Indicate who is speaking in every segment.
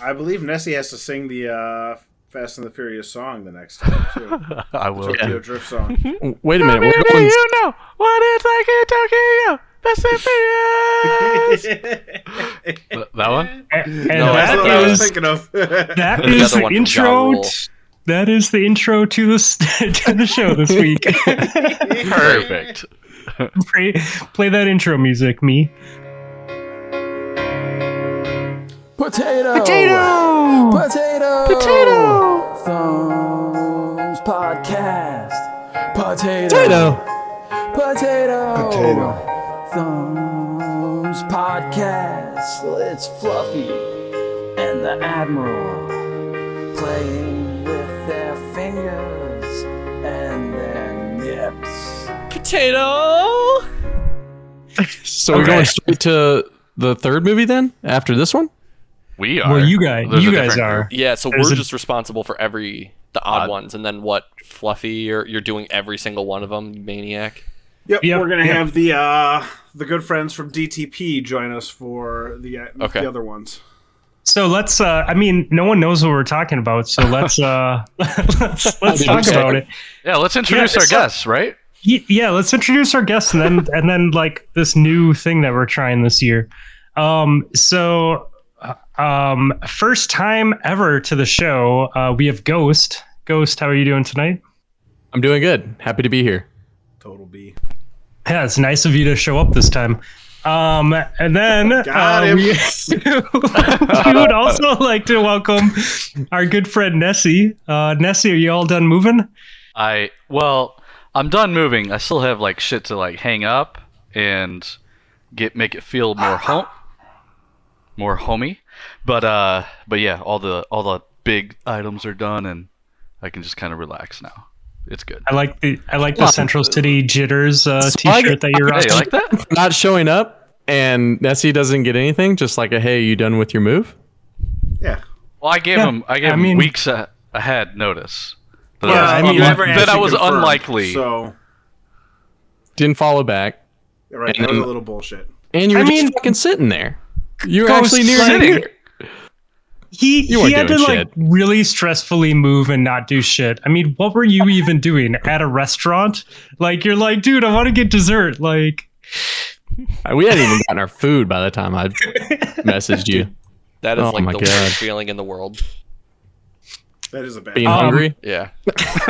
Speaker 1: I believe Nessie has to sing the uh, Fast and the Furious song the next time too.
Speaker 2: I will.
Speaker 1: Tokyo
Speaker 2: do.
Speaker 1: Drift song.
Speaker 3: Wait a minute. We're
Speaker 2: Maybe
Speaker 3: going,
Speaker 2: you know what it's like in Tokyo. Pacific.
Speaker 1: That's
Speaker 2: Th- that one?
Speaker 3: and
Speaker 4: No,
Speaker 1: what
Speaker 4: that's
Speaker 3: that
Speaker 4: what
Speaker 1: I was
Speaker 3: is
Speaker 1: thinking of.
Speaker 3: that
Speaker 4: Another
Speaker 3: is the
Speaker 4: one from Ja
Speaker 3: intro.
Speaker 4: Rule.
Speaker 3: t- that is the intro to this to the show this week.
Speaker 2: Perfect.
Speaker 3: play, play that intro music, me.
Speaker 5: Potato.
Speaker 3: Potato.
Speaker 5: Potato. Potato. Thumbs podcast. Potato. Potato. Thumbs podcast. It's Fluffy and the Admiral playing with their fingers and their nips.
Speaker 4: Potato.
Speaker 5: So we're going straight to the third movie then? After this one?
Speaker 2: We are.
Speaker 3: Well, you guys,
Speaker 2: There's
Speaker 3: you
Speaker 2: a
Speaker 3: guys
Speaker 2: different
Speaker 3: are.
Speaker 2: group.
Speaker 4: Yeah, so
Speaker 3: There's
Speaker 4: we're
Speaker 3: a-
Speaker 4: just responsible for every the odd ones, and then what? Fluffy, you're you're doing every single one of them, you maniac.
Speaker 1: Yep,
Speaker 3: Yep,
Speaker 1: we're gonna
Speaker 3: yep.
Speaker 1: have the uh, the good friends from DTP join us for the uh,
Speaker 4: Okay.
Speaker 1: the other ones.
Speaker 3: So let's. Uh, I mean, no one knows what we're talking about. So let's uh, let's let's talk about it.
Speaker 2: Yeah, let's introduce
Speaker 3: Yeah,
Speaker 2: our
Speaker 3: so-
Speaker 2: guests, right?
Speaker 3: Y- yeah let's introduce our guests and then and then like this new thing that we're trying this year um so uh, um first time ever to the show uh we have ghost ghost how are you doing tonight
Speaker 5: I'm doing good. Happy to be here.
Speaker 1: Total B.
Speaker 3: yeah it's nice of you to show up this time um and then
Speaker 1: Got
Speaker 3: uh,
Speaker 1: him.
Speaker 3: we, we would also like to welcome our good friend nessie uh nessie are you all done moving
Speaker 2: I well, I'm done moving. I still have like shit to like hang up and get make it feel more home, more homey. But uh, but yeah, all the all the big items are done, and I can just kind of relax now. It's good.
Speaker 3: i like the i like the central city jitters uh t-shirt that you're
Speaker 2: Hey,
Speaker 3: on
Speaker 2: you like that?
Speaker 5: Not showing up and Nessie doesn't get anything, just like a hey, you done with your move?
Speaker 1: Yeah.
Speaker 2: Well, I gave
Speaker 3: Yeah,
Speaker 2: him I gave
Speaker 3: I
Speaker 2: him
Speaker 3: mean-
Speaker 2: weeks a, ahead notice. That
Speaker 3: Yeah,
Speaker 1: uh,
Speaker 2: was
Speaker 3: I mean,
Speaker 2: unlike-
Speaker 3: you never
Speaker 2: that I
Speaker 1: actually
Speaker 2: was
Speaker 1: confirmed,
Speaker 2: unlikely.
Speaker 1: So
Speaker 5: Didn't follow back.
Speaker 1: right,
Speaker 5: And
Speaker 1: that was
Speaker 5: then-
Speaker 1: a little bullshit.
Speaker 5: And you
Speaker 3: I
Speaker 5: were
Speaker 3: mean-
Speaker 5: just fucking sitting there. You were
Speaker 3: Ghost
Speaker 5: actually near
Speaker 2: Sitting.
Speaker 3: he
Speaker 5: You
Speaker 3: he
Speaker 5: weren't
Speaker 3: had to
Speaker 5: doing
Speaker 3: like
Speaker 5: shit.
Speaker 3: really stressfully move and not do shit. I mean, what were you even doing at a restaurant? Like you're like, dude, I want to get dessert. Like
Speaker 5: We hadn't even gotten our food by the time I messaged you.
Speaker 4: That is
Speaker 5: Oh
Speaker 4: like
Speaker 5: my
Speaker 4: the
Speaker 5: God.
Speaker 4: worst feeling in the world.
Speaker 1: That is a bad.
Speaker 5: Being
Speaker 3: Um,
Speaker 5: hungry.
Speaker 4: Yeah,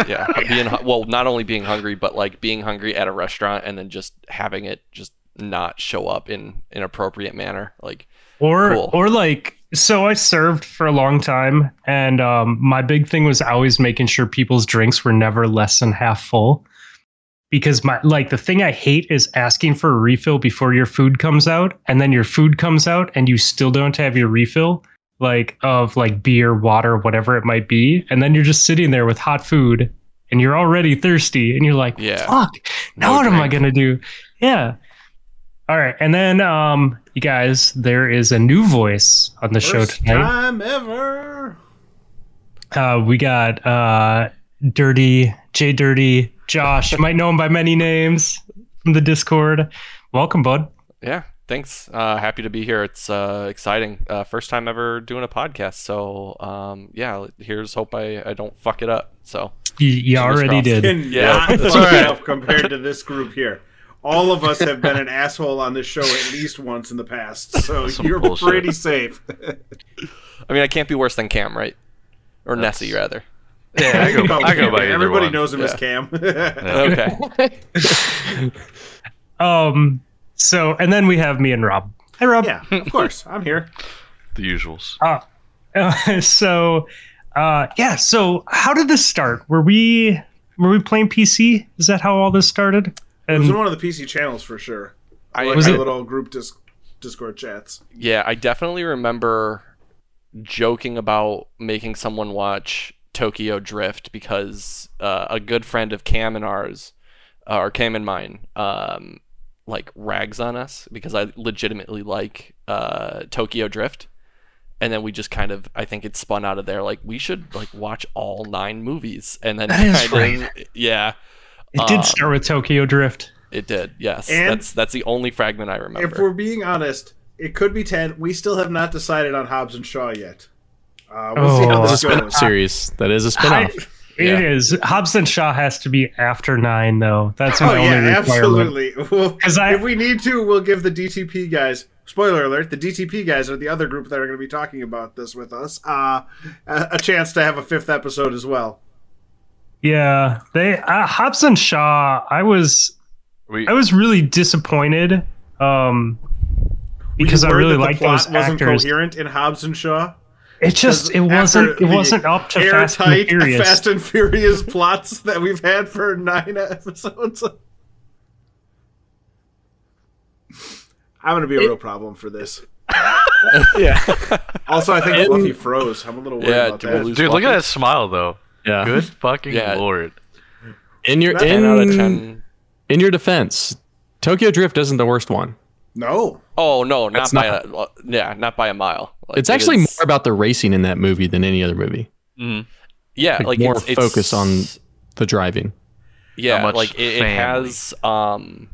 Speaker 4: yeah. Being hu- well, not only being hungry, but like being hungry at a restaurant and then just having it just not show up in an appropriate manner. Like,
Speaker 3: or
Speaker 4: Cool.
Speaker 3: or like so I served for a long time and um my big thing was always making sure people's drinks were never less than half full. Because my like the thing I hate is asking for a refill before your food comes out and then your food comes out and you still don't have your refill like of like beer, water, whatever it might be and then you're just sitting there with hot food and you're already thirsty and you're like
Speaker 4: yeah.
Speaker 3: fuck now
Speaker 4: no
Speaker 3: what am I
Speaker 4: drink.
Speaker 3: gonna do? Yeah. All right, and then um, you guys, there is a new voice on the show
Speaker 1: First
Speaker 3: tonight.
Speaker 1: time ever.
Speaker 3: Uh, we got uh, Dirty J, Dirty Josh. you might know him by many names from the Discord. Welcome, bud.
Speaker 4: Yeah, thanks. Uh, happy to be here. It's uh, exciting. Uh, first time ever doing a podcast. So um, yeah, here's hope I, I don't fuck it up. So
Speaker 3: You, you
Speaker 4: Fingers
Speaker 3: already
Speaker 4: crossed.
Speaker 3: did.
Speaker 1: Cannot
Speaker 4: Yeah,
Speaker 1: fuck
Speaker 4: that's all right.
Speaker 1: up compared to this group here. All of us have been an asshole on this show at least once in the past, so
Speaker 2: Some
Speaker 1: you're
Speaker 2: bullshit.
Speaker 1: pretty safe.
Speaker 4: I mean, I can't be worse than Cam, right? Or
Speaker 2: That's-
Speaker 4: Nessie, rather.
Speaker 2: Yeah, I go, I go by either
Speaker 1: Everybody
Speaker 2: one.
Speaker 1: knows him as
Speaker 4: Yeah.
Speaker 1: Cam.
Speaker 4: Okay.
Speaker 3: Um, so, and then we have me and Rob. Hi, Rob.
Speaker 1: yeah, of course, I'm here.
Speaker 2: the usuals.
Speaker 3: Uh, so, uh, yeah. So, how did this start? Were we were we playing PC? Is that how all this started?
Speaker 1: It was
Speaker 3: And
Speaker 1: in one of the PC channels for sure.
Speaker 4: I,
Speaker 1: Like
Speaker 3: Was
Speaker 1: our
Speaker 3: it-
Speaker 1: little group disc, Discord chats.
Speaker 4: Yeah, I definitely remember joking about making someone watch Tokyo Drift because uh, a good friend of Cam and ours, uh, or Cam and mine, um, like rags on us because I legitimately like uh, Tokyo Drift. And then we just kind of, I think it spun out of there. Like we should like watch all nine movies, and then
Speaker 3: That is
Speaker 4: kind of- yeah,
Speaker 3: it
Speaker 4: um,
Speaker 3: did start with Tokyo Drift.
Speaker 4: it did. Yes,
Speaker 1: And-
Speaker 4: that's that's the only fragment I remember.
Speaker 1: If we're being honest, it could be ten. We still have not decided on Hobbs and Shaw yet. Uh, we'll see how
Speaker 3: Oh,
Speaker 1: this
Speaker 5: That's a spin-off
Speaker 1: goes.
Speaker 5: series. That is a
Speaker 3: I,
Speaker 5: spin-off.
Speaker 3: It
Speaker 5: Yeah.
Speaker 3: is. Hobson Shaw has to be after nine, though. That's my
Speaker 1: Oh
Speaker 3: only
Speaker 1: yeah,
Speaker 3: requirement.
Speaker 1: absolutely. We'll,
Speaker 3: 'Cause I-
Speaker 1: if we need to, we'll give the DTP guys. Spoiler alert: the DTP guys are the other group that are going to be talking about this with us. Uh, a, a chance to have a fifth episode as well.
Speaker 3: Yeah, they uh, Hobson Shaw. I was
Speaker 2: We,
Speaker 3: I was really disappointed um,
Speaker 1: Were you
Speaker 3: because I
Speaker 1: worried
Speaker 3: really
Speaker 1: that the
Speaker 3: liked
Speaker 1: plot
Speaker 3: those
Speaker 1: wasn't
Speaker 3: actors.
Speaker 1: coherent in Hobbs and Shaw.
Speaker 3: It just it
Speaker 1: After
Speaker 3: wasn't it
Speaker 1: the
Speaker 3: wasn't up to Fast and
Speaker 1: Airtight,
Speaker 3: Furious.
Speaker 1: Fast and Furious plots that we've had for nine episodes. I'm going to be a real problem for this.
Speaker 4: Yeah.
Speaker 1: Also, I think Fluffy froze. I'm a little worried
Speaker 4: Yeah,
Speaker 1: about
Speaker 4: do we
Speaker 1: that.
Speaker 4: lose-
Speaker 2: dude, look at that smile though.
Speaker 5: yeah.
Speaker 2: Good fucking
Speaker 4: Yeah.
Speaker 2: lord.
Speaker 5: In your
Speaker 1: Ten
Speaker 5: in,
Speaker 4: 10 out of 10.
Speaker 5: in your defense, Tokyo Drift isn't the worst one.
Speaker 1: No.
Speaker 4: Oh, no, not
Speaker 5: That's
Speaker 4: by a, yeah, not by a mile. Like,
Speaker 5: It's
Speaker 4: it
Speaker 5: actually
Speaker 4: is-
Speaker 5: more about the racing in that movie than any other movie.
Speaker 2: Mhm.
Speaker 4: yeah,
Speaker 5: like,
Speaker 4: like
Speaker 5: more
Speaker 4: it's, it's-
Speaker 5: focus on- The driving.
Speaker 4: yeah,
Speaker 2: much
Speaker 4: like it, it
Speaker 2: family.
Speaker 4: has um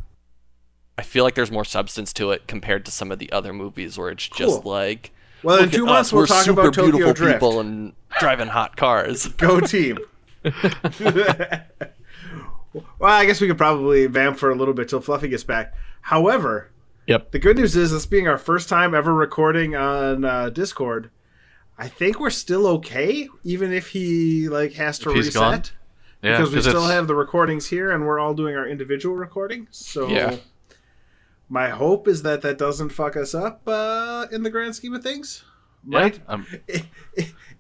Speaker 4: I feel like there's more substance to it compared to some of the other movies where it's just
Speaker 1: Cool.
Speaker 4: like
Speaker 1: Well, in
Speaker 4: look at
Speaker 1: two
Speaker 4: us,
Speaker 1: months,
Speaker 4: uh, we're
Speaker 1: we'll talk
Speaker 4: super
Speaker 1: about Tokyo
Speaker 4: beautiful
Speaker 1: Drift.
Speaker 4: people and driving hot cars.
Speaker 1: Go team. well, I guess we could probably vamp for a little bit till Fluffy gets back. However,
Speaker 5: Yep.
Speaker 1: the good news is this being our first time ever recording on uh, Discord, I think we're still okay, even if he like has to
Speaker 2: If he's
Speaker 1: reset
Speaker 2: gone? Yeah,
Speaker 1: because we still
Speaker 2: it's-
Speaker 1: have the recordings here and we're all doing our individual recording. So
Speaker 4: Yeah.
Speaker 1: my hope is that that doesn't fuck us up uh, in the grand scheme of things.
Speaker 2: yeah,
Speaker 1: Right?
Speaker 2: um,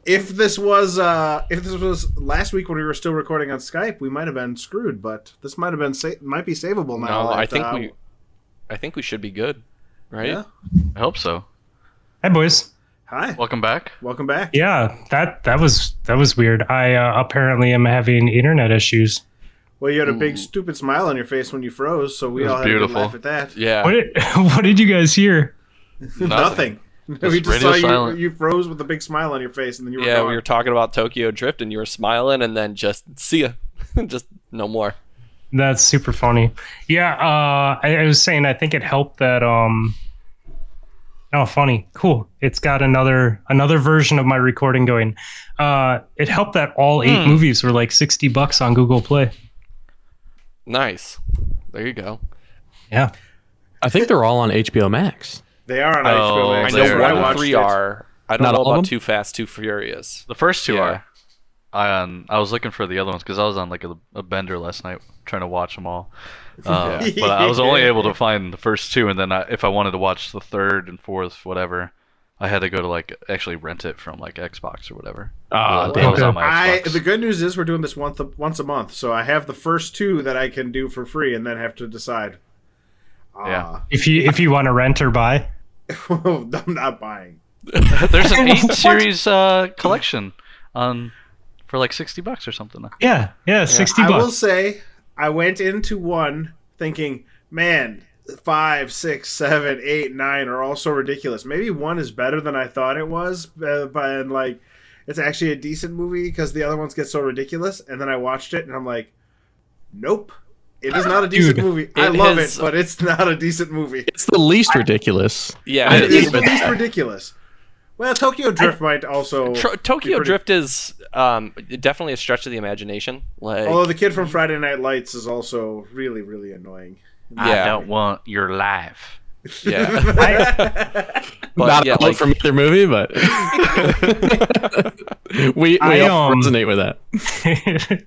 Speaker 1: if this was uh if this was last week when we were still recording on Skype, we might have been screwed, but this might have been sa- might be savable now.
Speaker 4: No,
Speaker 1: that,
Speaker 4: I think
Speaker 1: uh,
Speaker 4: we, I think we should be good, right?
Speaker 1: Yeah.
Speaker 2: I hope so.
Speaker 3: Hi boys.
Speaker 1: Hi.
Speaker 2: Welcome back.
Speaker 1: Welcome back.
Speaker 3: Yeah, that that was that was weird. I uh, apparently am having internet issues.
Speaker 1: Well, you had a big
Speaker 4: Ooh.
Speaker 1: stupid smile on your face when you froze, so we
Speaker 2: It was
Speaker 1: all had a good
Speaker 2: beautiful.
Speaker 1: laugh at that.
Speaker 4: Yeah.
Speaker 3: What did what did you guys hear?
Speaker 1: Nothing. we
Speaker 2: Just
Speaker 1: just
Speaker 2: radio
Speaker 1: saw you,
Speaker 2: silent.
Speaker 1: you froze with a big smile on your face, and then you were
Speaker 4: yeah,
Speaker 1: gone.
Speaker 4: we were talking about Tokyo Drift, and you were smiling, and then just see ya, just no more.
Speaker 3: That's super funny. Yeah, uh, I, I was saying I think it helped that. Um, oh, funny, cool. It's got another another version of my recording going. Uh, it helped that all eight
Speaker 2: Hmm.
Speaker 3: movies were like sixty bucks on Google Play.
Speaker 4: Nice. There you go.
Speaker 3: Yeah,
Speaker 5: I think they're all on HBO Max.
Speaker 1: They are on
Speaker 2: Oh,
Speaker 1: HBO
Speaker 4: I
Speaker 1: Max.
Speaker 2: There.
Speaker 4: know
Speaker 1: I
Speaker 4: one and
Speaker 1: watched
Speaker 4: three
Speaker 1: it.
Speaker 4: are. I don't
Speaker 5: Not
Speaker 4: know
Speaker 5: all of
Speaker 4: about
Speaker 5: them?
Speaker 4: Too Fast, Too Furious.
Speaker 2: The first two
Speaker 4: Yeah.
Speaker 2: are. Um, I was looking for the other ones because I was on like a, a bender last night trying to watch them all. Uh,
Speaker 1: Yeah.
Speaker 2: But I was only able to find the first two, and then I, if I wanted to watch the third and fourth, whatever, I had to go to like actually rent it from like Xbox or whatever.
Speaker 5: Ah,
Speaker 2: Uh,
Speaker 5: damn.
Speaker 2: I was on my
Speaker 1: I,
Speaker 2: Xbox.
Speaker 1: the good news is we're doing this once a, once a month, so I have the first two that I can do for free, and then have to decide.
Speaker 2: Yeah.
Speaker 3: if you if you want to rent or buy,
Speaker 1: Ah, I'm not buying.
Speaker 2: There's an eight
Speaker 3: What?
Speaker 2: series uh, collection on for like sixty bucks or something.
Speaker 3: yeah, yeah, sixty
Speaker 1: I will
Speaker 3: bucks.
Speaker 1: say, I went into one thinking, man, five, six, seven, eight, nine are all so ridiculous. Maybe one is better than I thought it was, uh, but and, like, it's actually a decent movie because the other ones get so ridiculous. And then I watched it, and I'm like, nope. It is not a decent
Speaker 3: Dude,
Speaker 1: movie. I
Speaker 4: it
Speaker 1: love
Speaker 4: is-
Speaker 1: it, but it's not a decent movie.
Speaker 5: It's the least ridiculous.
Speaker 4: Yeah.
Speaker 5: I
Speaker 1: It is
Speaker 5: didn't
Speaker 1: the
Speaker 5: even-
Speaker 1: least ridiculous. Well, Tokyo Drift might also.
Speaker 4: Tro- Tokyo
Speaker 1: pretty-
Speaker 4: Drift is um, definitely a stretch of the imagination. Like,
Speaker 1: although the kid from Friday Night Lights is also really, really annoying.
Speaker 2: I
Speaker 4: yeah,
Speaker 2: don't want your life.
Speaker 4: yeah. But
Speaker 5: Not
Speaker 4: yeah,
Speaker 5: a quote
Speaker 4: like-
Speaker 5: from either movie, but we, we
Speaker 3: I,
Speaker 5: all
Speaker 3: um,
Speaker 5: resonate with that.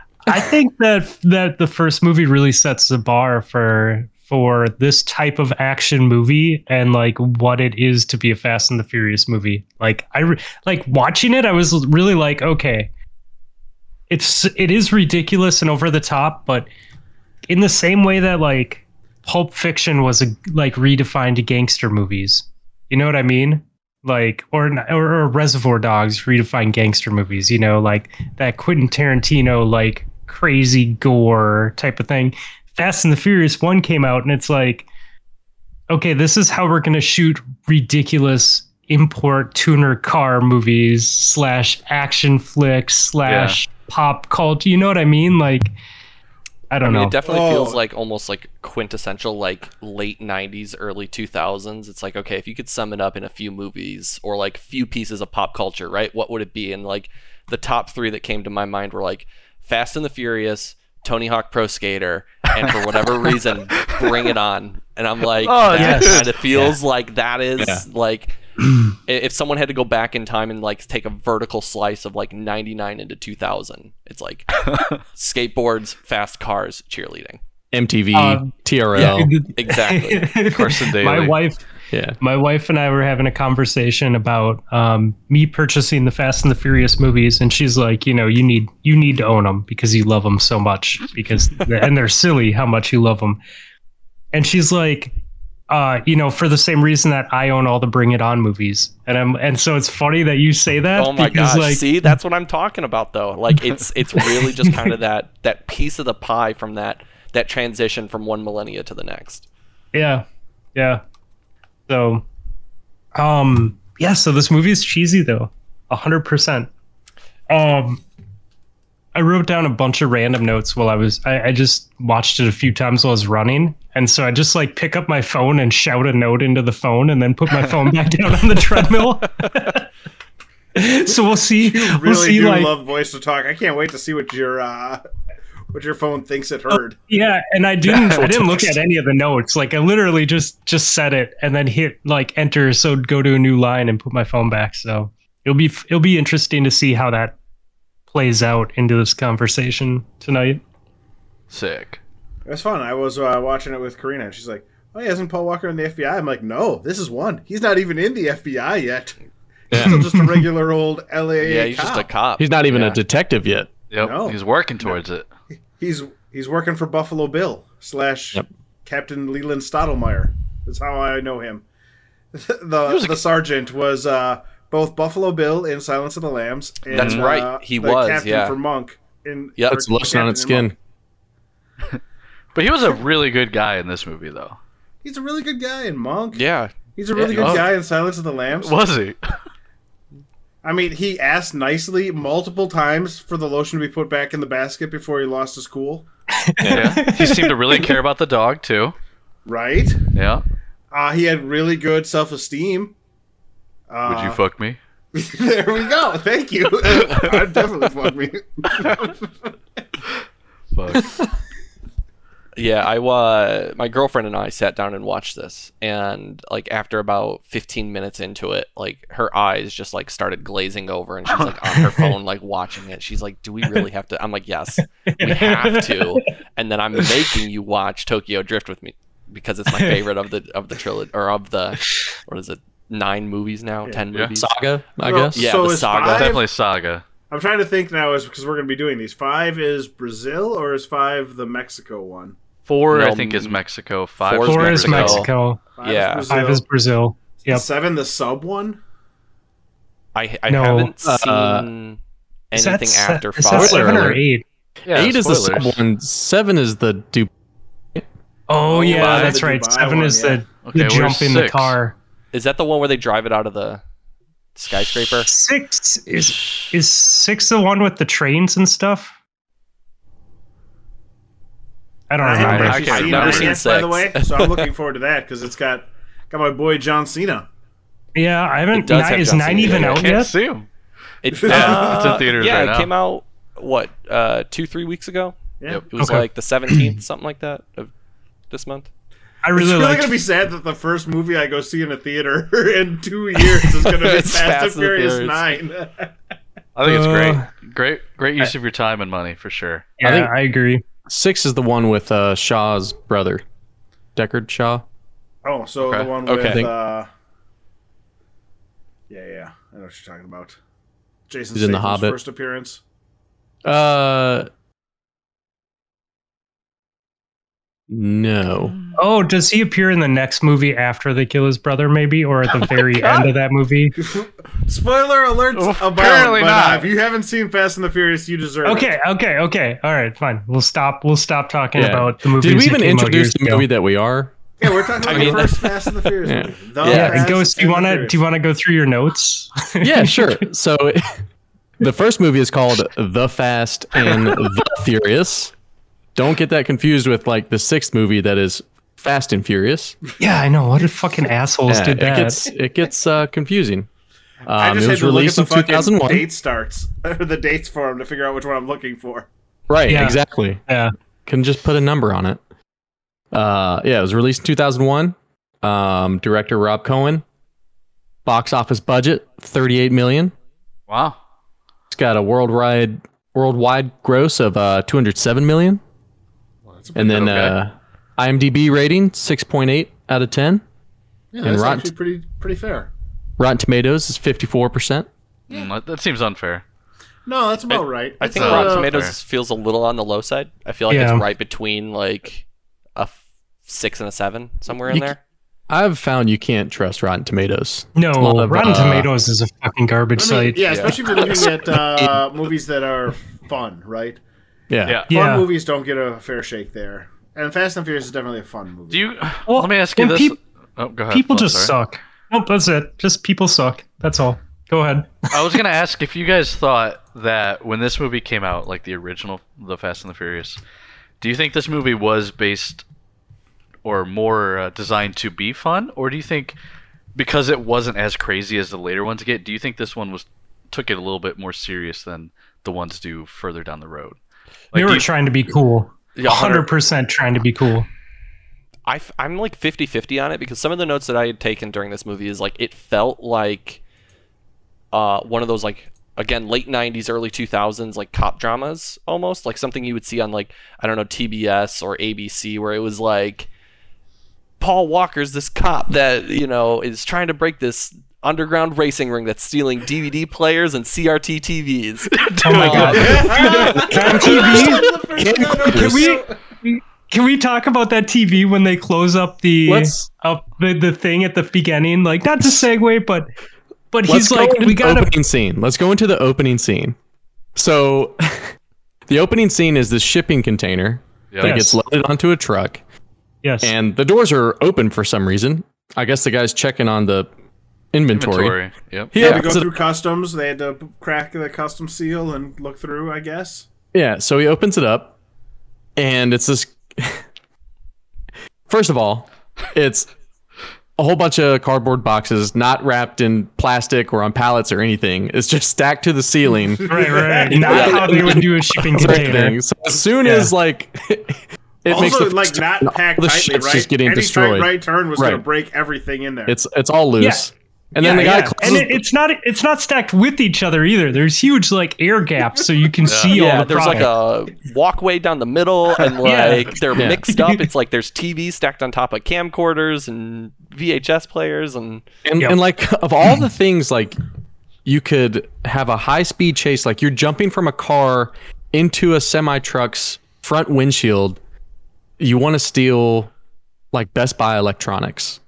Speaker 3: I think that that the first movie really sets the bar for for this type of action movie and like what it is to be a Fast and the Furious movie. Like I re- like watching it, I was really like, okay, it's it is ridiculous and over the top, but in the same way that like Pulp Fiction was a, like redefined gangster movies. You know what I mean? Like or or, or Reservoir Dogs redefined gangster movies. You know, like that Quentin Tarantino like crazy gore type of thing. Fast and the Furious 1 came out and it's like okay, this is how we're going to shoot ridiculous import tuner car movies slash action flicks slash pop cult. You know what I mean? Like I
Speaker 4: I
Speaker 3: don't
Speaker 4: mean,
Speaker 3: know.
Speaker 4: it definitely
Speaker 1: Oh.
Speaker 4: feels like almost like quintessential, like late '90s, early 2000s. It's like okay, if you could sum it up in a few movies or like few pieces of pop culture, right? What would it be? And like the top three that came to my mind were like Fast and the Furious, Tony Hawk Pro Skater, and for whatever reason, Bring It On. And I'm like,
Speaker 2: Oh,
Speaker 4: that
Speaker 3: yes.
Speaker 4: kind of feels like that is
Speaker 5: Yeah.
Speaker 4: like i- if someone had to go back in time and like take a vertical slice of like 99 into 2000 it's like skateboards fast cars cheerleading
Speaker 5: MTV,
Speaker 3: Um,
Speaker 5: TRL. Yeah.
Speaker 4: exactly
Speaker 2: Carson
Speaker 3: My
Speaker 2: Daly.
Speaker 3: wife, my wife and I were having a conversation about um, me purchasing the Fast and the Furious movies, and she's like, you know, you need you need to own them because you love them so much because and they're silly how much you love them, and she's like. Uh, you know, for the same reason that I own all the Bring It On movies, and I'm, and so it's funny that you say that.
Speaker 4: oh my
Speaker 3: because,
Speaker 4: gosh
Speaker 3: Like,
Speaker 4: see that's what i'm talking about though like it's it's really just kind of that that piece of the pie from that that transition from one millennia to the next
Speaker 3: Yeah. Yeah. So um yeah, so this movie is cheesy though. a hundred percent. Um I wrote down a bunch of random notes while I was I, I just watched it a few times while I was running. And so I just like pick up my phone and shout a note into the phone and then put my phone back down on the treadmill. so we'll see.
Speaker 1: Really
Speaker 3: we'll see
Speaker 1: do
Speaker 3: like
Speaker 1: love voice to talk. I can't wait to see what your uh, what your phone thinks
Speaker 3: Oh.
Speaker 1: it heard.
Speaker 3: Yeah, and I didn't. I didn't look at any of the notes. Like I literally just just said it and then hit like enter. So go to a new line and put my phone back. So it'll be it'll be interesting to see how that plays out into this conversation tonight.
Speaker 2: Sick.
Speaker 1: It was fun. I was uh, watching it with Karina, and she's like, "Oh, yeah, isn't Paul Walker in the FBI?" I'm like, "No, this is one. He's not even in the FBI yet. He's still just a regular old LA
Speaker 4: yeah he's just a cop
Speaker 5: He's not even
Speaker 4: Yeah.
Speaker 5: a detective yet.
Speaker 2: Yep.
Speaker 1: No.
Speaker 2: He's working towards it.
Speaker 1: He's he's working for Buffalo Bill slash
Speaker 5: Yep.
Speaker 1: Captain Leland Stottlemyre. That's how I know him.
Speaker 2: He
Speaker 1: the
Speaker 2: was a-
Speaker 1: The sergeant was uh, both Buffalo Bill in Silence of the Lambs. And,
Speaker 4: That's right.
Speaker 1: uh,
Speaker 4: He
Speaker 1: the
Speaker 4: was,
Speaker 1: captain
Speaker 4: yeah.
Speaker 1: for Monk. In
Speaker 4: Yep.
Speaker 1: or
Speaker 4: It's
Speaker 5: It's lotion on its
Speaker 1: captain in
Speaker 5: skin.
Speaker 1: Monk.
Speaker 2: But he was a really good guy in this movie, though.
Speaker 1: He's a really good guy in Monk.
Speaker 4: yeah
Speaker 1: He's a really
Speaker 4: Yeah,
Speaker 1: good
Speaker 4: he was.
Speaker 1: guy in Silence of the Lambs.
Speaker 2: Was he?
Speaker 1: I mean, he asked nicely multiple times for the lotion to be put back in the basket before he lost his cool.
Speaker 2: Yeah. he seemed to really care about the dog too.
Speaker 1: Right?
Speaker 2: Yeah.
Speaker 1: Uh, he had really good self esteem. Uh,
Speaker 2: Would you fuck me?
Speaker 1: there we go. Thank you. I definitely fuck me.
Speaker 2: Fuck.
Speaker 4: Yeah, I uh, my girlfriend and I sat down and watched this, and like after about 15 minutes into it, like her eyes just like started glazing over, and she's like on her phone, like watching it. She's like, "Do we really have to?" I'm like, "Yes, we have to." And then I'm making you watch Tokyo Drift with me because it's my favorite of the of the trilogy or of the what is it nine movies now, ten
Speaker 2: Yeah.
Speaker 4: movies.
Speaker 5: Saga, I
Speaker 1: Well,
Speaker 5: guess.
Speaker 4: Yeah,
Speaker 1: so
Speaker 4: the
Speaker 1: is
Speaker 4: saga.
Speaker 1: Five,
Speaker 2: Definitely Saga.
Speaker 1: I'm trying to think now, is because we're going to be doing these. Five is Brazil, or is five the Mexico one?
Speaker 2: Four,
Speaker 4: No,
Speaker 2: I think, is Mexico. Five,
Speaker 4: four
Speaker 2: is
Speaker 3: Four is
Speaker 4: Mexico.
Speaker 3: Mexico.
Speaker 1: Five
Speaker 4: Yeah.
Speaker 1: is Brazil.
Speaker 3: Five is Brazil. Yep.
Speaker 1: Seven, the sub one.
Speaker 4: I I
Speaker 3: No,
Speaker 4: haven't
Speaker 5: uh,
Speaker 4: seen
Speaker 3: Is that
Speaker 4: anything
Speaker 3: se-
Speaker 4: after
Speaker 3: is that
Speaker 4: five.
Speaker 3: seven or
Speaker 5: alert.
Speaker 3: eight?
Speaker 2: Yeah,
Speaker 5: Eight is the sub
Speaker 2: spoilers.
Speaker 5: one. Seven is the dupe.
Speaker 3: Oh yeah,
Speaker 1: Dubai,
Speaker 3: that's
Speaker 1: the
Speaker 3: right.
Speaker 1: Dubai
Speaker 3: seven
Speaker 1: one,
Speaker 3: is
Speaker 1: yeah.
Speaker 3: the,
Speaker 2: Okay,
Speaker 3: the
Speaker 2: we're
Speaker 3: jump in the
Speaker 2: six.
Speaker 3: car.
Speaker 4: Is that the one where they drive it out of the skyscraper?
Speaker 3: Six is is six the one with the trains and stuff? I don't
Speaker 1: I haven't
Speaker 3: remember.
Speaker 2: I
Speaker 1: actually
Speaker 2: can't
Speaker 1: seen
Speaker 2: remember.
Speaker 1: that yet,
Speaker 4: I've
Speaker 1: by
Speaker 4: never
Speaker 1: the way,
Speaker 4: seen
Speaker 1: so I'm looking forward to that because it's got got my boy John Cena.
Speaker 3: Yeah, I
Speaker 4: It
Speaker 3: haven't.
Speaker 4: does
Speaker 3: Nine,
Speaker 4: have
Speaker 3: is
Speaker 4: John
Speaker 3: nine
Speaker 4: Cena,
Speaker 3: even
Speaker 4: yeah.
Speaker 3: out
Speaker 2: Can't
Speaker 3: yet?
Speaker 2: see him.
Speaker 4: It, uh,
Speaker 1: Yeah,
Speaker 2: it's in theaters
Speaker 4: yeah,
Speaker 2: right
Speaker 4: it
Speaker 2: now.
Speaker 4: came out what uh, two, three weeks ago.
Speaker 1: Yeah.
Speaker 4: It was
Speaker 3: Okay.
Speaker 4: like the seventeenth, something like that, of this month.
Speaker 3: I
Speaker 1: It's
Speaker 3: really
Speaker 1: really
Speaker 3: like.
Speaker 1: gonna be sad that the first movie I go see in a theater in two years is gonna be
Speaker 4: It's
Speaker 1: Fast,
Speaker 4: Fast
Speaker 1: and
Speaker 4: and the
Speaker 1: Furious
Speaker 4: Furious.
Speaker 1: Nine.
Speaker 2: I think it's
Speaker 3: Uh,
Speaker 2: great. Great, great use of your time and money for sure.
Speaker 3: yeah, I,
Speaker 5: I think-
Speaker 3: agree.
Speaker 5: Six is the one with uh, Shaw's brother, Deckard Shaw.
Speaker 1: oh, so the
Speaker 2: Okay.
Speaker 1: one
Speaker 4: Okay.
Speaker 1: with
Speaker 5: I think-
Speaker 1: uh, yeah, yeah, I know what you're talking about. Jason
Speaker 5: He's in The
Speaker 1: Statham's
Speaker 5: Hobbit.
Speaker 1: first appearance.
Speaker 5: Uh, no.
Speaker 3: Oh, does he appear in the next movie after they kill his brother, maybe, or
Speaker 5: Oh
Speaker 3: at the very end of that movie?
Speaker 1: Spoiler alert!
Speaker 2: Well,
Speaker 1: abound,
Speaker 2: apparently
Speaker 1: but,
Speaker 2: not.
Speaker 1: Uh, if you haven't seen Fast and the Furious, you deserve it.
Speaker 3: Okay, okay, okay. All right, fine. We'll stop. We'll stop talking
Speaker 5: Yeah.
Speaker 3: about the movies.
Speaker 5: Did we
Speaker 3: that
Speaker 5: even
Speaker 3: came out
Speaker 5: introduce
Speaker 3: years
Speaker 5: the
Speaker 3: ago.
Speaker 5: movie that we are?
Speaker 1: Yeah, we're talking about
Speaker 4: mean-
Speaker 1: the first Fast and the Furious
Speaker 5: Yeah.
Speaker 1: movie. The
Speaker 4: Yeah,
Speaker 3: Yeah, and
Speaker 1: Fast
Speaker 3: Ghost, do you
Speaker 1: and the
Speaker 3: want to
Speaker 1: Furious.
Speaker 3: do you want to go through your notes?
Speaker 5: Yeah, sure. So the first movie is called The Fast and the Furious. Don't get that confused with like the sixth movie that is Fast and Furious.
Speaker 3: Yeah, I know. What if fucking assholes
Speaker 5: Yeah,
Speaker 3: did
Speaker 5: It
Speaker 3: that?
Speaker 5: gets it gets uh, confusing. Um,
Speaker 1: I just
Speaker 5: it
Speaker 1: had
Speaker 5: was
Speaker 1: to look at
Speaker 5: released
Speaker 1: the
Speaker 5: in
Speaker 1: fucking
Speaker 5: 2001.
Speaker 1: date starts, or the dates for them to figure out which one I'm looking for.
Speaker 5: Right,
Speaker 3: Yeah.
Speaker 5: exactly.
Speaker 3: Yeah.
Speaker 5: Can just put a number on it. Uh, yeah, it was released in 2001. Um, director Rob Cohen. Box office budget 38 million.
Speaker 2: Wow.
Speaker 5: It's got a worldwide worldwide gross of uh, 207 million, and then
Speaker 2: okay.
Speaker 5: uh, IMDb rating 6.8 out of 10.
Speaker 1: Yeah,
Speaker 5: And
Speaker 1: that's
Speaker 5: Rotten-
Speaker 1: actually pretty pretty fair.
Speaker 5: Rotten Tomatoes is 54 percent.
Speaker 2: Mm, that- that seems unfair.
Speaker 1: No, that's about right.
Speaker 4: I
Speaker 1: It's uh,
Speaker 4: think
Speaker 2: So-
Speaker 4: Rotten
Speaker 1: about-
Speaker 4: Tomatoes
Speaker 2: Fair.
Speaker 4: feels a little on the low side. I feel like
Speaker 3: Yeah.
Speaker 4: it's right between like a f- six and a seven somewhere in
Speaker 5: You c-
Speaker 4: there.
Speaker 5: I've found you can't trust Rotten Tomatoes.
Speaker 3: No,
Speaker 5: a lot of,
Speaker 3: Rotten
Speaker 5: uh,
Speaker 3: Tomatoes is a fucking
Speaker 1: I
Speaker 3: garbage
Speaker 1: mean,
Speaker 3: site.
Speaker 1: yeah, especially if you're looking at uh, movies that are fun, right?
Speaker 5: Yeah.
Speaker 2: Yeah.
Speaker 3: Yeah.
Speaker 1: Fun movies don't get a fair shake there, and Fast and Furious is definitely a fun movie.
Speaker 2: Do you?
Speaker 3: Well,
Speaker 2: let me ask you
Speaker 3: and
Speaker 2: this.
Speaker 3: peop-
Speaker 2: oh, go ahead.
Speaker 3: People
Speaker 2: Flo,
Speaker 3: just
Speaker 2: sorry.
Speaker 3: suck. Nope, that's it. Just people suck. That's all. Go ahead.
Speaker 2: I was gonna ask if you guys thought that when this movie came out, like the original, The Fast and the Furious, do you think this movie was based or more uh, designed to be fun, or do you think because it wasn't as crazy as the later ones get, do you think this one was took it a little bit more serious than the ones do further down the road? Like,
Speaker 3: they
Speaker 2: do
Speaker 3: were
Speaker 2: you-
Speaker 3: trying to be cool.
Speaker 4: Yeah,
Speaker 3: 100% trying to be cool.
Speaker 4: I f- I'm like 50 50 on it because some of the notes that I had taken during this movie is like it felt like uh, one of those like again late 90s early 2000s like cop dramas almost like something you would see on like I don't know TBS or ABC where it was like Paul Walker's this cop that you know is trying to break this underground racing ring that's stealing DVD players and CRT TVs.
Speaker 3: Oh my god. That TV? Can
Speaker 5: Can
Speaker 3: we can we talk about that TV when they close up the
Speaker 5: Let's-
Speaker 3: up the, the thing at the beginning? Like not to segue, but but he's
Speaker 5: Let's go
Speaker 3: like,
Speaker 5: into
Speaker 3: we
Speaker 5: the
Speaker 3: gotta
Speaker 5: opening scene. Let's go into the opening scene. So, the opening scene is this shipping container
Speaker 2: Yeah.
Speaker 5: that
Speaker 3: Yes.
Speaker 5: gets loaded onto a truck,
Speaker 3: yes.
Speaker 5: and the doors are open for some reason. I guess the guy's checking on the inventory.
Speaker 2: Inventory. Yep.
Speaker 5: He
Speaker 1: They had to
Speaker 5: opens
Speaker 1: go
Speaker 5: it-
Speaker 1: through customs. They had to p- crack the custom seal and look through. I guess.
Speaker 5: yeah, so he opens it up, and it's this. First of all, it's a whole bunch of cardboard boxes, not wrapped in plastic or on pallets or anything. It's just stacked to the ceiling.
Speaker 3: right, right. right. Not how they would do a shipping container.
Speaker 5: thing. So as soon as like it makes
Speaker 1: also,
Speaker 5: the
Speaker 1: like not
Speaker 5: and all
Speaker 1: packed
Speaker 5: the
Speaker 1: tightly,
Speaker 5: shit's
Speaker 1: right?
Speaker 5: just getting
Speaker 1: Any tight
Speaker 5: destroyed.
Speaker 1: right turn was going
Speaker 5: Right.
Speaker 1: to break everything in there.
Speaker 5: It's it's all loose. And then
Speaker 3: Yeah,
Speaker 5: the guy
Speaker 3: yeah.
Speaker 5: closes.
Speaker 3: and it, it's not it's not stacked with each other either. There's huge like air gaps, so you can see all
Speaker 4: Yeah,
Speaker 3: the
Speaker 4: there's like
Speaker 3: product.
Speaker 4: a walkway down the middle, and
Speaker 3: Yeah.
Speaker 4: like they're
Speaker 5: Yeah.
Speaker 4: mixed up. It's like there's TV stacked on top of camcorders and VHS players, and
Speaker 5: and,
Speaker 3: Yeah.
Speaker 5: and like of all the things like you could have a high speed chase like you're jumping from a car into a semi truck's front windshield you want to steal like best buy electronics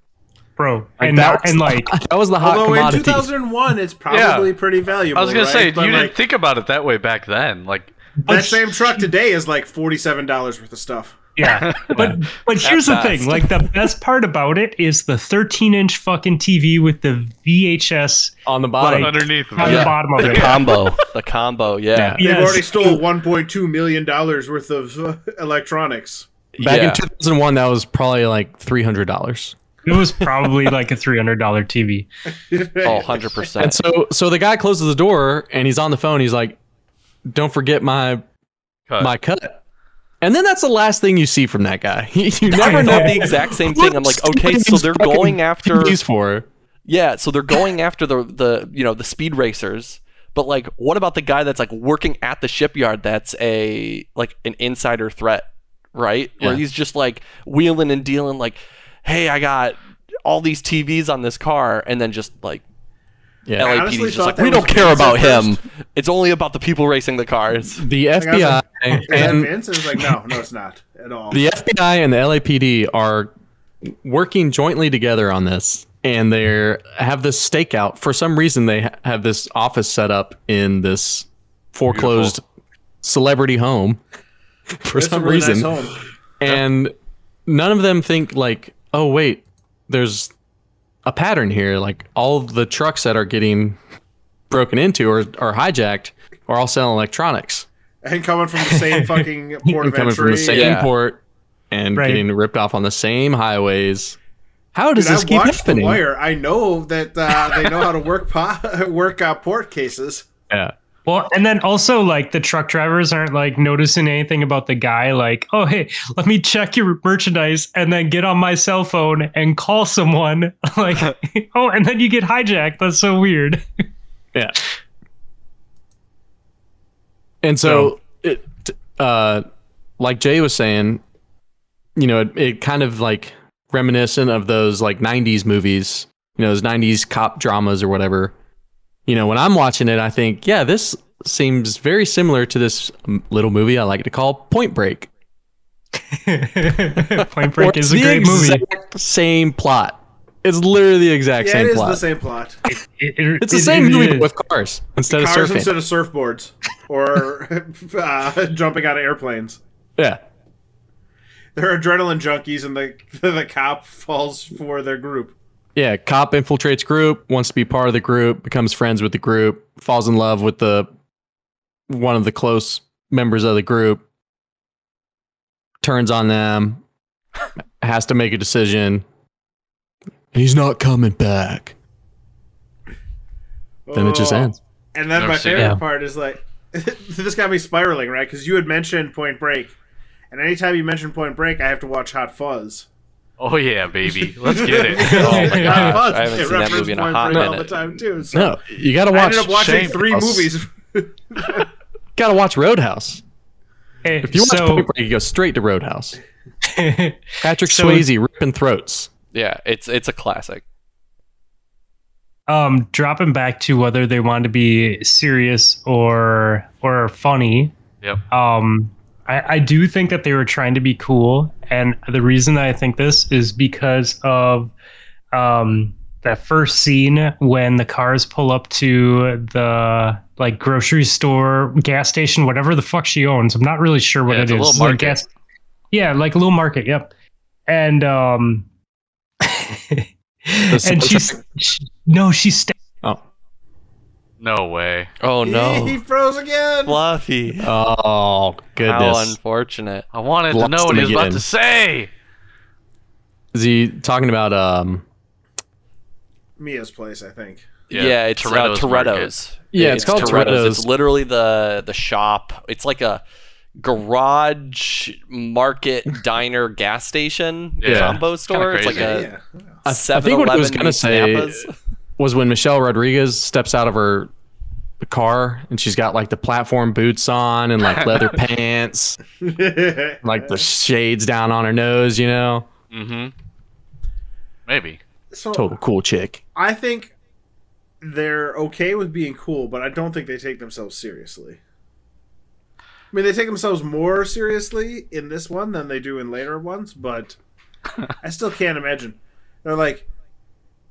Speaker 3: bro, and
Speaker 5: that was
Speaker 3: and
Speaker 5: the-
Speaker 3: like
Speaker 5: that was the hot
Speaker 1: Although in
Speaker 5: commodity
Speaker 1: 2001, it's probably pretty valuable.
Speaker 2: I was gonna
Speaker 1: right?
Speaker 2: say
Speaker 1: But,
Speaker 2: you
Speaker 1: like,
Speaker 2: didn't think about it that way back then. Like,
Speaker 1: that same truck today is like forty-seven dollars worth of stuff.
Speaker 3: Yeah. But but here's the
Speaker 4: best.
Speaker 3: thing, like the best part about it is the 13-inch fucking TV with the VHS
Speaker 5: on the bottom
Speaker 3: Like-
Speaker 2: underneath.
Speaker 3: on the
Speaker 2: Yeah.
Speaker 3: bottom of
Speaker 4: the
Speaker 3: it.
Speaker 4: combo, the combo, yeah.
Speaker 5: Yeah.
Speaker 1: They've
Speaker 3: Yes.
Speaker 1: already stole 1.2 million dollars worth of uh, electronics.
Speaker 5: back
Speaker 4: Yeah.
Speaker 5: in 2001 that was probably like $300
Speaker 3: It was probably like a300 dollar TV.
Speaker 4: Oh, 100
Speaker 5: And
Speaker 4: percent.
Speaker 5: so so the guy closes the door and he's on the phone. He's like, "Don't forget my
Speaker 2: Cut.
Speaker 5: my cut." And then that's the last thing you see from that guy. you never
Speaker 4: I
Speaker 5: know
Speaker 4: thought the exact same thing. I'm like, okay, so they're going after,
Speaker 5: these for.
Speaker 4: yeah, so they're going after the the you know the speed racers. But like, what about the guy that's like working at the shipyard? That's a like an insider threat, right? Where
Speaker 5: Yeah.
Speaker 4: he's just like wheeling and dealing, like, hey, I got all these TVs on this car, and then just like
Speaker 5: Yeah.
Speaker 1: I
Speaker 4: LAPD's
Speaker 1: honestly
Speaker 4: just
Speaker 1: thought
Speaker 4: like,
Speaker 1: that
Speaker 4: we
Speaker 1: was
Speaker 4: don't care
Speaker 1: Vince at
Speaker 4: about him. It's only about the people racing the cars.
Speaker 5: The
Speaker 1: I was
Speaker 5: FBI
Speaker 1: like, And
Speaker 5: and
Speaker 1: Vince is like, no, no, it's not at all.
Speaker 5: the FBI and the LAPD are working jointly together on this, and they have this stakeout. For some reason, they ha- have this office set up in this foreclosed celebrity home. For
Speaker 1: It's a
Speaker 5: some
Speaker 1: really nice
Speaker 5: reason,
Speaker 1: home.
Speaker 5: and none of them think like oh wait there's a pattern here like all the trucks that are getting broken into or are hijacked are all selling electronics
Speaker 1: and coming from the same fucking port of
Speaker 5: and coming
Speaker 1: entry.
Speaker 5: from the same
Speaker 4: Yeah.
Speaker 5: port and
Speaker 3: Right.
Speaker 5: getting ripped off on the same highways. How does
Speaker 1: Dude, I
Speaker 5: this keep
Speaker 1: watched The
Speaker 5: happening?
Speaker 1: Wire. I know that uh, they know how to work po- work uh, port cases.
Speaker 5: Yeah.
Speaker 3: Well, and then also like the truck drivers aren't like noticing anything about the guy. Like, oh hey, let me check your merchandise and then get on my cell phone and call someone. like, oh, and then you get hijacked. That's so weird.
Speaker 5: Yeah. And so, it, uh, like Jay was saying, you know, it, it kind of like reminiscent of those like 90s movies, you know, those 90s cop dramas or whatever. You know, when I'm watching it, I think, yeah, this seems very similar to this m- little movie I like to call Point Break.
Speaker 3: Point Break
Speaker 5: Or
Speaker 3: is a
Speaker 5: the
Speaker 3: great movie.
Speaker 5: exact Same plot. It's literally the exact
Speaker 1: Yeah,
Speaker 5: same
Speaker 1: it is
Speaker 5: plot.
Speaker 1: the same plot.
Speaker 3: It- it-
Speaker 5: It's the
Speaker 3: it-
Speaker 5: same
Speaker 3: it
Speaker 5: movie
Speaker 3: is.
Speaker 5: but with cars instead of
Speaker 1: Cars
Speaker 5: surfing.
Speaker 1: instead of surfboards or uh, jumping out of airplanes.
Speaker 5: yeah.
Speaker 1: They're adrenaline junkies, and the the cop falls for their group.
Speaker 5: Yeah, cop infiltrates group, wants to be part of the group, becomes friends with the group, falls in love with the one of the close members of the group, turns on them, has to make a decision. He's not coming back. Then it just
Speaker 1: Oh.
Speaker 5: ends.
Speaker 1: And then
Speaker 2: Never
Speaker 1: my
Speaker 2: seen it.
Speaker 1: favorite
Speaker 3: Yeah.
Speaker 1: part is like, this got me spiraling, right? Because you had mentioned Point Break, and anytime you mention Point Break, I have to watch Hot Fuzz.
Speaker 2: Oh yeah, baby. Let's get it. Oh my
Speaker 3: Yeah.
Speaker 2: god.
Speaker 1: Hot Fuzz.
Speaker 4: I haven't
Speaker 1: they
Speaker 4: seen that
Speaker 1: reference
Speaker 4: movie in a
Speaker 1: Point
Speaker 4: hot
Speaker 1: Break all
Speaker 4: minute.
Speaker 1: the time too. So
Speaker 5: No, you gotta
Speaker 1: I
Speaker 5: watch.
Speaker 1: ended up watching
Speaker 2: Shame
Speaker 1: three
Speaker 5: House.
Speaker 1: movies.
Speaker 5: Gotta watch Roadhouse.
Speaker 3: Hey,
Speaker 5: If you watch
Speaker 3: so-
Speaker 5: Point Break, you go straight to Roadhouse. Patrick
Speaker 3: So-
Speaker 5: Swayze ripping throats.
Speaker 4: Yeah, it's it's a classic.
Speaker 3: um dropping back to whether they want to be serious or or funny
Speaker 2: Yep.
Speaker 3: um I, I do think that they were trying to be cool and the reason that i think this is because of um that first scene when the cars pull up to the like grocery store gas station whatever the fuck she owns i'm not really sure what
Speaker 2: Yeah,
Speaker 3: it
Speaker 2: it's
Speaker 3: is
Speaker 2: a little
Speaker 3: Like
Speaker 2: market.
Speaker 3: gas- yeah like a little market yep and um and she's she, no she's sta-
Speaker 5: Oh,
Speaker 2: No way.
Speaker 4: Oh
Speaker 1: he froze again.
Speaker 4: Fluffy.
Speaker 5: oh
Speaker 4: How
Speaker 5: goodness.
Speaker 4: unfortunate.
Speaker 2: I wanted to
Speaker 5: Lost
Speaker 2: know what
Speaker 5: him
Speaker 2: he was about
Speaker 5: again.
Speaker 2: to say.
Speaker 5: Is he talking about um?
Speaker 1: Mia's place, I think.
Speaker 4: Yeah, it's Toretto's.
Speaker 2: Toretto's
Speaker 4: Uh,
Speaker 2: market.
Speaker 4: Toretto's.
Speaker 5: Yeah, it's called
Speaker 4: It's
Speaker 5: Toretto's.
Speaker 4: literally the the shop. It's like a garage market diner gas station
Speaker 2: Yeah.
Speaker 4: combo store. It's like
Speaker 2: crazy.
Speaker 4: a
Speaker 1: yeah.
Speaker 5: I, I
Speaker 4: Seven
Speaker 5: think what I was gonna say
Speaker 4: Snappas.
Speaker 5: was when Michelle Rodriguez steps out of her car and she's got like the platform boots on and like leather pants, and, like the shades down on her nose. You know,
Speaker 2: Mm-hmm. Maybe.
Speaker 1: so
Speaker 5: total cool chick.
Speaker 1: I think they're okay with being cool, but I don't think they take themselves seriously. I mean, they take themselves more seriously in this one than they do in later ones, but I still can't imagine. They're like,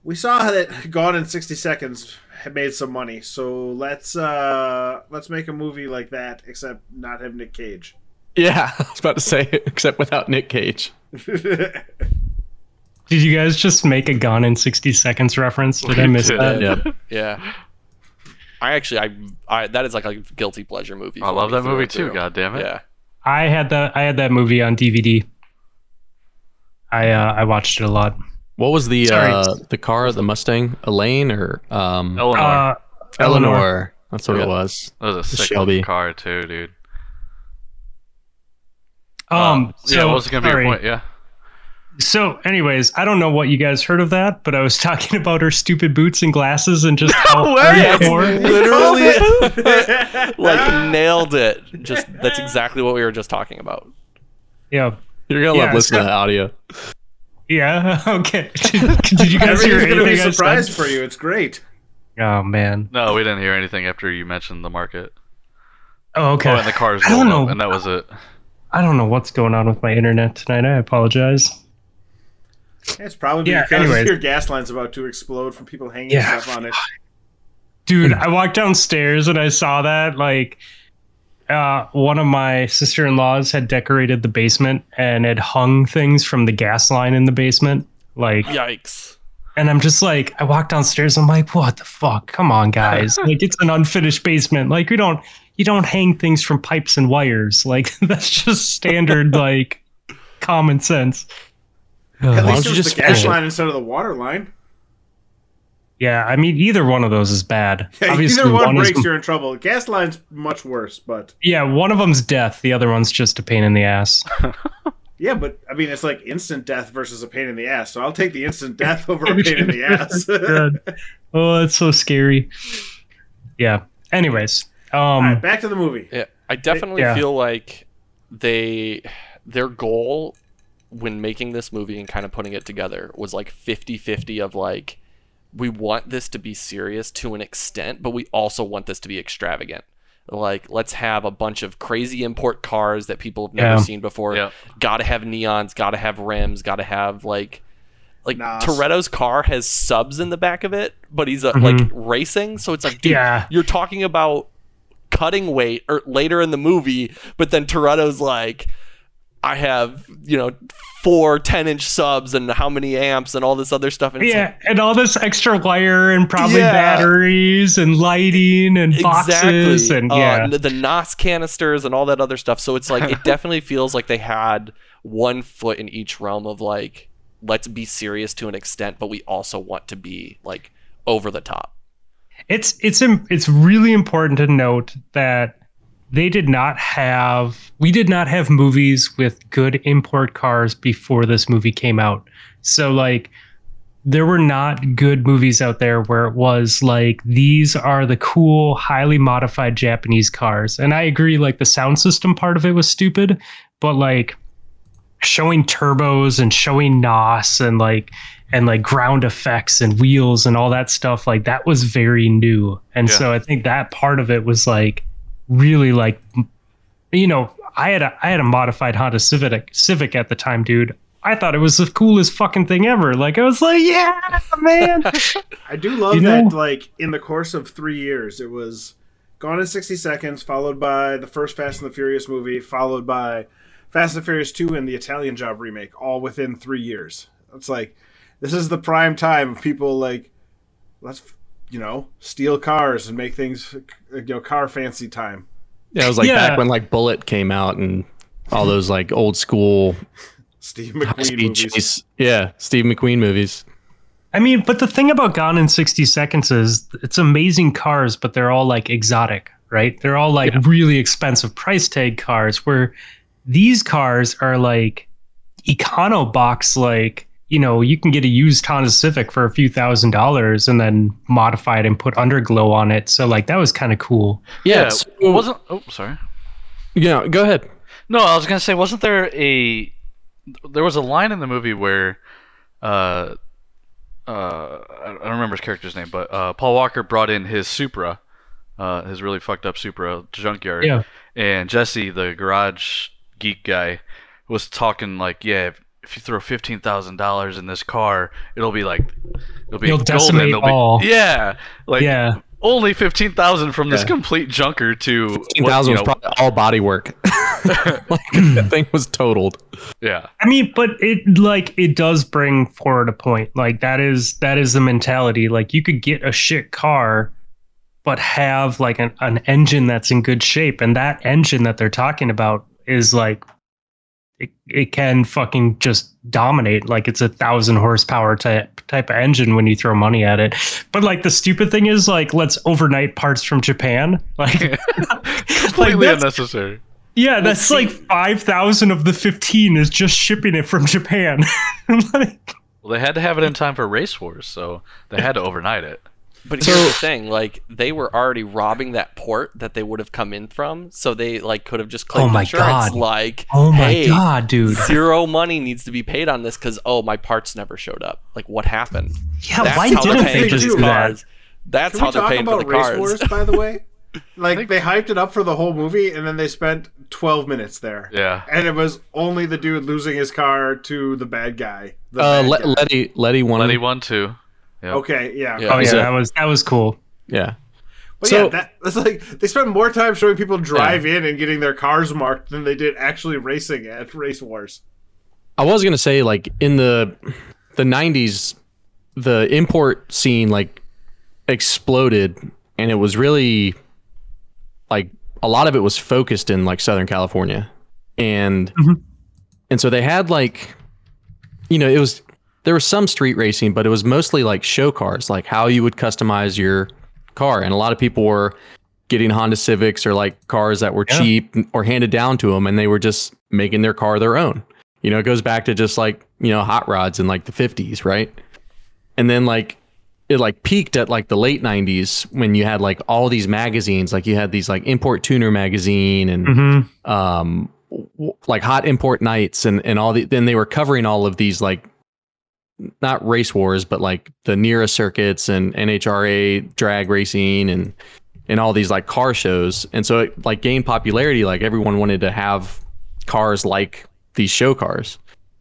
Speaker 1: we saw that Gone in sixty seconds had made some money, so let's uh let's make a movie like that, except not have Nick Cage.
Speaker 5: Yeah, I was about to say, except without Nick Cage.
Speaker 3: Did you guys just make a Gone in 60 Seconds reference? Did I
Speaker 2: We
Speaker 3: miss
Speaker 2: did.
Speaker 3: that?
Speaker 5: Yeah,
Speaker 4: Yeah. I actually, I, I that is like a guilty pleasure movie.
Speaker 2: I
Speaker 4: for
Speaker 2: love
Speaker 4: me
Speaker 2: that
Speaker 4: through
Speaker 2: movie
Speaker 4: and
Speaker 2: too.
Speaker 4: through.
Speaker 2: God damn it.
Speaker 4: Yeah.
Speaker 3: I had that I had that movie on DVD. I uh, I watched it a lot.
Speaker 5: what was the
Speaker 3: Sorry.
Speaker 5: uh, the car? The Mustang, Elaine or um,
Speaker 2: Eleanor.
Speaker 3: Uh,
Speaker 5: Eleanor.
Speaker 3: Eleanor.
Speaker 5: That's what
Speaker 4: Yeah.
Speaker 5: it was.
Speaker 2: that was a sick
Speaker 5: Shelby.
Speaker 2: looking car too, dude.
Speaker 3: um
Speaker 2: Uh, yeah,
Speaker 3: so,
Speaker 2: what was gonna
Speaker 3: sorry.
Speaker 2: be your point? Yeah.
Speaker 3: So anyways, I don't know what you guys heard of that, but I was talking about her stupid boots and glasses and just how hardcore-
Speaker 4: Literally, like nailed it. Just that's exactly what we were just talking about.
Speaker 3: Yeah.
Speaker 5: You're gonna
Speaker 3: Yeah,
Speaker 5: love listening
Speaker 3: so-
Speaker 5: to that audio.
Speaker 3: Yeah. Okay. Did, did you guys hear
Speaker 1: Everything's gonna be
Speaker 3: anything I
Speaker 1: surprised
Speaker 3: said?
Speaker 1: for you. It's great.
Speaker 3: Oh man.
Speaker 2: No, we didn't hear anything after you mentioned the market.
Speaker 3: Oh okay.
Speaker 2: Oh, and the cars
Speaker 3: I don't
Speaker 2: rolled
Speaker 3: know.
Speaker 2: up, and that was it.
Speaker 3: I don't know what's going on with my internet tonight. I apologize.
Speaker 1: It's probably
Speaker 3: Yeah,
Speaker 1: because
Speaker 3: anyways.
Speaker 1: your gas line's about to explode from people hanging
Speaker 3: Yeah.
Speaker 1: stuff on it.
Speaker 3: dude i walked downstairs and i saw that like uh, one of my sister-in-laws had decorated the basement and had hung things from the gas line in the basement like
Speaker 4: Yikes!
Speaker 3: And I'm just like, I walk downstairs. I'm like, what the fuck? Come on, guys! like it's an unfinished basement. Like we don't, you don't hang things from pipes and wires. Like that's just standard, like common sense.
Speaker 1: At
Speaker 5: why
Speaker 1: least it
Speaker 5: don't
Speaker 1: was
Speaker 5: you just
Speaker 1: the gas
Speaker 5: finish it?
Speaker 1: line instead of the water line.
Speaker 3: Yeah, I mean, either one of those is bad.
Speaker 1: Yeah,
Speaker 3: Obviously,
Speaker 1: either one,
Speaker 3: one is
Speaker 1: breaks, you're in trouble. Gas line's much worse, but
Speaker 3: Yeah, one of them's death. The other one's just a pain in the ass.
Speaker 1: yeah, but I mean, it's like instant death versus a pain in the ass. So I'll take the instant death over a pain in the ass.
Speaker 3: God. oh, that's so scary. Yeah. Anyways,
Speaker 1: All right,
Speaker 3: um,
Speaker 1: back to the movie.
Speaker 4: Yeah, I definitely
Speaker 3: yeah.
Speaker 4: feel like they their goal when making this movie and kind of putting it together was like 50-50 of like we want this to be serious to an extent, but we also want this to be extravagant. Like let's have a bunch of crazy import cars that people have never
Speaker 3: Yeah.
Speaker 4: seen before.
Speaker 2: Yep.
Speaker 4: Got to have neons, got to have rims, got to have like like
Speaker 1: Nas.
Speaker 4: Toretto's car has subs in the back of it, but he's uh, like racing, so it's like dude,
Speaker 3: Mm-hmm. Yeah.
Speaker 4: you're talking about cutting weight or later in the movie, but then Toretto's like, I have, you know, four 10 inch subs and how many amps and all this other stuff. And it's
Speaker 3: yeah, and all this extra wire and probably
Speaker 4: Yeah.
Speaker 3: batteries and lighting and
Speaker 4: like,
Speaker 3: boxes and
Speaker 1: Oh,
Speaker 4: Uh,
Speaker 3: yeah,
Speaker 4: and the, the NOS canisters and all that other stuff. So it's like, it definitely feels like they had one foot in each realm of like, let's be serious to an extent, but we also want to be like over the top.
Speaker 3: it's it's im- it's really important to note that they did not have we did not have movies with good import cars before this movie came out. So like there were not good movies out there where it was like these are the cool highly modified Japanese cars. And I agree like the sound system part of it was stupid, but like showing turbos and showing NOS and like and like ground effects and wheels and all that stuff like that was very new and
Speaker 2: Yeah.
Speaker 3: so i think that part of it was like really like m- you know i had a i had a modified honda civic civic at the time dude i thought it was the coolest fucking thing ever like i was like yeah man
Speaker 1: I do love
Speaker 3: You
Speaker 1: that.
Speaker 3: know-
Speaker 1: Like in the course of three years, it was Gone in sixty seconds, followed by the first Fast and the Furious movie, followed by Fast and the Furious two and the Italian Job remake, all within three years. It's like this is the prime time of people like let's you know steal cars and make things you know car fancy time.
Speaker 5: Yeah, it was like
Speaker 3: Yeah.
Speaker 5: back when like Bullet came out and all those like old school
Speaker 1: Steve
Speaker 5: high
Speaker 1: McQueen
Speaker 5: speed
Speaker 1: movies.
Speaker 5: chase. Yeah, Steve McQueen movies.
Speaker 3: i mean but the thing about gone in 60 seconds is it's amazing cars but they're all like exotic right they're all like really expensive price tag cars where these cars are like econo box like you know you can get a used honda civic for a few thousand dollars and then modify it and put underglow on it so like that was kind of cool
Speaker 5: Yeah,
Speaker 2: Yeah,
Speaker 5: so-
Speaker 2: wasn't oh sorry.
Speaker 5: Yeah, go ahead.
Speaker 2: No, I was gonna say, wasn't there a there was a line in the movie where uh uh I I don't remember his character's name, but uh, Paul Walker brought in his Supra, uh, his really fucked up Supra junkyard,
Speaker 3: Yeah.
Speaker 2: and Jesse, the garage geek guy, was talking like, yeah. If, if you throw fifteen thousand dollars in this car, it'll be like it'll be
Speaker 3: You'll
Speaker 2: golden.
Speaker 3: decimate
Speaker 2: it'll be-
Speaker 3: all.
Speaker 2: yeah, like
Speaker 3: yeah
Speaker 2: only fifteen thousand from this
Speaker 5: Yeah.
Speaker 2: complete junker to
Speaker 5: Fifteen
Speaker 2: what,
Speaker 5: thousand
Speaker 2: you
Speaker 5: was
Speaker 2: know,
Speaker 5: probably all body work. like that thing was totaled.
Speaker 2: yeah.
Speaker 3: I mean, but it like it does bring forward a point. Like that is that is the mentality. Like you could get a shit car, but have like an, an engine that's in good shape, and that engine that they're talking about is like it, it can fucking just dominate. Like it's a thousand horsepower type type of engine when you throw money at it. But like the stupid thing is like let's overnight parts from Japan. Like
Speaker 2: completely
Speaker 3: that's-
Speaker 2: unnecessary.
Speaker 3: yeah, that's like five thousand of the fifteen is just shipping it from Japan. like,
Speaker 2: Well, they had to have it in time for race wars, so they had to overnight it.
Speaker 4: But here's the thing, like they were already robbing that port that they would have come in from, so they like could have just claimed
Speaker 3: Oh my
Speaker 4: insurance.
Speaker 3: God.
Speaker 4: Like,
Speaker 3: oh my
Speaker 4: hey,
Speaker 3: god, dude!
Speaker 4: zero money needs to be paid on this because oh, my parts never showed up. Like, what happened?
Speaker 3: Yeah,
Speaker 4: That's
Speaker 3: why
Speaker 4: how they're
Speaker 3: didn't
Speaker 4: paying
Speaker 3: they
Speaker 4: for
Speaker 3: just
Speaker 4: these
Speaker 3: do that?
Speaker 4: cars. That's
Speaker 1: Can
Speaker 4: how
Speaker 1: we
Speaker 4: they're
Speaker 1: talk
Speaker 4: paying for the
Speaker 1: about race
Speaker 4: cars.
Speaker 1: wars, by the way? Like they hyped it up for the whole movie, and then they spent twelve minutes there.
Speaker 2: Yeah.
Speaker 1: and it was only the dude losing his car to the bad guy. The
Speaker 5: Uh,
Speaker 1: bad
Speaker 5: Le-
Speaker 1: guy.
Speaker 5: Letty, Letty won.
Speaker 2: Lenny won too.
Speaker 1: okay, yeah.
Speaker 4: Yeah.
Speaker 3: Oh yeah,
Speaker 5: So-
Speaker 3: that was that was cool.
Speaker 5: Yeah,
Speaker 1: But
Speaker 5: So-
Speaker 1: yeah, that, that's like they spent more time showing people drive in and getting their cars marked than they did actually racing at race wars.
Speaker 5: I was gonna say like in the the nineties, the import scene like exploded and it was really like a lot of it was focused in like Southern California. And
Speaker 3: Mhm.
Speaker 5: and so they had like you know, it was there was some street racing, but it was mostly like show cars, like how you would customize your car. And a lot of people were getting Honda Civics or like cars that were
Speaker 3: Yeah.
Speaker 5: cheap or handed down to them and they were just making their car their own. You know, it goes back to just like, you know, hot rods in like the 50s, right? And then like it like peaked at like the late 90s when you had like all these magazines, like you had these like import tuner magazine and
Speaker 3: hmm
Speaker 5: um w- like hot import nights and and all the then they were covering all of these like not race wars but like the Nira circuits and NHRA drag racing and and all these like car shows and so it like gained popularity like everyone wanted to have cars like these show cars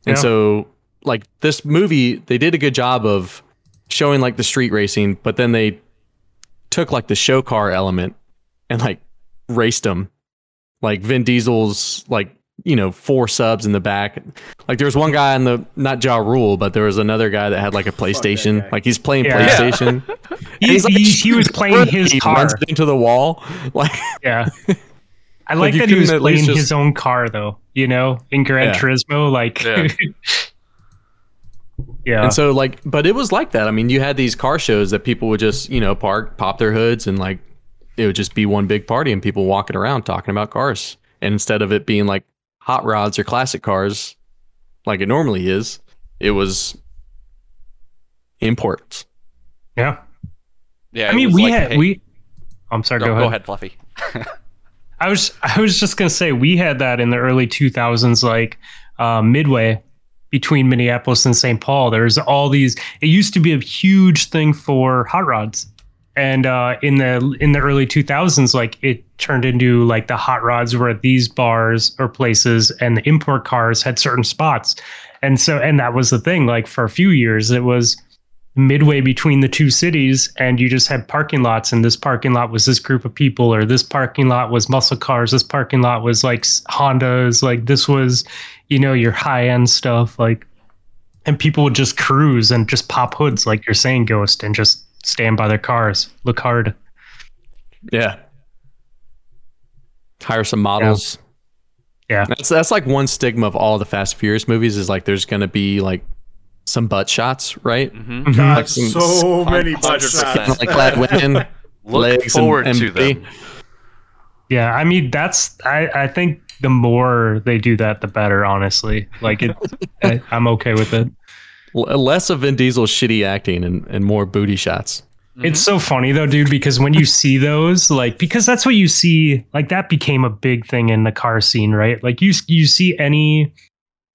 Speaker 5: and
Speaker 3: Yeah.
Speaker 5: so like this movie they did a good job of showing like the street racing but then they took like the show car element and like raced them like Vin Diesel's like you know four subs in the back. Like there was one guy in the not Ja Rule, but there was another guy that had like a PlayStation.
Speaker 1: guy.
Speaker 5: Like he's playing
Speaker 3: Yeah.
Speaker 5: PlayStation.
Speaker 3: He,
Speaker 5: He's like,
Speaker 3: he, he was playing his
Speaker 5: He
Speaker 3: car.
Speaker 5: runs it into the wall. Like
Speaker 3: Yeah. I like,
Speaker 5: you
Speaker 3: that he was
Speaker 5: couldn't at least
Speaker 3: playing
Speaker 5: just-
Speaker 3: his own car though, you know, in Gran
Speaker 5: Yeah.
Speaker 3: Turismo. Like
Speaker 2: Yeah.
Speaker 3: Yeah.
Speaker 5: and so like, but it was like that. I mean, you had these car shows that people would just you know park, pop their hoods, and like it would just be one big party and people walking around talking about cars. And instead of it being like hot rods or classic cars, like it normally is, it was imports.
Speaker 3: yeah.
Speaker 4: Yeah.
Speaker 3: I
Speaker 4: it
Speaker 3: mean
Speaker 4: was
Speaker 3: we
Speaker 4: like,
Speaker 3: had
Speaker 4: hey-
Speaker 3: we I'm sorry,
Speaker 4: No,
Speaker 3: go, ahead.
Speaker 4: Fluffy.
Speaker 3: I was I was just gonna say we had that in the early two thousands, like uh, midway between Minneapolis and St. Paul. There's all these. It used to be a huge thing for hot rods, and uh, in the in the early two thousands, like it turned into like the hot rods were at these bars or places, and the import cars had certain spots, and so and that was the thing. Like for a few years, it was midway between the two cities and you just had parking lots and this parking lot was this group of people or this parking lot was muscle cars this parking lot was like s- hondas like this was you know your high end stuff like and people would just cruise and just pop hoods like you're saying ghost and just stand by their cars look hard
Speaker 5: Yeah. Hire some models.
Speaker 3: Yeah.
Speaker 5: That's that's like one stigma of all the Fast and Furious movies is like there's gonna be like some butt shots, right?
Speaker 2: Mm-hmm.
Speaker 1: God,
Speaker 5: Mhm. Like some-
Speaker 1: so many butt
Speaker 4: 100%.
Speaker 1: shots.
Speaker 5: Like clad women,
Speaker 2: Look
Speaker 5: legs and-
Speaker 2: forward
Speaker 5: and
Speaker 2: to
Speaker 5: booty.
Speaker 2: them.
Speaker 3: yeah i mean that's i i think the more they do that the better honestly like it I, i'm okay with it
Speaker 5: L- less of Vin Diesel's shitty acting and, and more booty shots.
Speaker 3: It's so funny though, dude, because when you see those, like, because that's what you see, like, that became a big thing in the car scene, right? Like, you you see any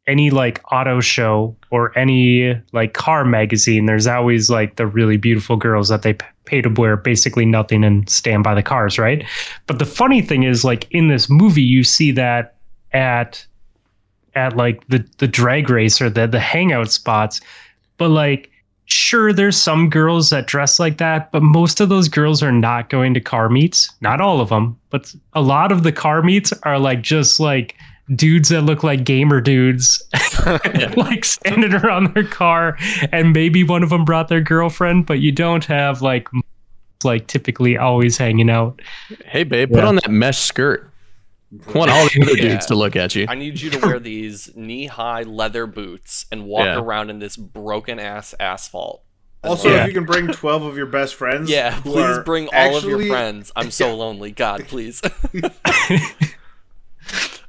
Speaker 3: any like auto show or any like car magazine, there's always like the really beautiful girls that they p- pay to wear basically nothing and stand by the cars, right? But the funny thing is, like, in this movie, you see that at at like the the drag race or the the hangout spots, but like sure there's some girls that dress like that but most of those girls are not going to car meets not all of them but a lot of the car meets are like just like dudes that look like gamer dudes like standing around their car and maybe one of them brought their girlfriend but you don't have like m- like typically always hanging out
Speaker 5: Hey babe, put
Speaker 3: Yeah.
Speaker 5: on that mesh skirt. I want all the other
Speaker 4: Yeah.
Speaker 5: dudes to look at you.
Speaker 4: I need you to wear these knee-high leather boots and walk
Speaker 5: Yeah.
Speaker 4: around in this broken-ass asphalt.
Speaker 1: Also,
Speaker 3: Yeah.
Speaker 1: if you can bring twelve of your best friends,
Speaker 4: Yeah,
Speaker 1: who
Speaker 4: please
Speaker 1: are
Speaker 4: bring all of
Speaker 1: actually-
Speaker 4: your friends. I'm so lonely. God, please.
Speaker 1: Yeah,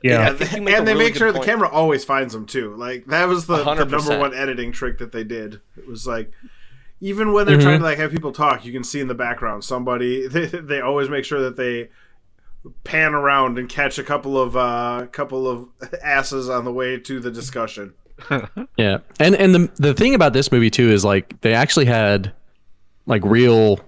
Speaker 3: yeah
Speaker 4: I think you
Speaker 1: and
Speaker 4: make a
Speaker 1: they
Speaker 4: really
Speaker 1: make
Speaker 4: good
Speaker 1: sure
Speaker 4: point.
Speaker 1: the camera always finds them too. Like that was the, the
Speaker 4: 100%.
Speaker 1: number one editing trick that they did. It was like even when they're
Speaker 5: Mhm.
Speaker 1: trying to like have people talk, you can see in the background somebody. They, they always make sure that they pan around and catch a couple of uh couple of asses on the way to the discussion.
Speaker 5: Yeah, and and the the thing about this movie too is like they actually had like real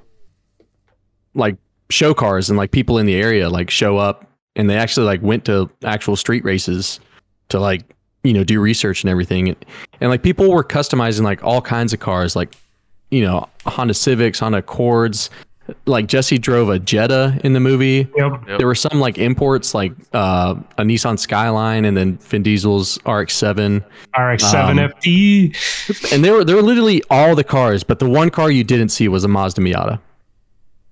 Speaker 5: like show cars and like people in the area like show up and they actually like went to actual street races to like you know do research and everything and, and like people were customizing like all kinds of cars like you know Honda Civics, Honda Accords, like Jesse drove a Jetta in the movie.
Speaker 3: Yep.
Speaker 2: Yep.
Speaker 5: There were some like imports, like uh, a Nissan Skyline, and then Vin Diesel's RX-7. Um,
Speaker 3: RX-7FD.
Speaker 5: And there were there were literally all the cars, but the one car you didn't see was a Mazda Miata.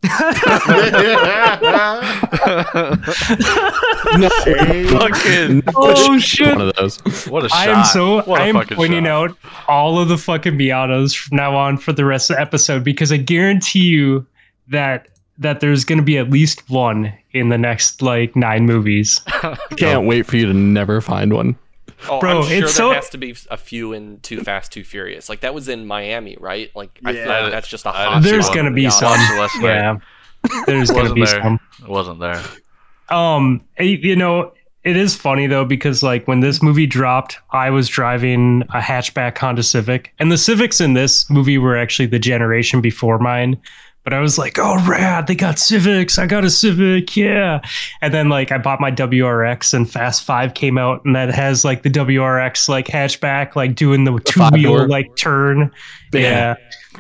Speaker 5: No,
Speaker 2: Fucking.
Speaker 3: oh shit!
Speaker 5: one of those.
Speaker 2: What a shot.
Speaker 3: I am so
Speaker 2: What a
Speaker 3: I am
Speaker 2: fucking
Speaker 3: pointing
Speaker 2: shot.
Speaker 3: out all of the fucking Miatas from now on for the rest of the episode because I guarantee you that that there's going to be at least one in the next like nine movies.
Speaker 5: Can't wait for you to never find one.
Speaker 4: Oh,
Speaker 3: Bro,
Speaker 4: I'm sure
Speaker 3: it's
Speaker 4: there
Speaker 3: so-
Speaker 4: has to be a few in Too Fast, Too Furious. Like that was in Miami, right? Like I feel
Speaker 1: Yeah.
Speaker 4: like that's just a
Speaker 2: I didn't
Speaker 4: hot.
Speaker 2: see
Speaker 4: spot
Speaker 3: There's
Speaker 2: one.
Speaker 3: going to be
Speaker 4: the
Speaker 3: some.
Speaker 4: audience.
Speaker 2: Watched it last night.
Speaker 3: Yeah, there's going
Speaker 2: Wasn't
Speaker 3: to be
Speaker 2: there.
Speaker 3: some.
Speaker 2: It wasn't there.
Speaker 3: Um, it- you know, it is funny though because like when this movie dropped, I was driving a hatchback Honda Civic, and the Civics in this movie were actually the generation before mine. But I was like, "Oh, rad! They got Civics. I got a Civic, yeah!" And then like I bought my WRX, and Fast Five came out, and that has like the WRX like hatchback, like doing the two wheel
Speaker 5: five-door?
Speaker 3: like turn, yeah.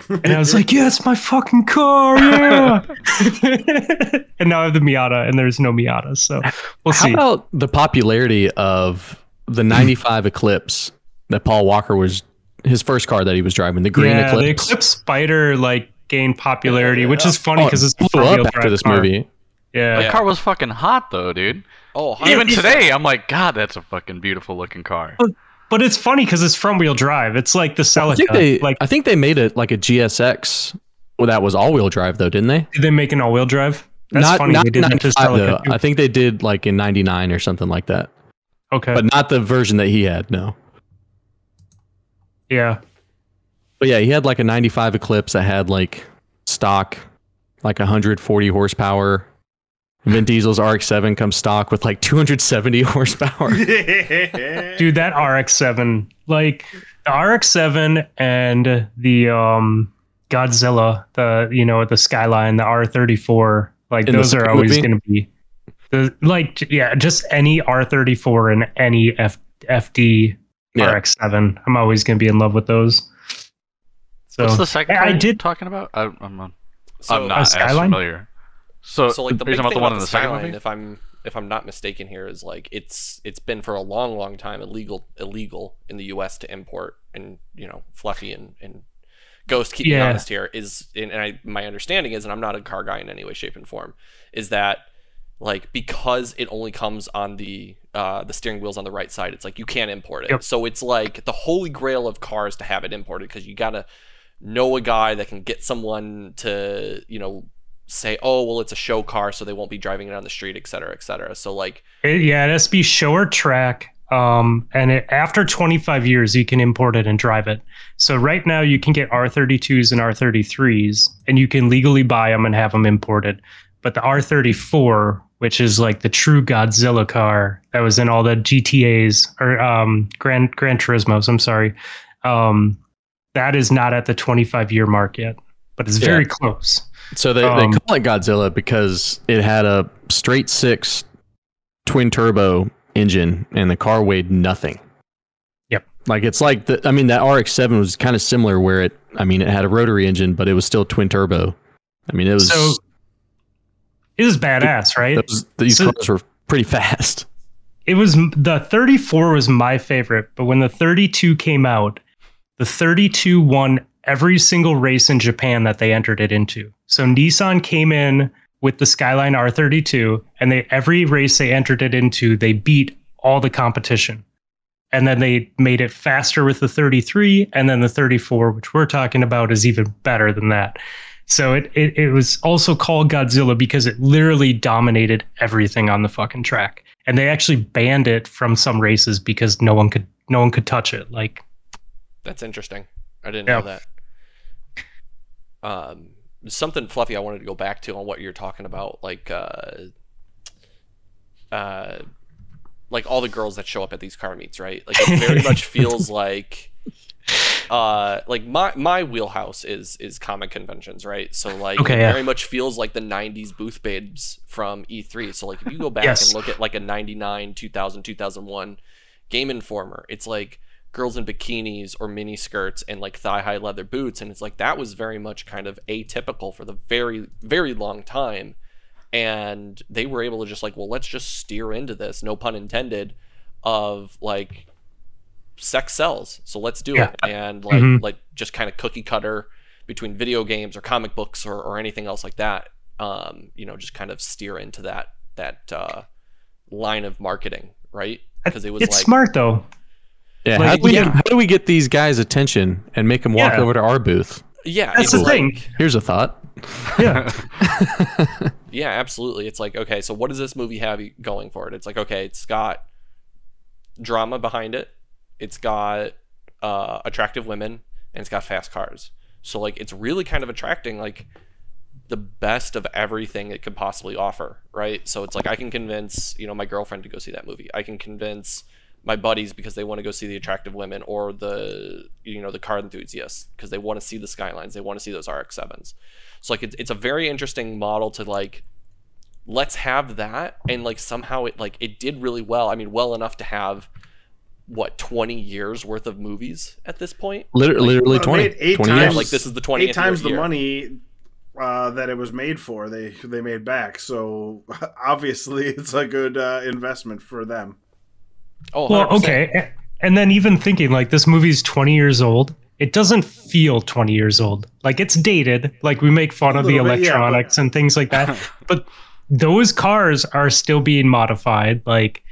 Speaker 3: And I was like, yeah, it's my fucking car, yeah. and now I have the Miata, and there's no Miata, so we'll
Speaker 5: How
Speaker 3: see.
Speaker 5: about the popularity of the 95 Eclipse that Paul Walker was his first car that he was driving, the green
Speaker 3: yeah,
Speaker 5: Eclipse?
Speaker 3: the Eclipse Spider like gained popularity, which is funny
Speaker 5: Oh,
Speaker 3: because it's a
Speaker 5: it blew
Speaker 3: four-wheel
Speaker 5: up after
Speaker 3: drive
Speaker 5: this
Speaker 3: car.
Speaker 5: movie.
Speaker 3: Yeah,
Speaker 2: That car was fucking hot though, dude.
Speaker 4: Oh, hot.
Speaker 2: Even today, I'm like, God, that's a fucking beautiful looking car.
Speaker 3: but it's funny because it's front-wheel drive. It's like the
Speaker 5: I think
Speaker 3: Celica.
Speaker 5: they
Speaker 3: like,
Speaker 5: I think they made it like a GSX. Well, that was all-wheel drive though, didn't they?
Speaker 3: did they make an all-wheel drive? That's
Speaker 5: not
Speaker 3: funny.
Speaker 5: not
Speaker 3: they did that to
Speaker 5: 95 though.
Speaker 3: Celica. too.
Speaker 5: I think they did like in 99 or something like that.
Speaker 3: Okay,
Speaker 5: But not the version that he had, no.
Speaker 3: yeah,
Speaker 5: But yeah, he had like a 95 Eclipse that had like stock, like 140 horsepower. Vin Diesel's RX-7 comes stock with like 270 horsepower.
Speaker 3: dude, that RX-7, like the RX-7 and the um Godzilla, the you know the Skyline, the R34, like
Speaker 5: In the
Speaker 3: those are
Speaker 5: second
Speaker 3: always
Speaker 5: movie?
Speaker 3: going to be the like j- yeah, just any R34 and any F, FD
Speaker 5: Yeah.
Speaker 3: RX-7. I'm always going to be in love with those. So
Speaker 2: What's the second
Speaker 3: I-
Speaker 2: car
Speaker 3: I
Speaker 2: you're
Speaker 3: did-
Speaker 2: talking about? I, I'm, not-
Speaker 4: So,
Speaker 2: I'm not as
Speaker 3: Skyline?
Speaker 2: familiar. So,
Speaker 4: So like the
Speaker 2: are you talking
Speaker 4: big
Speaker 2: about
Speaker 4: thing
Speaker 2: the one
Speaker 4: about
Speaker 2: in
Speaker 4: the
Speaker 2: the second
Speaker 4: Skyline,
Speaker 2: movie?
Speaker 4: if I'm if I'm not mistaken, here is like it's it's been for a long, long time illegal illegal in the U.S. to import and you know Fluffy and and Ghost. Keep me
Speaker 3: Yeah.
Speaker 4: honest here is and and I my understanding is, and I'm not a car guy in any way, shape, and form, is that like because it only comes on the uh, the steering wheels on the right side, it's like you can't import it.
Speaker 3: Yep.
Speaker 4: So it's like the holy grail of cars to have it imported because you gotta know a guy that can get someone to you know say oh well it's a show car so they won't be driving it on the street et cetera et cetera so like
Speaker 3: it, yeah, it has to be show or track. Um, and it, after 25 years, you can import it and drive it. So right now, you can get R32s and R33s, and you can legally buy them and have them imported. But the R34, which is like the true Godzilla car that was in all the GTA's or um, Gran Gran Turismo's, I'm sorry, um, that is not at the 25 year mark yet, but it's very
Speaker 5: Yeah.
Speaker 3: close.
Speaker 5: So they,
Speaker 3: Um,
Speaker 5: they call it Godzilla because it had a straight six twin turbo engine and the car weighed nothing.
Speaker 3: Yep.
Speaker 5: Like it's like the I mean that RX7 was kind of similar where it I mean it had a rotary engine but it was still twin turbo. I mean it was,
Speaker 3: So it is badass, right?
Speaker 5: those- these
Speaker 3: so-
Speaker 5: cars were pretty fast.
Speaker 3: it was the 34 was my favorite, but when the 32 came out, the 32 won every single race in Japan that they entered it into. So Nissan came in with the Skyline R32 and they every race they entered it into, they beat all the competition. And then they made it faster with the 33 and then the 34, which we're talking about is even better than that. So it, it it was also called Godzilla because it literally dominated everything on the fucking track. And they actually banned it from some races because no one could no one could touch it. Like
Speaker 4: that's interesting i didn't
Speaker 3: Yeah.
Speaker 4: know that um something fluffy i wanted to go back to on what you're talking about like uh uh like all the girls that show up at these car meets right like it very much feels like uh like my my wheelhouse is is comic conventions right so like
Speaker 3: Okay,
Speaker 4: it
Speaker 3: yeah.
Speaker 4: very much feels like the 90s booth babes from e3 so like if you go back
Speaker 3: Yes.
Speaker 4: and look at like a 99 2000 2001 game informer it's like girls in bikinis or mini skirts and like thigh high leather boots. And it's like that was very much kind of atypical for the very, very long time. And they were able to just like, well, let's just steer into this, no pun intended, of like sex sells. So let's do
Speaker 3: Yeah.
Speaker 4: it. And like,
Speaker 3: Mhm.
Speaker 4: like just kind of cookie cutter between video games or comic books or, or anything else like that. Um, you know, just kind of steer into that, that, uh, line of marketing, right? Because it was
Speaker 3: it's
Speaker 4: like,
Speaker 3: smart though.
Speaker 5: Yeah,
Speaker 3: Like,
Speaker 5: how, do we
Speaker 3: yeah.
Speaker 5: Get, how do we get these guys' attention and make them walk
Speaker 3: Yeah.
Speaker 5: over to our booth?
Speaker 4: yeah,
Speaker 3: That's
Speaker 4: it's
Speaker 3: the
Speaker 4: like-
Speaker 3: thing.
Speaker 5: Here's a thought.
Speaker 3: Yeah.
Speaker 4: Yeah, absolutely. It's like, okay, so what does this movie have going for it? It's like, okay, it's got drama behind it, it's got uh, attractive women, and it's got fast cars. So like, it's really kind of attracting like the best of everything it could possibly offer, right? So it's like I can convince you know my girlfriend to go see that movie. I can convince my buddies because they want to go see the attractive women or the you know the car enthusiasts because they want to see the skylines, they want to see those RX sevens. So like it's, it's a very interesting model to like let's have that and like somehow it like it did really well. I mean, well enough to have what 20 years worth of movies at this point.
Speaker 5: Literally, literally
Speaker 1: Well, it
Speaker 5: 20,
Speaker 1: made eight
Speaker 5: 20
Speaker 4: Yeah,
Speaker 1: times-
Speaker 5: years.
Speaker 4: like this is the 20th
Speaker 1: Eight times
Speaker 4: year-
Speaker 1: the
Speaker 4: year.
Speaker 1: money uh, that it was made for, they they made back. So obviously, it's a good uh, investment for them.
Speaker 4: Oh,
Speaker 3: Well,
Speaker 4: 100%.
Speaker 3: okay. a- And then even thinking like this movie's 20 years old, it doesn't feel 20 years old. Like it's dated. Like we make fun
Speaker 1: A
Speaker 3: of the
Speaker 1: little bit, yeah, but-
Speaker 3: electronics and things like that. but those cars are still being modified. Like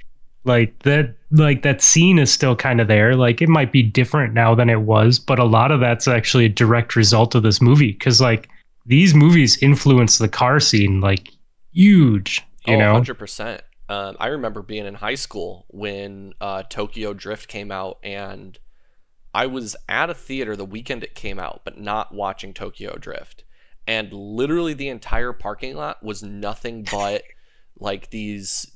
Speaker 3: like that like that scene is still kind of there. Like it might be different now than it was, but a lot of that's actually a direct result of this movie cuz like these movies influence the car scene like huge, you
Speaker 4: oh,
Speaker 3: know.
Speaker 4: 100%. Um, I remember being in high school when uh, Tokyo Drift came out, and I was at a theater the weekend it came out, but not watching Tokyo Drift. And literally the entire parking lot was nothing but like these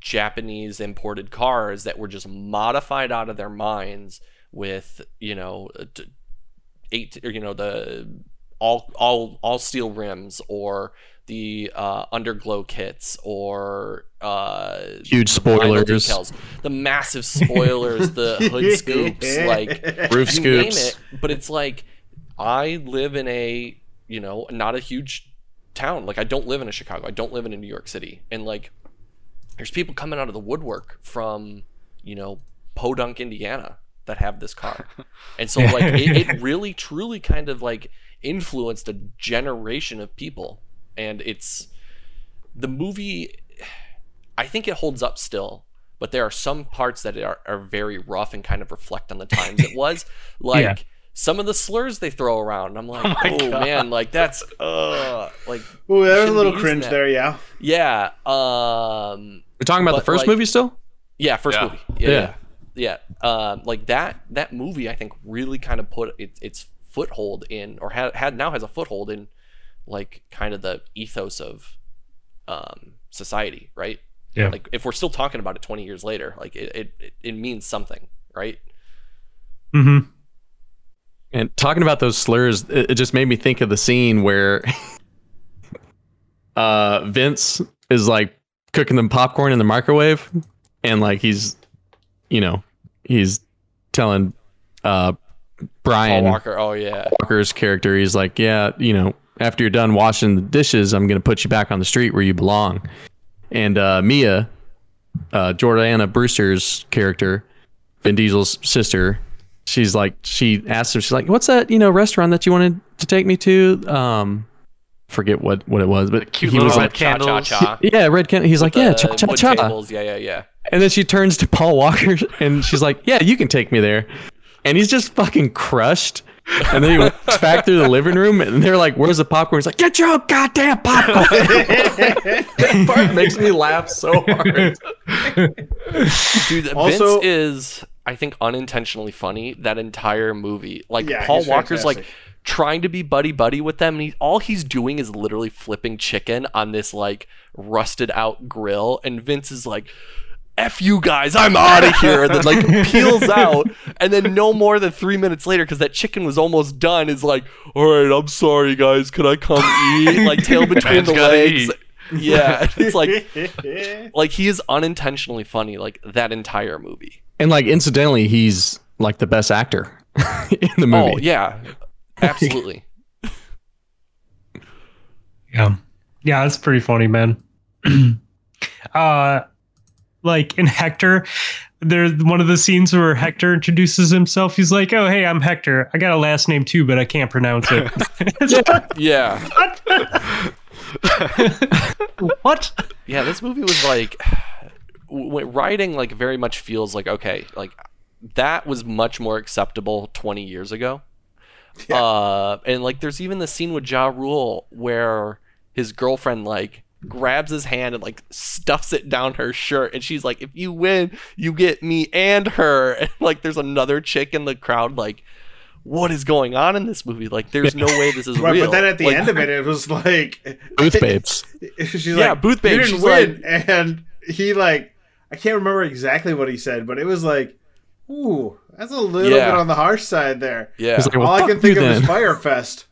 Speaker 4: Japanese imported cars that were just modified out of their minds with, you know, t- eight, or, you know, the all all all steel rims or the uh, underglow kits or uh,
Speaker 5: Huge
Speaker 4: the vinyl
Speaker 5: spoilers.
Speaker 4: decals, the massive spoilers, the hood scoops, like
Speaker 5: Roof
Speaker 4: you name
Speaker 5: scoops.
Speaker 4: it, but it's like I live in a you know not a huge town. Like I don't live in a Chicago. I don't live in a New York City. And like there's people coming out of the woodwork from you know Podunk, Indiana, that have this car. And so like it, it really truly kind of like influenced a generation of people. And it's the movie. I think it holds up still. But there are some parts that are, are very rough and kind of reflect on the times it was. Like
Speaker 3: Yeah.
Speaker 4: some of the slurs they throw around. I'm like,
Speaker 2: Oh my
Speaker 4: oh,
Speaker 2: God.
Speaker 4: man, like that's uh like
Speaker 1: Ooh, there's a
Speaker 4: shouldn't
Speaker 1: little
Speaker 4: be using
Speaker 1: cringe
Speaker 4: that.
Speaker 1: there, yeah.
Speaker 4: yeah. Um
Speaker 5: We're talking about the
Speaker 4: but,
Speaker 5: first
Speaker 4: like-
Speaker 5: movie still?
Speaker 4: yeah, first
Speaker 2: Yeah.
Speaker 4: movie. Yeah. Yeah. yeah. Um, like that that movie I think really kind of put it, its foothold in or had, had now has a foothold in like kind of the ethos of um society, right?
Speaker 3: Yeah.
Speaker 4: Like if we're still talking about it 20 years later, like it it, it, it means something, right?
Speaker 3: Mhm.
Speaker 5: And talking about those slurs, it, it just made me think of the scene where uh, Vince is like cooking them popcorn in the microwave, and like he's, you know, he's telling uh,
Speaker 4: Paul
Speaker 5: Brian
Speaker 4: Walker. Oh yeah.
Speaker 5: Walker's character, he's like, yeah, you know, after you're done washing the dishes, I'm gonna put you back on the street where you belong. And uh, Mia, uh, Jordana Brewster's character, Vin Diesel's sister, she's like, she asks him, she's like, what's that, you know, restaurant that you wanted to take me to? Um, forget what what it was, but
Speaker 2: Cute
Speaker 5: he
Speaker 2: little
Speaker 5: was
Speaker 2: red uh,
Speaker 5: like,
Speaker 2: candles.
Speaker 5: "Y- yeah, red can. He's like, yeah,
Speaker 4: The
Speaker 5: cha cha
Speaker 4: wood
Speaker 5: cha.
Speaker 4: tables, Yeah, yeah, yeah.
Speaker 5: And then she turns to Paul Walker and she's like, Yeah, you can take me there. And he's just fucking crushed. And then he walks back through the living room and they're like, Where's the popcorn? He's like, Get your own goddamn popcorn. that part makes me laugh so hard.
Speaker 4: Dude,
Speaker 1: Also-
Speaker 4: Vince is, I think, unintentionally funny that entire movie. Like
Speaker 1: Yeah,
Speaker 4: Paul
Speaker 1: he's
Speaker 4: Walker's like
Speaker 1: fantastic.
Speaker 4: trying to be buddy buddy with them, and he, all he's doing is literally flipping chicken on this like rusted out grill, and Vince is like. F you guys, I'm out of here. And then, like, peels out. And then, no more than three minutes later, because that chicken was almost done, is like, All right, I'm sorry, guys. Can I come eat? Like, tail between
Speaker 2: Man's
Speaker 4: the
Speaker 2: gotta
Speaker 4: legs.
Speaker 2: eat.
Speaker 4: Yeah. It's like,
Speaker 1: like
Speaker 4: like he is unintentionally funny like that entire movie
Speaker 5: And like incidentally, he's like the best actor in the movie.
Speaker 4: Oh yeah, absolutely.
Speaker 3: Yeah. Yeah, that's pretty funny, man. uh like in Hector, there's one of the scenes where Hector introduces himself. He's like, "Oh, hey, I'm Hector. I got a last name too, but I can't pronounce it." It's like,
Speaker 4: yeah,
Speaker 3: what?
Speaker 4: yeah. This movie was like w- writing like very much feels like okay, like that was much more acceptable 20 years ago. Uh, and like there's even the scene with Ja Rule where his girlfriend like grabs his hand and like stuffs it down her shirt and she's like if you win you get me and her and like there's another chick in the crowd like what is going on in this movie like there's no way this is
Speaker 1: Right,
Speaker 4: real
Speaker 1: but then at the
Speaker 4: Like,
Speaker 1: end of it, it was like
Speaker 5: Booth babes.
Speaker 1: she's
Speaker 4: Yeah,
Speaker 1: like,
Speaker 4: Booth
Speaker 1: You
Speaker 4: Babe,
Speaker 1: didn't
Speaker 4: she's
Speaker 1: win, and he like I can't remember exactly what he said, but it was like, ooh, that's a little
Speaker 4: Yeah.
Speaker 1: bit on the harsh side there.
Speaker 4: yeah
Speaker 5: He's like, well,
Speaker 1: All I
Speaker 5: fuck
Speaker 1: can think
Speaker 5: you
Speaker 1: of
Speaker 5: then.
Speaker 1: is Firefest.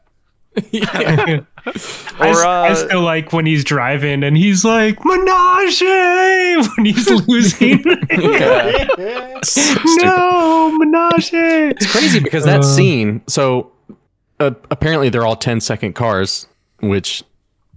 Speaker 3: I,
Speaker 4: Or,
Speaker 3: s- I
Speaker 4: uh,
Speaker 3: still like when he's driving and he's like Menage when he's losing.
Speaker 4: Yeah.
Speaker 5: Stupid.
Speaker 3: no, Menage.
Speaker 5: It's crazy because that
Speaker 3: Uh,
Speaker 5: scene. So uh, apparently they're all 10 second cars, which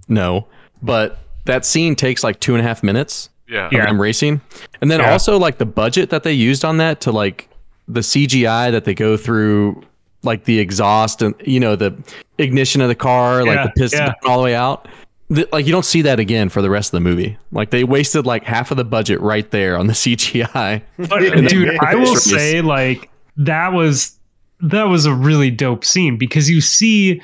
Speaker 5: no, but that scene takes like two and a half minutes.
Speaker 2: Yeah.
Speaker 3: Yeah.
Speaker 5: of them racing. And then
Speaker 3: Yeah.
Speaker 5: also like the budget that they used on that to like the CGI that they go through like the exhaust and you know the ignition of the car, like
Speaker 3: Yeah,
Speaker 5: the piston
Speaker 3: yeah.
Speaker 5: all the way out. Th- like you don't see that again for the rest of the movie. Like they wasted like half of the budget right there on the CGI.
Speaker 3: But, dude, I will
Speaker 5: Sure.
Speaker 3: say like that was that was a really dope scene because you see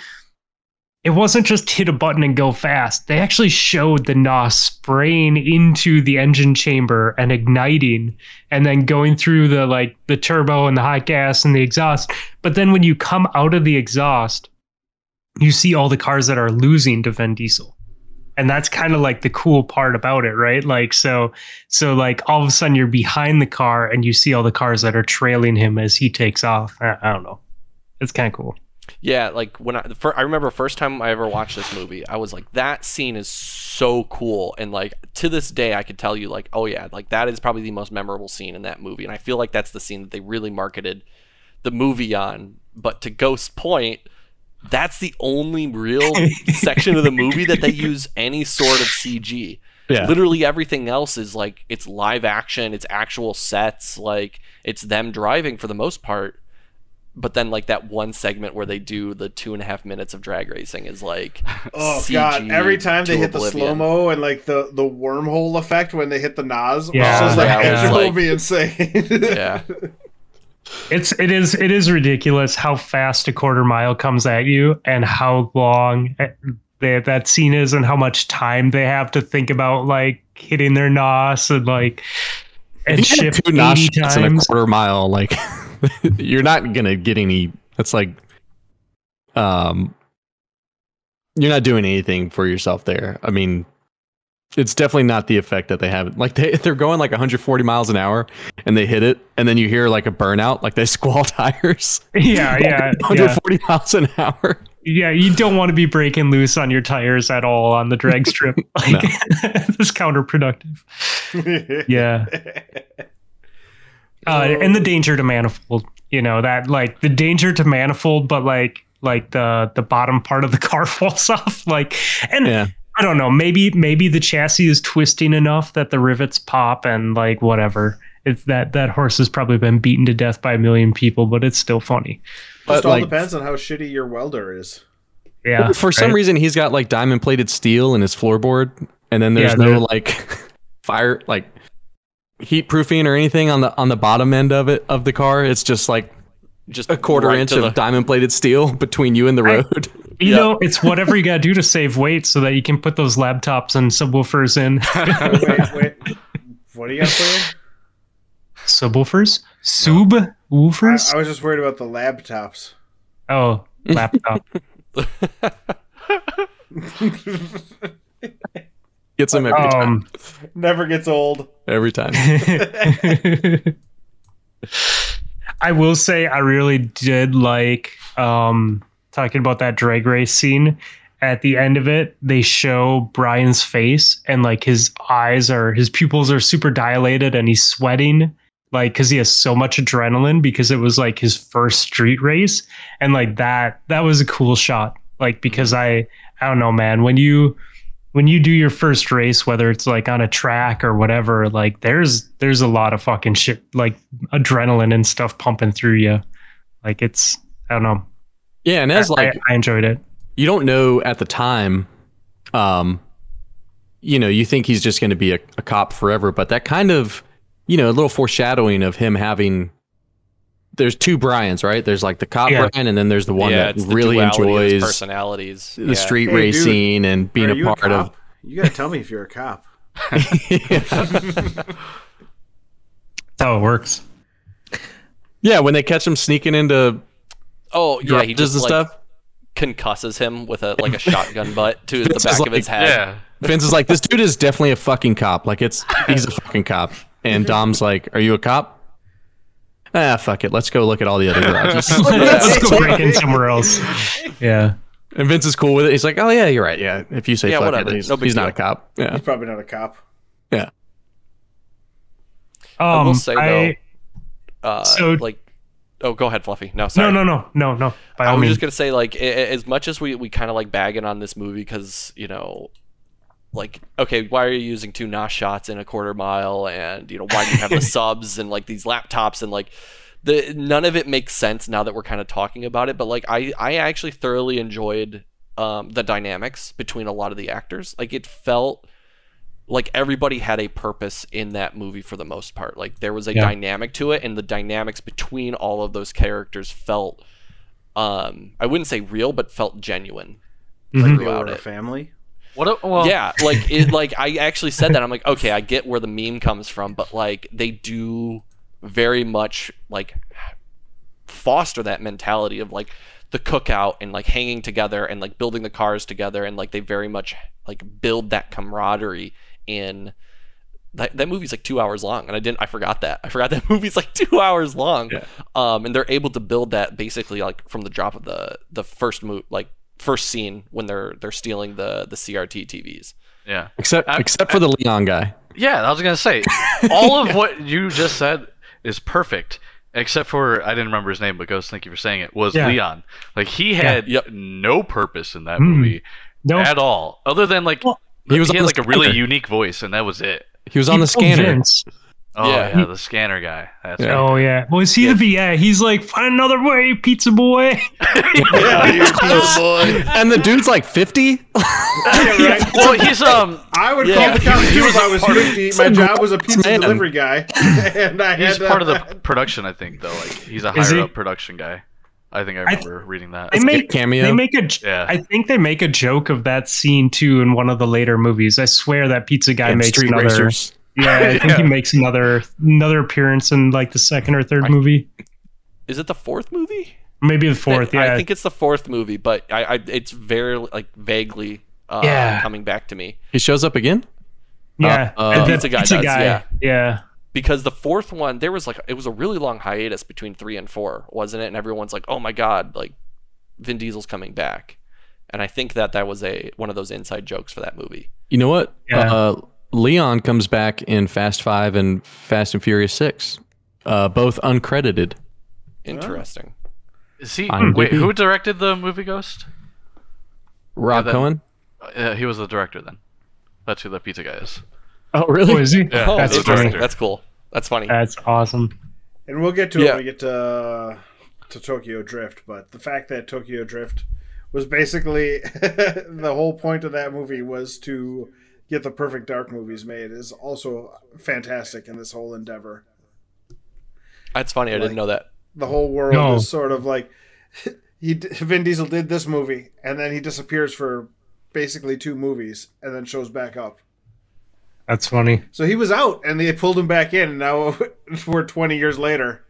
Speaker 3: it wasn't just hit a button and go fast. They actually showed the NOS spraying into the engine chamber and igniting and then going through the like the turbo and the hot gas and the exhaust. But then when you come out of the exhaust, you see all the cars that are losing to Vin Diesel. And that's kind of like the cool part about it, right? Like so so like all of a sudden you're behind the car and you see all the cars that are trailing him as he takes off. I, I don't know. It's kind of cool.
Speaker 4: Yeah, like when I the fir- I remember first time I ever watched this movie, I was like, that scene is so cool, and like to this day, I could tell you like, oh yeah, like that is probably the most memorable scene in that movie, and I feel like that's the scene that they really marketed the movie on. But to Ghost's point, that's the only real section of the movie that they use any sort of CG.
Speaker 5: Yeah.
Speaker 4: Literally everything else is like it's live action, it's actual sets, like it's them driving for the most part but then like that one segment where they do the two and a half minutes of drag racing is like
Speaker 1: Oh
Speaker 4: CG
Speaker 1: god! Every time they
Speaker 4: to
Speaker 1: hit the
Speaker 4: oblivion.
Speaker 1: slow mo and like the the wormhole effect when they hit the Nas,
Speaker 3: Yeah,
Speaker 1: it's just like
Speaker 4: that
Speaker 1: it
Speaker 4: was
Speaker 1: will
Speaker 4: like-
Speaker 1: be insane.
Speaker 4: yeah
Speaker 3: It's it is it is ridiculous how fast a quarter mile comes at you and how long eh, that that scene is and how much time they have to think about like hitting their nos and like and
Speaker 5: If you had
Speaker 3: shift
Speaker 5: two nosh
Speaker 3: eighty
Speaker 5: shots in a
Speaker 3: times.
Speaker 5: quarter mile, like you're not gonna get any. That's like, um, you're not doing anything for yourself there. I mean, it's definitely not the effect that they have. Like they they're going like 140 miles an hour, and they hit it, and then you hear like a burnout, like they squall tires.
Speaker 3: Uh, Yeah, yeah, yeah.
Speaker 5: 140 miles an hour.
Speaker 3: Yeah, you don't want to be breaking loose on your tires at all on the drag strip. Like it's counterproductive. Yeah. uh,
Speaker 5: Oh.
Speaker 3: and the danger to manifold you know that like the danger to manifold but like like the the bottom part of the car falls off like and
Speaker 5: Yeah.
Speaker 3: i don't know maybe maybe the chassis is twisting enough that the rivets pop and like whatever it's that that horse has probably been beaten to death by a million people but it's still funny
Speaker 5: But
Speaker 1: Just all
Speaker 5: like
Speaker 1: depends on how shitty your welder is.
Speaker 3: yeah
Speaker 5: for some
Speaker 3: right?
Speaker 5: reason, he's got like diamond plated steel in his floorboard, and then there's
Speaker 3: Yeah,
Speaker 5: no
Speaker 3: there-
Speaker 5: like fire, like heat proofing or anything on the on the bottom end of it of the car. It's just like
Speaker 4: just
Speaker 5: a quarter
Speaker 4: right
Speaker 5: inch
Speaker 4: to
Speaker 5: of
Speaker 4: the-
Speaker 5: diamond plated steel between you and the
Speaker 3: I-
Speaker 5: road.
Speaker 3: you
Speaker 4: yeah.
Speaker 3: know it's whatever you gotta do to save weight so that you can put those laptops and subwoofers in
Speaker 1: wait, wait. What do you got playing?
Speaker 3: subwoofers subwoofers
Speaker 1: I, I was just worried about the laptops.
Speaker 3: oh laptop
Speaker 5: Gets them every time.
Speaker 3: um
Speaker 1: Never gets old.
Speaker 5: Every time.
Speaker 3: I will say I really did like um talking about that drag race scene at the end of it they show Brian's face and like his eyes are his pupils are super dilated and he's sweating like because he has so much adrenaline because it was like his first street race and like that that was a cool shot like because i i don't know man when you when you do your first race whether it's like on a track or whatever like there's there's a lot of fucking shit like adrenaline and stuff pumping through you like it's i don't know
Speaker 5: Yeah, and as
Speaker 3: I-
Speaker 5: like
Speaker 3: I, I enjoyed it
Speaker 5: you don't know at the time, um, you know, you think he's just going to be a, a cop forever, but that kind of, you know, a little foreshadowing of him having. There's two Brian's, right? There's like the cop
Speaker 3: Yeah.
Speaker 5: Brian, and then there's the one
Speaker 4: yeah,
Speaker 5: that
Speaker 4: it's the
Speaker 5: really
Speaker 4: duality of his
Speaker 5: enjoys
Speaker 4: personalities.
Speaker 5: the
Speaker 4: Yeah.
Speaker 5: street
Speaker 1: Hey, dude,
Speaker 5: racing and being
Speaker 1: Are
Speaker 5: a
Speaker 1: you
Speaker 5: part
Speaker 1: cop? You gotta tell me if you're a cop.
Speaker 5: of.
Speaker 3: that's how it works
Speaker 5: yeah, when they catch him sneaking into
Speaker 4: Oh yeah, he
Speaker 5: does
Speaker 4: just
Speaker 5: the
Speaker 4: like,
Speaker 5: stuff.
Speaker 4: concusses him with a like a shotgun butt to the
Speaker 5: Vince is
Speaker 4: back of his
Speaker 5: like,
Speaker 4: head.
Speaker 2: Yeah.
Speaker 5: Vince is like, this dude is definitely a fucking cop. Like it's he's a fucking cop. And Dom's like, are you a cop? Ah, fuck it. Let's go look at all the other garages.
Speaker 3: let's go break in somewhere else yeah
Speaker 5: and Vince is cool with it. He's like, oh yeah, you're right. Yeah, if you say
Speaker 4: Yeah,
Speaker 5: fuck
Speaker 4: whatever.
Speaker 5: it, he's,
Speaker 4: No big
Speaker 5: he's not
Speaker 4: deal.
Speaker 5: a cop. Yeah,
Speaker 1: He's probably not a cop.
Speaker 5: yeah.
Speaker 3: um
Speaker 4: will say,
Speaker 3: I-
Speaker 4: Uh,
Speaker 3: So-
Speaker 4: like, oh, go ahead, Fluffy. No, sorry.
Speaker 3: no no no no no by
Speaker 4: I
Speaker 3: all
Speaker 4: was
Speaker 3: means
Speaker 4: just gonna say, like, a- a- as much as we we kind of like bagging on this movie because you know, like, okay, why are you using two Nosh shots in a quarter mile, and you know, why do you have the subs and like these laptops and like. The, none of it makes sense now that we're kind of talking about it, but like I, I actually thoroughly enjoyed um, the dynamics between a lot of the actors. Like it felt like everybody had a purpose in that movie for the most part. Like there was a
Speaker 3: Yeah.
Speaker 4: dynamic to it, and the dynamics between all of those characters felt um I wouldn't say real, but felt genuine.
Speaker 5: Mm-hmm.
Speaker 3: Mhm.
Speaker 1: They
Speaker 4: Throughout
Speaker 1: were a
Speaker 4: it.
Speaker 1: family.
Speaker 2: What? A, well,
Speaker 4: yeah, like it like I actually said that. I'm like, okay, I get where the meme comes from, but like they do very much like foster that mentality of like the cookout and like hanging together and like building the cars together and like they very much like build that camaraderie in that, that movie's like two hours long and i didn't i forgot that i forgot that movie's like two hours long
Speaker 5: Yeah.
Speaker 4: um and they're able to build that basically like from the drop of the the first move like first scene when they're they're stealing the the crt tvs
Speaker 2: Yeah.
Speaker 5: Except
Speaker 2: I-
Speaker 5: except for the Leon guy.
Speaker 2: Yeah, I was gonna say all of what you just said is perfect, except for I didn't remember his name, but Ghost, thank you for saying it. Was
Speaker 3: Yeah.
Speaker 2: Leon? Like he had
Speaker 4: Yep.
Speaker 2: no purpose in that
Speaker 3: Mm.
Speaker 2: movie
Speaker 3: no
Speaker 2: at all, other than like
Speaker 3: Well,
Speaker 2: he
Speaker 5: he was
Speaker 2: he had
Speaker 5: on the
Speaker 2: like a really
Speaker 5: scanner.
Speaker 2: unique voice, and that was it.
Speaker 5: He was on the
Speaker 3: he told
Speaker 5: scanner.
Speaker 3: Vince,
Speaker 2: Oh
Speaker 4: Yeah.
Speaker 2: yeah, the scanner guy. That's
Speaker 5: Yeah.
Speaker 2: right.
Speaker 3: Oh yeah. Well, is he the yeah? He's like find another way, pizza boy. Oh.
Speaker 5: And the dude's like fifty.
Speaker 2: Well, he's um
Speaker 1: I would
Speaker 4: Yeah.
Speaker 1: call the cops too if I was 50. My job was a pizza
Speaker 5: man.
Speaker 1: delivery guy, and I
Speaker 2: he's
Speaker 1: had
Speaker 2: part of the production, I think. Though, like he's a
Speaker 3: Is
Speaker 2: higher
Speaker 3: he?
Speaker 2: up production guy. I think I
Speaker 3: th-
Speaker 2: remember reading that.
Speaker 3: They make
Speaker 5: cameo.
Speaker 3: They make a. j-
Speaker 2: Yeah.
Speaker 3: I think they make a joke of that scene too in one of the later movies. I swear that pizza guy
Speaker 5: and
Speaker 3: makes
Speaker 5: street
Speaker 3: another.
Speaker 5: racers.
Speaker 3: Yeah, I think he
Speaker 2: Yeah.
Speaker 3: makes another another appearance in like the second or third movie,
Speaker 4: is it the fourth movie
Speaker 3: maybe the fourth.
Speaker 4: I-
Speaker 3: Yeah,
Speaker 4: I think it's the fourth movie, but I, I it's very like vaguely uh,
Speaker 3: Yeah.
Speaker 4: coming back to me
Speaker 5: He shows up again.
Speaker 3: yeah.
Speaker 5: uh,
Speaker 3: And the
Speaker 4: Pizza Guy does, yeah.
Speaker 3: yeah.
Speaker 4: because the fourth one there was like it was a really long hiatus between three and four, wasn't it? And everyone's like, oh my god, like Vin Diesel's coming back, and I think that that was a one of those inside jokes for that movie.
Speaker 5: You know what?
Speaker 3: Yeah.
Speaker 5: Uh, Leon comes back in Fast Five and Fast and Furious Six, uh, both uncredited.
Speaker 4: Interesting.
Speaker 2: Is he?
Speaker 5: IMDb.
Speaker 2: Wait, who directed the movie Ghost?
Speaker 5: Rob
Speaker 2: Yeah, that-
Speaker 5: Cohen.
Speaker 2: Uh, he was the director then. That's who the pizza guy is.
Speaker 5: Oh
Speaker 3: Oh,
Speaker 5: really?
Speaker 3: is he?
Speaker 2: Yeah.
Speaker 4: Oh,
Speaker 3: That's
Speaker 4: interesting.
Speaker 3: funny.
Speaker 2: director.
Speaker 4: That's cool. That's funny.
Speaker 3: That's awesome.
Speaker 1: And we'll get to it
Speaker 4: Yeah.
Speaker 1: when we get to, uh, to Tokyo Drift, but the fact that Tokyo Drift was basically the whole point of that movie was to get the perfect dark movies made is also fantastic in this whole endeavor.
Speaker 4: That's funny. I didn't know that.
Speaker 1: The whole world
Speaker 3: No.
Speaker 1: is sort of like he d- Vin Diesel did this movie and then he disappears for basically two movies and then shows back up.
Speaker 3: That's funny.
Speaker 1: So he was out and they pulled him back in and now we're 20 years later.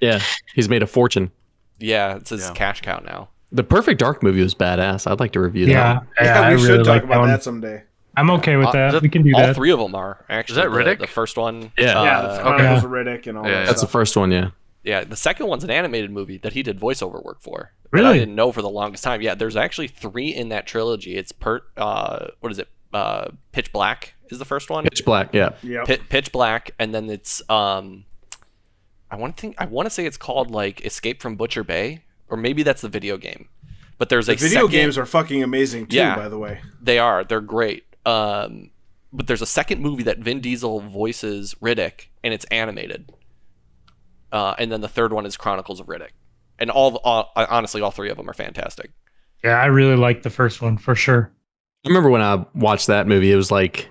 Speaker 5: Yeah. He's made a fortune.
Speaker 4: Yeah, it's his
Speaker 2: Yeah.
Speaker 4: cash cow now.
Speaker 5: The Perfect Dark movie was badass. I'd like to review
Speaker 3: yeah,
Speaker 5: that.
Speaker 3: yeah, I
Speaker 1: we
Speaker 3: really
Speaker 1: should talk
Speaker 3: like that
Speaker 1: about
Speaker 3: one.
Speaker 1: that someday.
Speaker 3: I'm okay with
Speaker 4: Uh,
Speaker 3: that.
Speaker 2: that-
Speaker 3: We can do
Speaker 4: All
Speaker 3: that.
Speaker 4: three of them are actually.
Speaker 2: that
Speaker 4: the-
Speaker 2: Riddick?
Speaker 4: The first one.
Speaker 5: Yeah.
Speaker 1: Yeah,
Speaker 4: uh,
Speaker 1: the
Speaker 4: yeah.
Speaker 1: Chronicles of Riddick and all
Speaker 2: Yeah,
Speaker 1: that
Speaker 5: That's the
Speaker 1: stuff.
Speaker 5: first one, yeah.
Speaker 4: The second one's an animated movie that he did voiceover work for. that I
Speaker 3: Really?
Speaker 4: didn't know for the longest time. Yeah, there's actually three in that trilogy. It's per. Uh, what is it? uh, Pitch Black is the first one.
Speaker 5: Pitch Black, yeah.
Speaker 1: Yep.
Speaker 4: Pit, pitch Black, and then it's um, I want to think I want to say it's called like Escape from Butcher Bay, or maybe that's the video game. But there's a
Speaker 1: Video
Speaker 4: second,
Speaker 1: games are fucking amazing too,
Speaker 4: Yeah.
Speaker 1: by the way.
Speaker 4: They are. They're great. Um, but there's a second movie that Vin Diesel voices Riddick, and it's animated. Uh, and then the third one is Chronicles of Riddick, and all, the- all honestly, all three of them are fantastic.
Speaker 3: Yeah, I really like the first one for sure.
Speaker 5: I remember when I watched that movie, it was like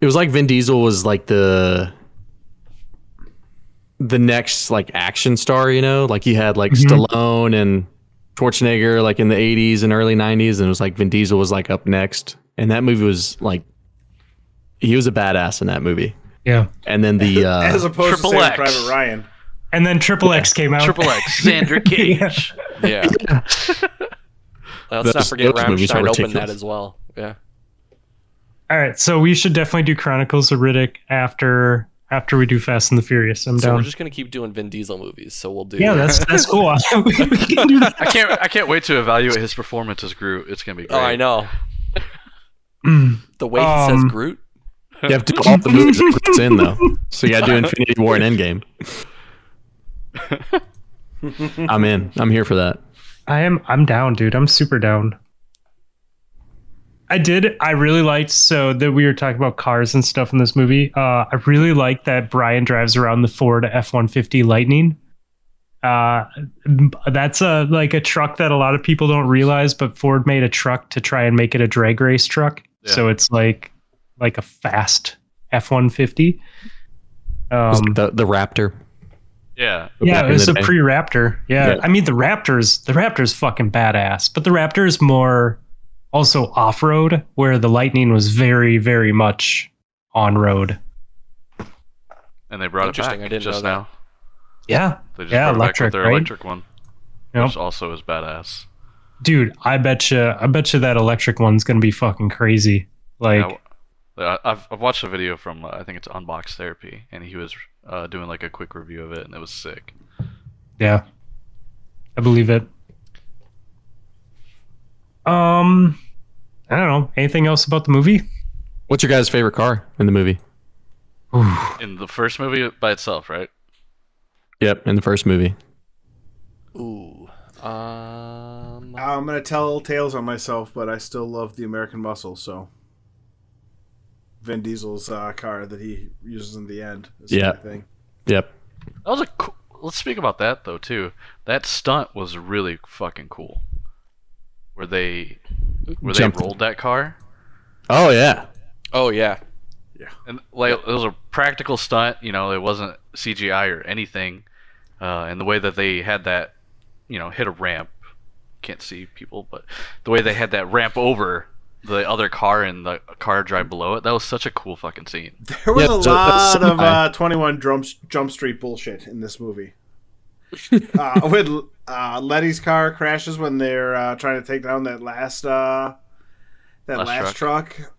Speaker 5: it was like Vin Diesel was like the the next like action star, you know? Like you had like
Speaker 3: Mhm.
Speaker 5: Stallone and Schwarzenegger like in the 80s and early 90s and it was like Vin Diesel was like up next and that movie was like he was a badass in that movie.
Speaker 3: Yeah.
Speaker 5: And then the
Speaker 1: As
Speaker 5: uh,
Speaker 1: opposed
Speaker 2: Triple
Speaker 1: to Saving
Speaker 2: X.
Speaker 1: Private Ryan.
Speaker 3: And then Triple X came out.
Speaker 2: Triple X, Sandra Cage.
Speaker 4: Yeah. Let's not
Speaker 5: Those-
Speaker 4: forget
Speaker 5: those movies are
Speaker 4: Rammstein opened
Speaker 5: ridiculous.
Speaker 4: that as well. Yeah.
Speaker 3: All right, so we should definitely do Chronicles of Riddick after after we do Fast and the Furious. I'm
Speaker 4: So
Speaker 3: down.
Speaker 4: we're just gonna keep doing Vin Diesel movies. So we'll do.
Speaker 3: yeah, that's that's cool. we can do that.
Speaker 2: I can't. I can't wait to evaluate his performance as Groot. It's gonna be great.
Speaker 4: Oh, I know.
Speaker 3: Mm.
Speaker 4: The way he
Speaker 3: Um,
Speaker 4: says Groot.
Speaker 5: you have to do all the movies that it's in though. So you got to do Infinity War and Endgame. I'm in. I'm here for that.
Speaker 3: I am I'm down, dude. I'm super down. I did. I really liked so that we were talking about cars and stuff in this movie. Uh, I really liked that Brian drives around the Ford F one fifty Lightning. Uh, that's a like a truck that a lot of people don't realize, but Ford made a truck to try and make it a drag race truck.
Speaker 2: Yeah.
Speaker 3: So it's like like a fast F one fifty.
Speaker 5: Was
Speaker 3: Um,
Speaker 5: the the Raptor.
Speaker 2: Yeah.
Speaker 3: yeah,
Speaker 5: back
Speaker 3: it
Speaker 5: in
Speaker 3: was
Speaker 5: the
Speaker 3: a
Speaker 5: day.
Speaker 3: pre Raptor. Yeah.
Speaker 5: Yeah.
Speaker 3: I mean the Raptors. The Raptors fucking badass, but the Raptor is more also off road, where the Lightning was very, very much on road.
Speaker 2: And they brought it back
Speaker 4: Interesting, I didn't
Speaker 2: just
Speaker 4: know that.
Speaker 2: now.
Speaker 3: Yeah,
Speaker 2: They just
Speaker 3: Yeah,
Speaker 2: brought it back
Speaker 3: electric,
Speaker 2: with their
Speaker 3: right?
Speaker 2: electric one,
Speaker 3: Yep.
Speaker 2: which also is badass.
Speaker 3: dude. I bet you. I bet you that electric one's gonna be fucking crazy. Like,
Speaker 2: Yeah, I- I've, I've watched a video from uh, I think it's Unbox Therapy, and he was uh, doing like a quick review of it, and it was sick.
Speaker 3: yeah, I believe it. Um, I don't know anything else about the movie.
Speaker 5: What's your guys' favorite car in the movie?
Speaker 3: Ooh.
Speaker 2: In the first movie by itself, right?
Speaker 5: Yep, in the first movie.
Speaker 4: Ooh. Um.
Speaker 1: I'm gonna tell tales on myself, but I still love the American Muscle. So, Vin Diesel's uh, car that he uses in the end. Is
Speaker 5: Yeah.
Speaker 1: my Thing.
Speaker 5: Yep.
Speaker 2: That was a. Cool, let's speak about that though too. That stunt was really fucking cool. Where they where
Speaker 5: Jumped.
Speaker 2: they rolled that car,
Speaker 5: Oh yeah.
Speaker 4: Oh yeah.
Speaker 2: and like it was a practical stunt. You know, it wasn't CGI or anything. Uh, and the way that they had that, you know, hit a ramp. Can't see people, but the way they had that ramp over the other car and the car drive below it, that was such a cool fucking scene.
Speaker 1: There was
Speaker 5: Yeah,
Speaker 1: a
Speaker 5: so that's
Speaker 1: lot of
Speaker 5: semi.
Speaker 1: uh, 21 Jump, Jump Street bullshit in this movie. uh, when uh, Letty's car crashes when they're uh, trying to take down that last uh, that last,
Speaker 2: Last
Speaker 1: truck.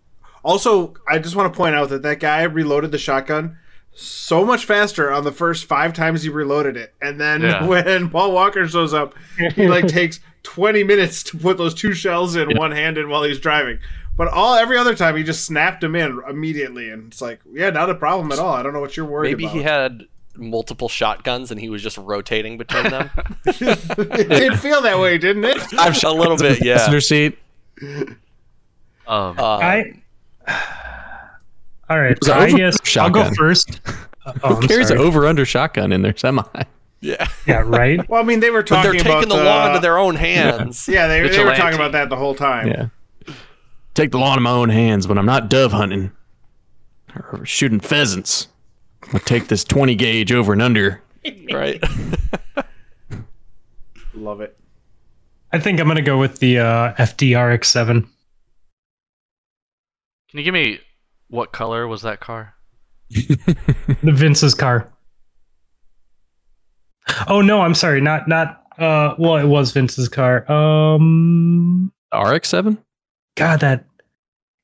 Speaker 1: Also, I just want to point out that that guy reloaded the shotgun so much faster on the first five times he reloaded it, and then
Speaker 2: Yeah.
Speaker 1: when Paul Walker shows up, he like takes 20 minutes to put those two shells in one hand in while he's driving. But all every other time he just snapped them in immediately, and it's like, yeah, not a problem at all. I don't know what you're worried
Speaker 4: Maybe
Speaker 1: about.
Speaker 4: he had multiple shotguns and he was just rotating between them.
Speaker 1: it did feel that way, didn't it?
Speaker 4: a little bit, yeah.
Speaker 5: Passenger seat.
Speaker 2: Um,
Speaker 4: Uh,
Speaker 3: I. All right.
Speaker 5: was an
Speaker 3: I
Speaker 5: over-
Speaker 3: guess I'll go
Speaker 5: shotgun.
Speaker 3: first. Oh, I'm
Speaker 5: Carries an
Speaker 3: sorry.
Speaker 5: over under shotgun in their semi.
Speaker 4: yeah.
Speaker 3: Yeah, right.
Speaker 1: Well, I mean, they were
Speaker 4: But they're
Speaker 1: talking about
Speaker 4: taking
Speaker 1: uh,
Speaker 4: the law into their own hands.
Speaker 1: yeah, they, they were
Speaker 2: vigilante.
Speaker 1: talking about that the whole time.
Speaker 5: Yeah. Take the law in my own hands when I'm not dove hunting or shooting pheasants. I take this 20 gauge over and under.
Speaker 4: Right.
Speaker 1: Love it.
Speaker 3: I think I'm gonna go with the uh, FDRX7.
Speaker 2: Can you give me what color was that car?
Speaker 3: The Vince's car. Oh no, I'm sorry. Not not. Uh, well, it was Vince's car. Um,
Speaker 5: RX 7?
Speaker 3: God, that.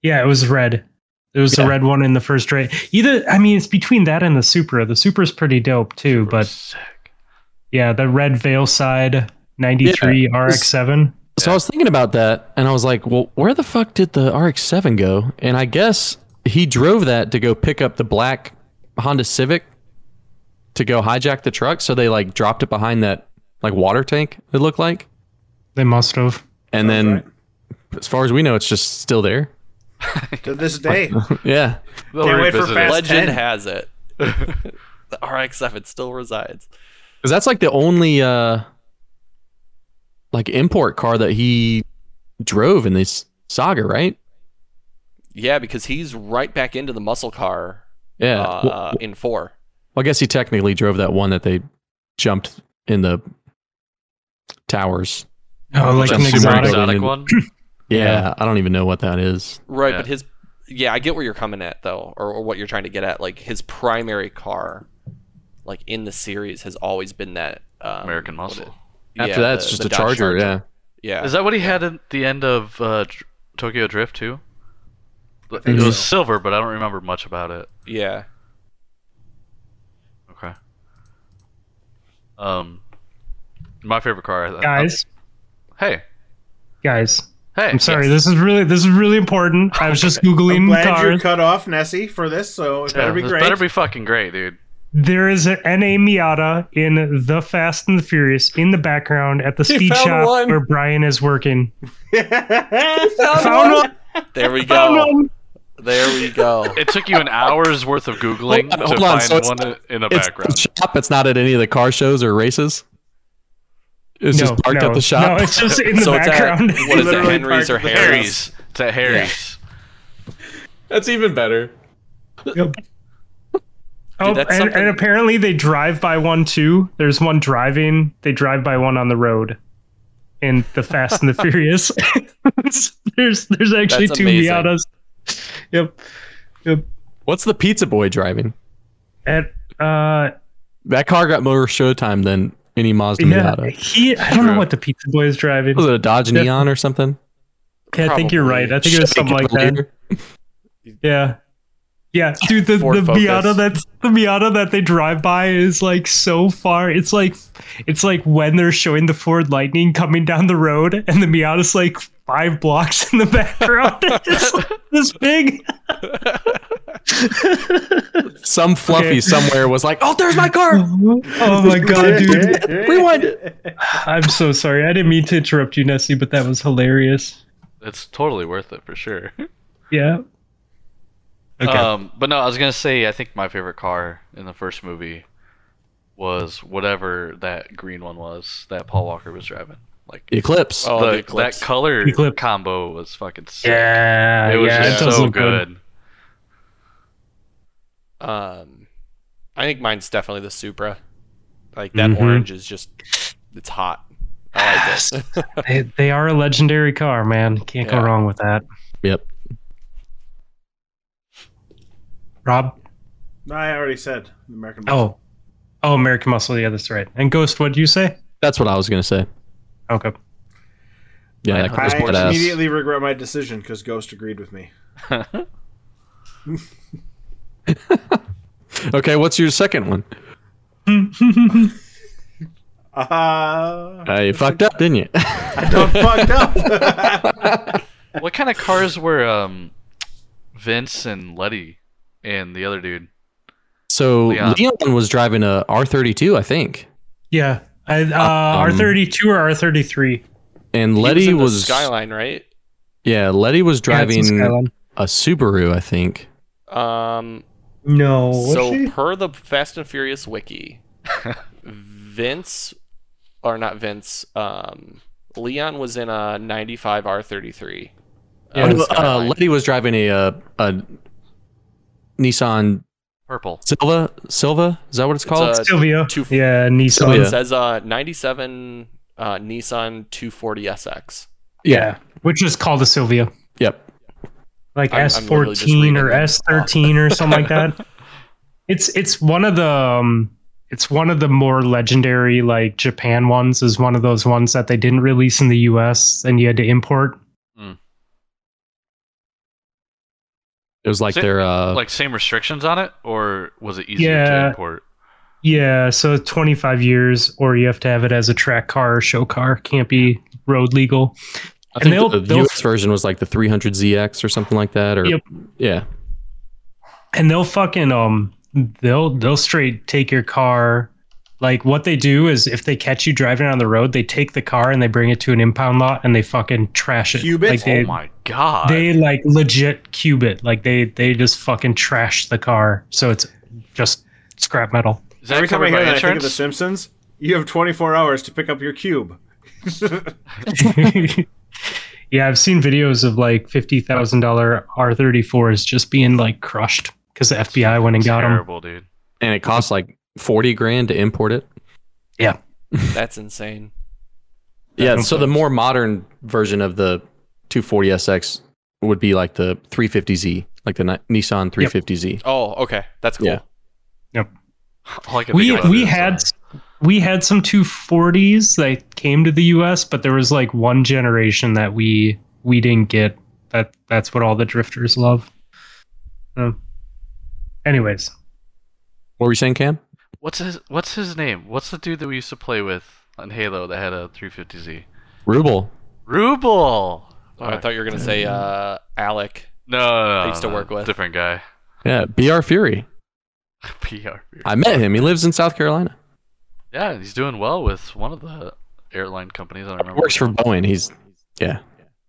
Speaker 3: Yeah, it was red. It was the
Speaker 5: Yeah.
Speaker 3: red one in the first race. Either I mean, it's between that and the Supra. The Supra's pretty dope too, but
Speaker 2: sick.
Speaker 3: yeah, the red Veil side 93 RX7.
Speaker 5: So I was thinking about that, and I was like, "Well, where the fuck did the RX-7 go?" And I guess he drove that to go pick up the black Honda Civic to go hijack the truck. So they like dropped it behind that like water tank. It looked like,
Speaker 3: They must have.
Speaker 5: and then as far as we know, it's just still there.
Speaker 1: to this day.
Speaker 5: yeah,
Speaker 2: They'll
Speaker 1: Can't wait for
Speaker 2: revisit it.
Speaker 1: Fast 10.
Speaker 4: Legend has it. the RX-7 still resides.
Speaker 5: because that's like the only uh like import car that he drove in this saga, right?
Speaker 4: Yeah, because he's right back into the muscle car
Speaker 5: Yeah.
Speaker 4: uh,
Speaker 5: Well-
Speaker 4: in four.
Speaker 5: Well, I guess he technically drove that one that they jumped in the towers.
Speaker 3: Oh, like
Speaker 5: Just
Speaker 3: an
Speaker 5: super
Speaker 3: exotic.
Speaker 5: exotic.
Speaker 2: one.
Speaker 5: Yeah, I don't even know what that is.
Speaker 4: Right,
Speaker 2: Yeah.
Speaker 4: but his yeah, I get where you're coming at though, or, or what you're trying to get at. Like his primary car, like in the series, has always been that um,
Speaker 2: American
Speaker 4: what
Speaker 2: Muscle.
Speaker 4: it-
Speaker 5: After
Speaker 4: yeah,
Speaker 5: that, it's
Speaker 4: the-
Speaker 5: just
Speaker 4: the
Speaker 5: a
Speaker 4: Dodge
Speaker 5: charger. Yeah.
Speaker 4: Yeah,
Speaker 2: Is that what he had at the end of uh, Dr- Tokyo Drift too? It
Speaker 1: think
Speaker 2: was
Speaker 1: so.
Speaker 2: silver, but I don't remember much about it.
Speaker 4: yeah.
Speaker 2: Okay. Um, my favorite car. I- I-
Speaker 3: Guys,
Speaker 2: Hey,
Speaker 3: guys.
Speaker 2: hey.
Speaker 3: I'm sorry. This is really this is really important. I was just
Speaker 1: I'm
Speaker 3: googling
Speaker 1: glad you
Speaker 3: cars.
Speaker 1: cut off Nessie for this, so it
Speaker 2: Yeah,
Speaker 1: better be
Speaker 2: this
Speaker 1: great.
Speaker 2: Better be fucking great, dude.
Speaker 3: There is an NA Miata in the Fast and the Furious in the background at the speed
Speaker 4: found
Speaker 3: shop
Speaker 4: one.
Speaker 3: where Brian is working.
Speaker 1: Found
Speaker 3: Found one.
Speaker 4: There we
Speaker 3: Found
Speaker 4: go.
Speaker 3: one.
Speaker 4: There we go.
Speaker 2: It took you an hour's worth of googling
Speaker 5: Hold on,
Speaker 2: to
Speaker 5: hold on,
Speaker 2: find
Speaker 5: so it's-
Speaker 2: one in the
Speaker 5: It's
Speaker 2: background.
Speaker 5: the shop. It's not at any of the car shows or races. It's
Speaker 3: no,
Speaker 5: just parked
Speaker 3: no,
Speaker 5: at the shop.
Speaker 3: No, it's just in the
Speaker 4: so it's at
Speaker 3: background.
Speaker 4: what is it,
Speaker 1: Literally
Speaker 4: Henry's or
Speaker 1: parked at
Speaker 4: Harry's?
Speaker 2: Harry's. It's at Harry's.
Speaker 5: That's even better.
Speaker 3: Yep. Oh,
Speaker 4: that's
Speaker 3: and,
Speaker 4: something-
Speaker 3: and apparently they drive by one too. There's one driving. They drive by one on the road in the Fast and the Furious. there's there's actually
Speaker 4: That's
Speaker 3: two
Speaker 4: amazing.
Speaker 3: Miatas. Yep.
Speaker 5: What's the pizza boy driving?
Speaker 3: At uh
Speaker 5: That car got more showtime than any Mazda
Speaker 3: yeah,
Speaker 5: Miata.
Speaker 3: he I don't know
Speaker 2: True.
Speaker 3: what the pizza boy is driving.
Speaker 5: Was it a Dodge
Speaker 3: Yeah.
Speaker 5: Neon or something?
Speaker 3: Yeah, I think you're
Speaker 4: Probably.
Speaker 3: right. I think it was something like that. Yeah. Yeah, dude, the, the
Speaker 4: Ford Focus.
Speaker 3: Miata that's the Miata that they drive by is like so far. It's like it's like when they're showing the Ford Lightning coming down the road, and the Miata's like five blocks in the background. it's like this big.
Speaker 5: Some fluffy
Speaker 3: Okay.
Speaker 5: somewhere was like, "Oh, there's my car!
Speaker 3: oh my god, dude!
Speaker 5: Rewind it."
Speaker 3: I'm so sorry. I didn't mean to interrupt you, Nessie, but that was hilarious.
Speaker 2: It's totally worth it for sure.
Speaker 3: Yeah. Okay.
Speaker 2: Um, but no, I was gonna say I think my favorite car in the first movie was whatever that green one was that Paul Walker was driving. Like
Speaker 5: Eclipse.
Speaker 4: Oh,
Speaker 2: the-
Speaker 4: the Eclipse.
Speaker 2: that color
Speaker 3: Eclipse.
Speaker 2: combo was fucking sick.
Speaker 3: yeah,
Speaker 2: it was
Speaker 3: yeah,
Speaker 2: just
Speaker 3: does
Speaker 2: so
Speaker 3: look
Speaker 2: good.
Speaker 4: Um, I think mine's definitely the Supra. Like that
Speaker 3: Mhm.
Speaker 5: Mm-hmm.
Speaker 4: orange is just, it's hot. I like it.
Speaker 3: They, they are a legendary car, man. Can't
Speaker 4: Yeah.
Speaker 3: go wrong with that.
Speaker 5: Yep.
Speaker 3: Rob.
Speaker 1: No, I already said American.
Speaker 3: Oh, oh, American Muscle. Yeah, that's right. And Ghost, what do you say?
Speaker 5: That's what I was gonna say.
Speaker 3: Okay.
Speaker 5: Yeah,
Speaker 4: I-
Speaker 5: that
Speaker 1: I
Speaker 5: car's badass.
Speaker 1: immediately regret my decision because Ghost agreed with me.
Speaker 5: Okay, what's your second one?
Speaker 1: Uh,
Speaker 5: Uh, you fucked up, didn't you?
Speaker 1: I'm fucked up.
Speaker 2: what kind of cars were um, Vince and Letty and the other dude?
Speaker 5: so
Speaker 2: Leon.
Speaker 5: Leon was driving a R32, I think,
Speaker 3: Yeah. I, uh,
Speaker 5: Um,
Speaker 3: R32 or R33?
Speaker 5: and
Speaker 4: He
Speaker 5: Letty
Speaker 4: in the
Speaker 5: was,
Speaker 4: Skyline, right?
Speaker 5: yeah, Letty was driving
Speaker 3: Skyline.
Speaker 5: a Subaru, I think.
Speaker 4: Um,
Speaker 3: No.
Speaker 5: Oh,
Speaker 3: was
Speaker 4: so
Speaker 3: she?
Speaker 4: per the Fast and Furious wiki, Vince, or not Vince, um, Leon was in a '95 R33.
Speaker 5: Yeah,
Speaker 4: in the
Speaker 5: uh,
Speaker 4: Skyline.
Speaker 5: Letty was driving a, uh a Nissan
Speaker 2: Purple.
Speaker 5: Silva. Silva is that what it's called?
Speaker 4: It's a-
Speaker 3: Silvia.
Speaker 4: two-
Speaker 3: yeah, Nissan.
Speaker 4: So
Speaker 5: Silvia.
Speaker 4: it says uh, '97 uh, Nissan 240SX.
Speaker 5: yeah.
Speaker 3: Which is called a Silvia.
Speaker 5: Yep.
Speaker 3: Like
Speaker 4: I'm- I'm literally just
Speaker 3: S14 or
Speaker 4: reading them
Speaker 3: S13 or something like that. It's it's one of the um, it's one of the more legendary like Japan ones is one of those ones that they didn't release in the US and you had to import.
Speaker 5: It was like
Speaker 2: Sa-
Speaker 5: their uh,
Speaker 2: like same restrictions on it, or was it easier to
Speaker 3: Yeah.
Speaker 2: import?
Speaker 3: Yeah, so 25 years, or you have to have it as a track car or show car. Can't be road legal.
Speaker 5: I
Speaker 3: And
Speaker 5: think
Speaker 3: they'll-
Speaker 5: the
Speaker 3: they'll-
Speaker 5: US version was like the 300ZX or something like that. Or
Speaker 3: Yep.
Speaker 5: yeah,
Speaker 3: and they'll fucking um they'll they'll straight take your car like what they do is if they catch you driving on the road they take the car and they bring it to an impound lot and they fucking trash it
Speaker 1: Cube it?
Speaker 3: like they,
Speaker 2: Oh my god.
Speaker 3: they like legit cube it like they they just fucking trash the car so it's just scrap metal
Speaker 2: Is that
Speaker 1: Every time I
Speaker 2: covered by
Speaker 1: hear that, I think of
Speaker 2: insurance?
Speaker 1: The Simpsons. You have 24 hours to pick up your cube.
Speaker 3: yeah i've seen videos of like $50000 r34s just being like crushed because the fbi went and got them
Speaker 2: Terrible, dude.
Speaker 5: and it costs like 40 grand to import it.
Speaker 4: That's insane.
Speaker 5: Yeah, so the more modern version of the 240SX would be like the 350Z, like the Ni- Nissan 350Z.
Speaker 4: Oh, okay. That's cool.
Speaker 5: Yeah.
Speaker 2: All I can
Speaker 3: we
Speaker 2: think about
Speaker 3: we
Speaker 2: is,
Speaker 3: had
Speaker 2: uh,
Speaker 3: s- we had some 240s that came to the US but there was like one generation that we we didn't get that that's what all the drifters love Um, anyways
Speaker 5: What were you saying, Cam?
Speaker 2: what's his what's his name? What's the dude that we used to play with on Halo that had a 350Z?
Speaker 5: Ruble.
Speaker 2: Ruble.
Speaker 4: Oh, I thought you were gonna say
Speaker 1: Mm-hmm.
Speaker 4: uh, Alec.
Speaker 2: No, no, no,
Speaker 4: I used to
Speaker 2: no,
Speaker 4: work with.
Speaker 2: different guy.
Speaker 5: Yeah, BR Fury.
Speaker 2: PR.
Speaker 5: I met him. He lives in South Carolina.
Speaker 2: Yeah, he's doing well with one of the airline companies. I don't remember.
Speaker 5: Works for Boeing. He's yeah,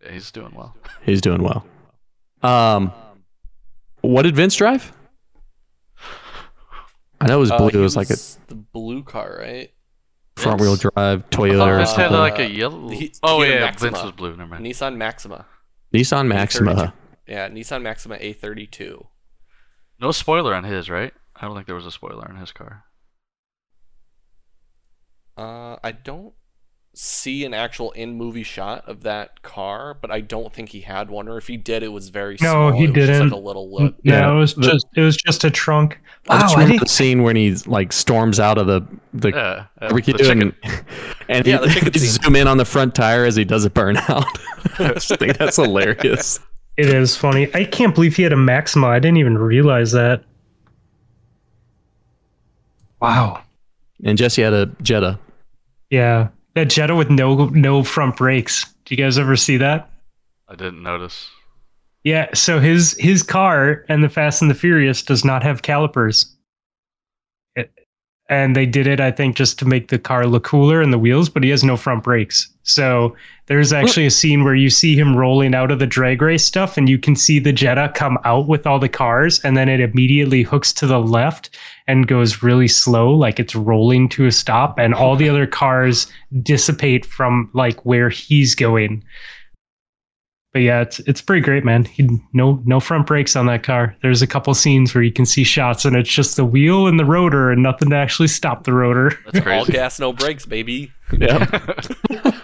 Speaker 2: Yeah, He's doing well.
Speaker 5: he's doing well. Um, what did Vince drive? I know it was
Speaker 4: Uh,
Speaker 5: blue.
Speaker 4: he
Speaker 5: it was like a
Speaker 4: was the blue car, right?
Speaker 5: front wheel drive
Speaker 2: I
Speaker 5: Toyota
Speaker 2: thought
Speaker 5: or
Speaker 2: Vince had
Speaker 5: something.
Speaker 2: like a yellow.
Speaker 4: Uh, He-
Speaker 2: oh
Speaker 4: he had a
Speaker 2: yeah,
Speaker 4: Maxima.
Speaker 2: Vince was blue. Never mind.
Speaker 4: Nissan Maxima.
Speaker 5: Nissan Maxima.
Speaker 4: Yeah, Nissan Maxima A32.
Speaker 2: No spoiler on his, right? I don't think there was a spoiler on his car.
Speaker 4: Uh, I don't see an actual in-movie shot of that car, but I don't think he had one, or if he did, it was very
Speaker 3: No,
Speaker 4: small.
Speaker 3: he
Speaker 4: it was just like
Speaker 3: didn't.
Speaker 4: a little look.
Speaker 3: no
Speaker 5: Yeah,
Speaker 3: it was
Speaker 5: the-
Speaker 3: just it was just a trunk
Speaker 5: I
Speaker 3: wow
Speaker 5: just
Speaker 3: I
Speaker 5: remember the
Speaker 3: didn't-
Speaker 5: scene when he like storms out of the the
Speaker 2: yeah, uh,
Speaker 5: we keep
Speaker 2: the
Speaker 5: doing,
Speaker 2: chicken.
Speaker 5: and
Speaker 4: Yeah,
Speaker 5: he-
Speaker 4: the chicken
Speaker 5: they
Speaker 4: scene.
Speaker 5: zoom in on the front tire as he does a burnout. I just think that's hilarious.
Speaker 3: it is funny I can't believe he had a Maxima I didn't even realize that wow
Speaker 5: And Jesse had a Jetta.
Speaker 3: yeah that Jetta with no no front brakes do you guys ever see that
Speaker 2: I didn't notice.
Speaker 3: Yeah, so his his car and the Fast and the Furious does not have calipers. It, and they did it, I think, just to make the car look cooler and the wheels, but he has no front brakes. So there's actually a scene where you see him rolling out of the drag race stuff, and you can see the Jetta come out with all the cars, and then it immediately hooks to the left and goes really slow, like it's rolling to a stop, and all the other cars dissipate from like where he's going but yeah, it's it's pretty great, man. He no no front brakes on that car. There's a couple scenes where you can see shots, and it's just the wheel and the rotor, and nothing to actually stop the rotor.
Speaker 2: That's
Speaker 4: All
Speaker 2: crazy.
Speaker 4: gas, no brakes, baby.
Speaker 5: Yeah,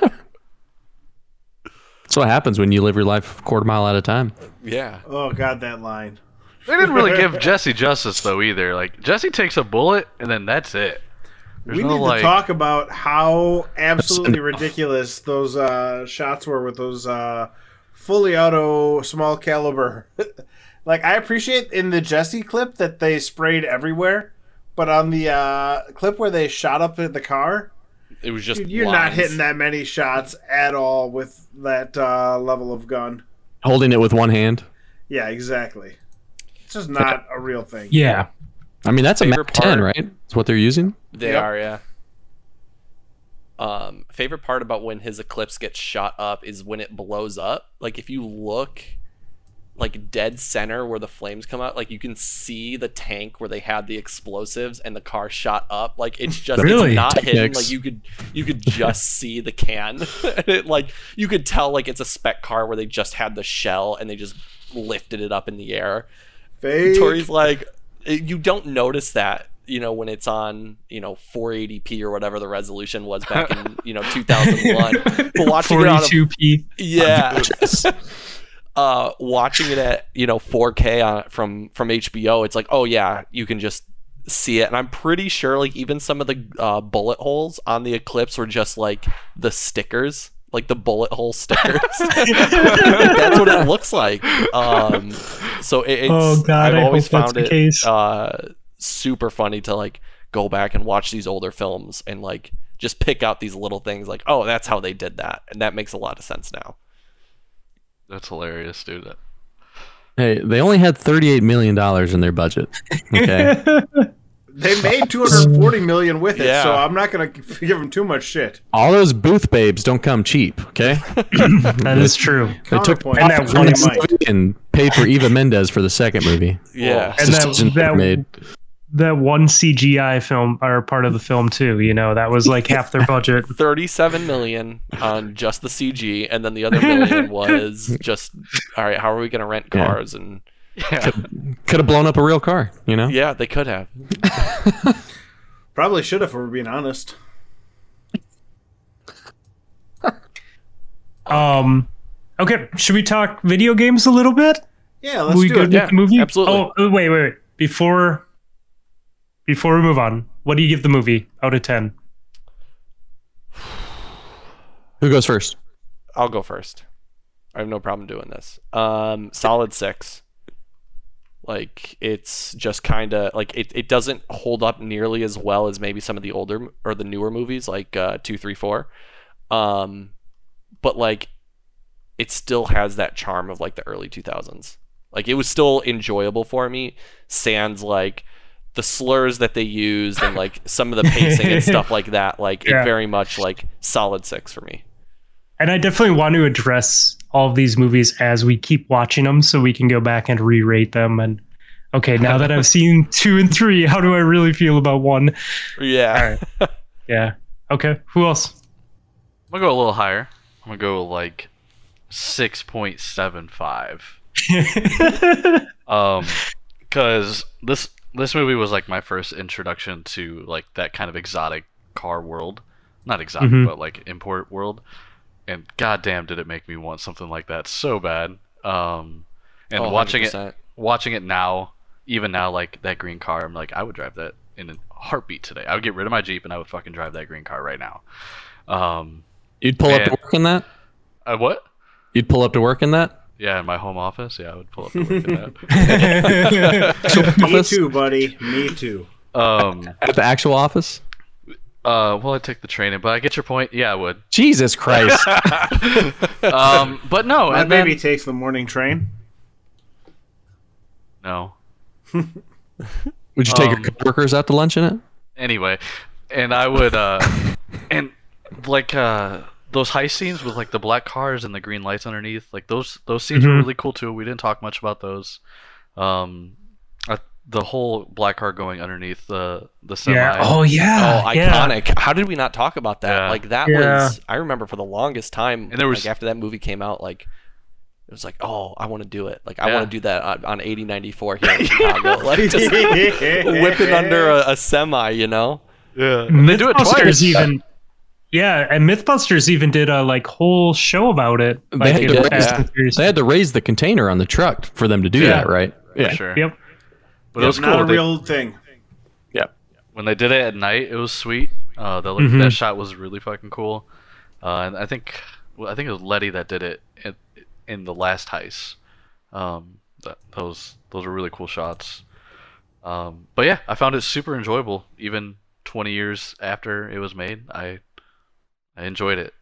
Speaker 5: that's what happens when you live your life a quarter mile at a time.
Speaker 4: Yeah.
Speaker 1: Oh god, that line.
Speaker 2: they didn't really give Jesse justice though either. Like Jesse takes a bullet and then that's it. There's
Speaker 1: we
Speaker 2: no
Speaker 1: need
Speaker 2: like
Speaker 1: to talk about how absolutely ridiculous those uh, shots were with those uh, fully auto small caliber. like I appreciate in the Jesse clip that they sprayed everywhere, but on the uh, clip where they shot up at the car,
Speaker 4: It was just
Speaker 1: dude, you're not
Speaker 4: lines.
Speaker 1: hitting that many shots at all with that uh, level of gun.
Speaker 5: Holding it with one hand.
Speaker 1: Yeah, exactly. It's just not a real thing.
Speaker 3: Yeah,
Speaker 5: I mean, that's a
Speaker 4: Favorite
Speaker 5: Mac 10,
Speaker 4: part-
Speaker 5: right? That's what they're using.
Speaker 4: They
Speaker 1: Yep.
Speaker 4: are, yeah. Um, favorite part about when his eclipse gets shot up is when it blows up. Like if you look like dead center where the flames come out, like you can see the tank where they had the explosives and the car shot up. Like it's just
Speaker 3: Really?
Speaker 4: it's not hidden.
Speaker 5: Technics.
Speaker 4: Like you could you could just see the can. and it, like you could tell like it's a spec car where they just had the shell and they just lifted it up in the air.
Speaker 1: Fake.
Speaker 4: Tori's like, you don't notice that, you know, when it's on, you know, 480p or whatever the resolution was back in, you know, 2001. But watching it on a,
Speaker 3: 42p.
Speaker 4: yeah, uh, watching it at you know 4K on, from from HBO, it's like, oh yeah, you can just see it. And I'm pretty sure like even some of the uh, bullet holes on the Eclipse were just like the stickers. Like the bullet hole stickers. That's what it looks like. Um, so it, it's.
Speaker 3: Oh God,
Speaker 4: I've
Speaker 3: I
Speaker 4: always found
Speaker 3: hope that's the
Speaker 4: it Oh,
Speaker 3: case.
Speaker 4: uh, super funny to like go back and watch these older films and like just pick out these little things like, oh, that's how they did that, and that makes a lot of sense now.
Speaker 2: That's hilarious, dude. That-
Speaker 5: Hey, they only had $38 million in their budget. Okay.
Speaker 1: They made 240 million with it,
Speaker 4: Yeah.
Speaker 1: so I'm not gonna give them too much shit.
Speaker 5: All those booth babes don't come cheap. Okay.
Speaker 3: that is true.
Speaker 5: They took
Speaker 1: Counterpoint,
Speaker 3: And that
Speaker 1: they
Speaker 3: one
Speaker 5: profit from
Speaker 1: might.
Speaker 5: this movie and paid for Eva Mendes for the second movie.
Speaker 4: Yeah,
Speaker 3: And that-
Speaker 5: Decision
Speaker 3: that-
Speaker 5: made.
Speaker 3: That one CGI film or part of the film too, you know, that was like half their budget.
Speaker 4: 37 million on just the CG, and then the other million was just, all right, how are we going to rent
Speaker 5: Yeah.
Speaker 4: cars? And
Speaker 2: yeah.
Speaker 5: Could have blown up a real car, you know?
Speaker 4: yeah, they could have.
Speaker 1: Probably should have, if we're being honest.
Speaker 3: Um Okay, should we talk video games a little bit?
Speaker 1: Yeah, let's
Speaker 3: we
Speaker 1: do
Speaker 3: good
Speaker 1: it.
Speaker 4: yeah,
Speaker 3: with the movie?
Speaker 4: absolutely.
Speaker 3: Oh, oh, wait, wait, wait. Before before we move on, what do you give the movie out of 10?
Speaker 5: Who goes first?
Speaker 4: I'll go first. I have no problem doing this. Um, solid six. Like it's just kind of like it, it doesn't hold up nearly as well as maybe some of the older m- or the newer movies like uh, two, three, four. Um, but like it still has that charm of like the early two thousands. Like it was still enjoyable for me. Sans like the slurs that they used and like some of the pacing and stuff like that. Like
Speaker 3: Yeah.
Speaker 4: it very much like solid six for me.
Speaker 3: And I definitely want to address all of these movies as we keep watching them so we can go back and re rate them. And okay, now that I've seen two and three, how do I really feel about one?
Speaker 4: Yeah.
Speaker 3: All right. Yeah. Okay. Who else?
Speaker 2: I'm gonna go a little higher. I'm gonna go like six point seven five. Um, because this this movie was like my first introduction to like that kind of exotic car world, not exotic,
Speaker 3: Mhm.
Speaker 2: but like import world. And goddamn, did it make me want something like that so bad. Um, and
Speaker 4: Oh,
Speaker 2: watching it
Speaker 4: 100%.
Speaker 2: watching it now, even now, like that green car, I'm like, I would drive that in a heartbeat today. I would get rid of my Jeep and I would fucking drive that green car right now. Um,
Speaker 5: You'd pull up
Speaker 2: Man.
Speaker 5: to work in that?
Speaker 2: I, what?
Speaker 5: You'd pull up to work in that?
Speaker 2: Yeah, in my home office. Yeah, I would pull up to work in
Speaker 1: Me
Speaker 5: Office?
Speaker 1: too, buddy. Me too.
Speaker 2: that. Um,
Speaker 5: At the actual office?
Speaker 2: uh, well, I take the training, but I get your point. Yeah, I would.
Speaker 5: Jesus Christ.
Speaker 2: Um, but no,
Speaker 1: My
Speaker 2: and
Speaker 1: baby
Speaker 2: then,
Speaker 1: takes the morning train.
Speaker 2: no.
Speaker 5: Would you take
Speaker 2: Um,
Speaker 5: your coworkers out to lunch in it?
Speaker 2: Anyway, and I would, uh, and like uh, those high scenes with like the black cars and the green lights underneath, like those those scenes were
Speaker 3: Mhm.
Speaker 2: really cool too. We didn't talk much about those. Um, I, the whole black car going underneath the the semi.
Speaker 3: yeah. Oh, yeah.
Speaker 4: Oh,
Speaker 3: yeah.
Speaker 4: iconic! How did we not talk about that?
Speaker 2: Yeah.
Speaker 4: Like that
Speaker 3: Yeah.
Speaker 4: was I remember for the longest time.
Speaker 2: And there was-
Speaker 4: like, after that movie came out, like it was like, oh, I want to do it. Like I
Speaker 2: Yeah.
Speaker 4: want to do that on, on eighty ninety four here in Chicago. like just whipping under a, a semi, you know?
Speaker 2: yeah.
Speaker 3: Mythbusters
Speaker 2: They do it twice.
Speaker 3: even. Yeah, and MythBusters even did a like whole show about it. Like,
Speaker 5: had
Speaker 3: in
Speaker 5: to
Speaker 3: the
Speaker 5: raise
Speaker 3: Fast
Speaker 4: that.
Speaker 3: and Furious.
Speaker 5: They had to raise the container on the truck for them to do
Speaker 2: Yeah.
Speaker 5: that, right?
Speaker 2: For sure.
Speaker 3: Yep.
Speaker 2: But it was
Speaker 1: not
Speaker 2: cool.
Speaker 1: a
Speaker 2: They-
Speaker 1: real thing.
Speaker 2: when they did it at night, it was sweet. Uh, that looked-
Speaker 3: Mhm.
Speaker 2: that shot was really fucking cool. Uh, and I think well, I think it was Letty that did it in, in the last heist. Um, that, those those were really cool shots. Um, but yeah, I found it super enjoyable. Even 20 years after it was made, I I enjoyed it.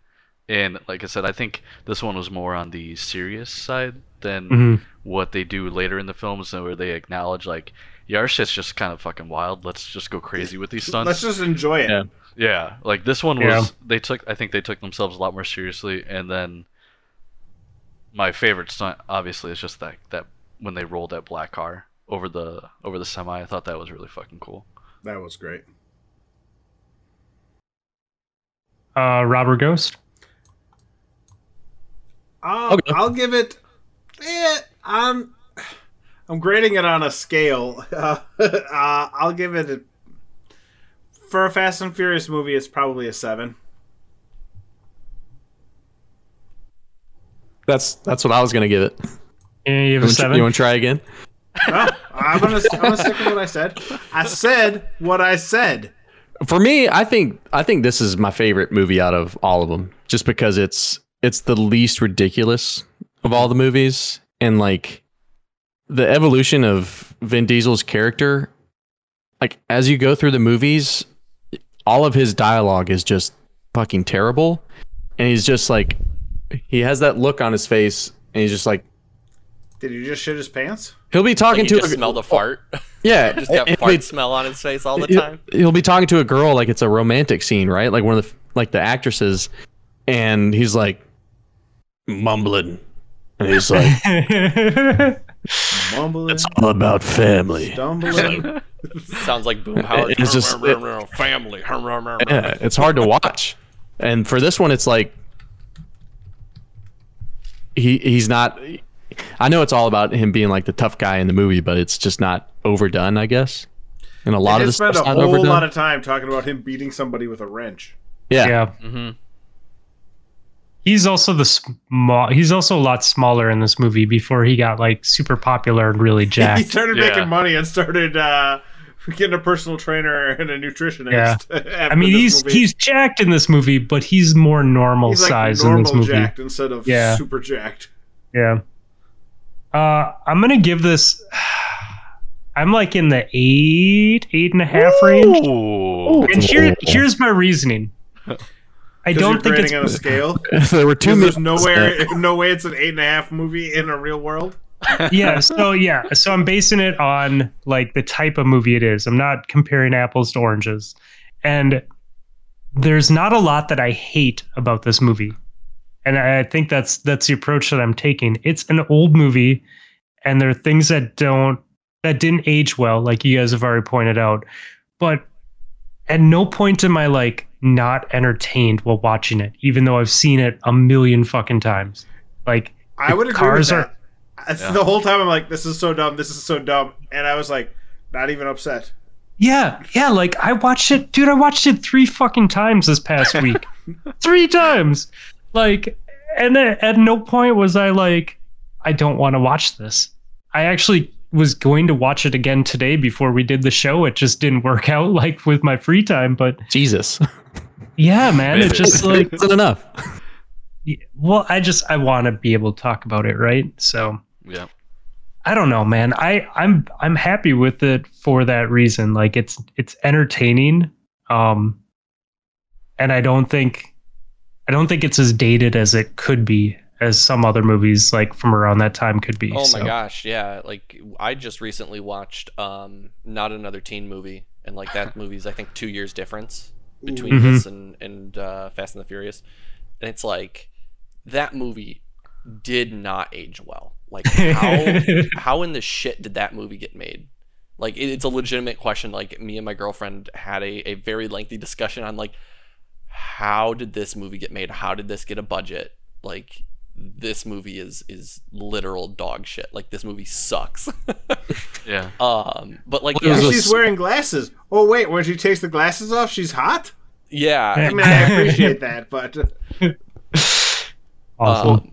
Speaker 2: And like I said, I think this one was more on the serious side than
Speaker 3: Mhm.
Speaker 2: what they do later in the films, where they acknowledge like, yeah, our shit's just kind of fucking wild. Let's just go crazy with these stunts.
Speaker 1: Let's just enjoy it.
Speaker 5: Yeah.
Speaker 2: Yeah, like this one was
Speaker 3: Yeah.
Speaker 2: they took I think they took themselves a lot more seriously and then my favorite stunt obviously is just that that when they rolled that black car over the over the semi I thought that was really fucking cool.
Speaker 1: That was great.
Speaker 3: Uh, Robert Ghost.
Speaker 1: Um,
Speaker 5: Okay.
Speaker 1: I'll give it. Eh, I'm. I'm grading it on a scale. Uh, uh, I'll give it. A, for a Fast and Furious movie, it's probably a seven.
Speaker 5: That's that's what I was gonna give it.
Speaker 3: Yeah, you have
Speaker 5: You
Speaker 3: a
Speaker 5: wanna-
Speaker 3: seven.
Speaker 5: You want to try again?
Speaker 1: No, I'm gonna, I'm gonna stick with what I said. I said what I said.
Speaker 5: For me, I think I think this is my favorite movie out of all of them, just because it's it's the least ridiculous of all the movies, and like the evolution of Vin Diesel's character, like as you go through the movies, all of his dialogue is just fucking terrible. And he's just like, he has that look on his face, and he's just like,
Speaker 1: Did you just shit his pants?
Speaker 5: he'll be talking
Speaker 4: He
Speaker 5: to
Speaker 4: just
Speaker 3: Oh.
Speaker 4: smelled a fart.
Speaker 5: yeah,
Speaker 4: just got
Speaker 5: and
Speaker 4: fart
Speaker 5: he'll be-
Speaker 4: smell on his face all the
Speaker 5: he'll-
Speaker 4: time.
Speaker 5: He'll be talking to a girl like it's a romantic scene, right? Like one of the like the actresses, and he's like mumbling, and he's like,
Speaker 1: Mumbling,
Speaker 5: all about family.
Speaker 1: stumbling.
Speaker 4: Sounds like Boom Howard.
Speaker 5: It's just-
Speaker 4: family.
Speaker 5: Yeah, it's hard to watch. And for this one, it's like he he's not. I know it's all about him being like the tough guy in the movie, but it's just not overdone, I guess. And a
Speaker 1: They
Speaker 5: lot of
Speaker 1: did
Speaker 5: this
Speaker 1: spend
Speaker 5: stuff's
Speaker 1: a
Speaker 5: not
Speaker 1: whole
Speaker 5: overdone.
Speaker 1: lot of time talking about him beating somebody with a wrench.
Speaker 5: yeah.
Speaker 3: yeah.
Speaker 2: Mm-hmm.
Speaker 3: He's also the small. He's also a lot smaller in this movie before he got like super popular and really
Speaker 1: he
Speaker 3: jacked.
Speaker 1: started
Speaker 2: Yeah.
Speaker 1: making money and started uh, getting a personal trainer and a nutritionist.
Speaker 3: I mean, he's he's jacked in this movie, but he's more normal
Speaker 1: he's like
Speaker 3: size
Speaker 1: normal
Speaker 3: in this movie.
Speaker 1: jacked instead of
Speaker 3: Yeah.
Speaker 1: super jacked.
Speaker 3: Yeah. Uh, I'm gonna give this. I'm like in the eight, eight and a half range.
Speaker 2: Ooh.
Speaker 3: And here, here's my reasoning. I
Speaker 1: 'Cause
Speaker 3: don't
Speaker 1: you're
Speaker 3: think
Speaker 1: grading
Speaker 3: it's
Speaker 1: on a scale.
Speaker 5: there were two.
Speaker 1: Because there's
Speaker 5: movies
Speaker 1: nowhere, no way it's an eight and a half movie in a real world.
Speaker 3: yeah. So yeah. So I'm basing it on like the type of movie it is. I'm not comparing apples to oranges. And there's not a lot that I hate about this movie. And I I think that's that's the approach that I'm taking. It's an old movie and there are things that don't that didn't age well, like you guys have already pointed out. But at no point am I like not entertained while watching it, even though I've seen it a million fucking times. Like
Speaker 1: I would agree
Speaker 3: cars
Speaker 1: with
Speaker 3: are-
Speaker 1: that. I- The whole time I'm like, this is so dumb, this is so dumb, and I was like, not even upset.
Speaker 3: Yeah, yeah, like I watched it, dude. I watched it three fucking times this past week. three times. Like, and at, at no point was I like, I don't want to watch this. I actually was going to watch it again today before we did the show. It just didn't work out, like with my free time. But
Speaker 5: Jesus,
Speaker 3: yeah, man, it just like,
Speaker 5: isn't enough.
Speaker 3: well, I just, I want to be able to talk about it, right? So,
Speaker 2: Yeah.
Speaker 3: I don't know, man. I I'm I'm happy with it for that reason. Like it's it's entertaining, um, and I don't think I don't think it's as dated as it could be as some other movies like from around that time could be.
Speaker 4: Oh
Speaker 3: So,
Speaker 4: my gosh, yeah. Like I just recently watched um not another teen movie and like that movie's I think 2 years difference between
Speaker 3: Mhm.
Speaker 4: this and and uh Fast and the Furious. And it's like that movie did not age well. Like how how in the shit did that movie get made? Like it, it's a legitimate question. Like me and my girlfriend had a, a very lengthy discussion on like how did this movie get made? How did this get a budget? Like this movie is is literal dog shit. Like this movie sucks.
Speaker 2: Yeah.
Speaker 4: um but like
Speaker 5: It
Speaker 1: And
Speaker 5: was
Speaker 4: yeah,
Speaker 5: a
Speaker 1: she's
Speaker 5: s-
Speaker 1: wearing glasses. Oh wait, when she takes the glasses off, she's hot.
Speaker 4: yeah. Um,
Speaker 1: I mean, I appreciate that, but uh,
Speaker 3: awful.
Speaker 4: um,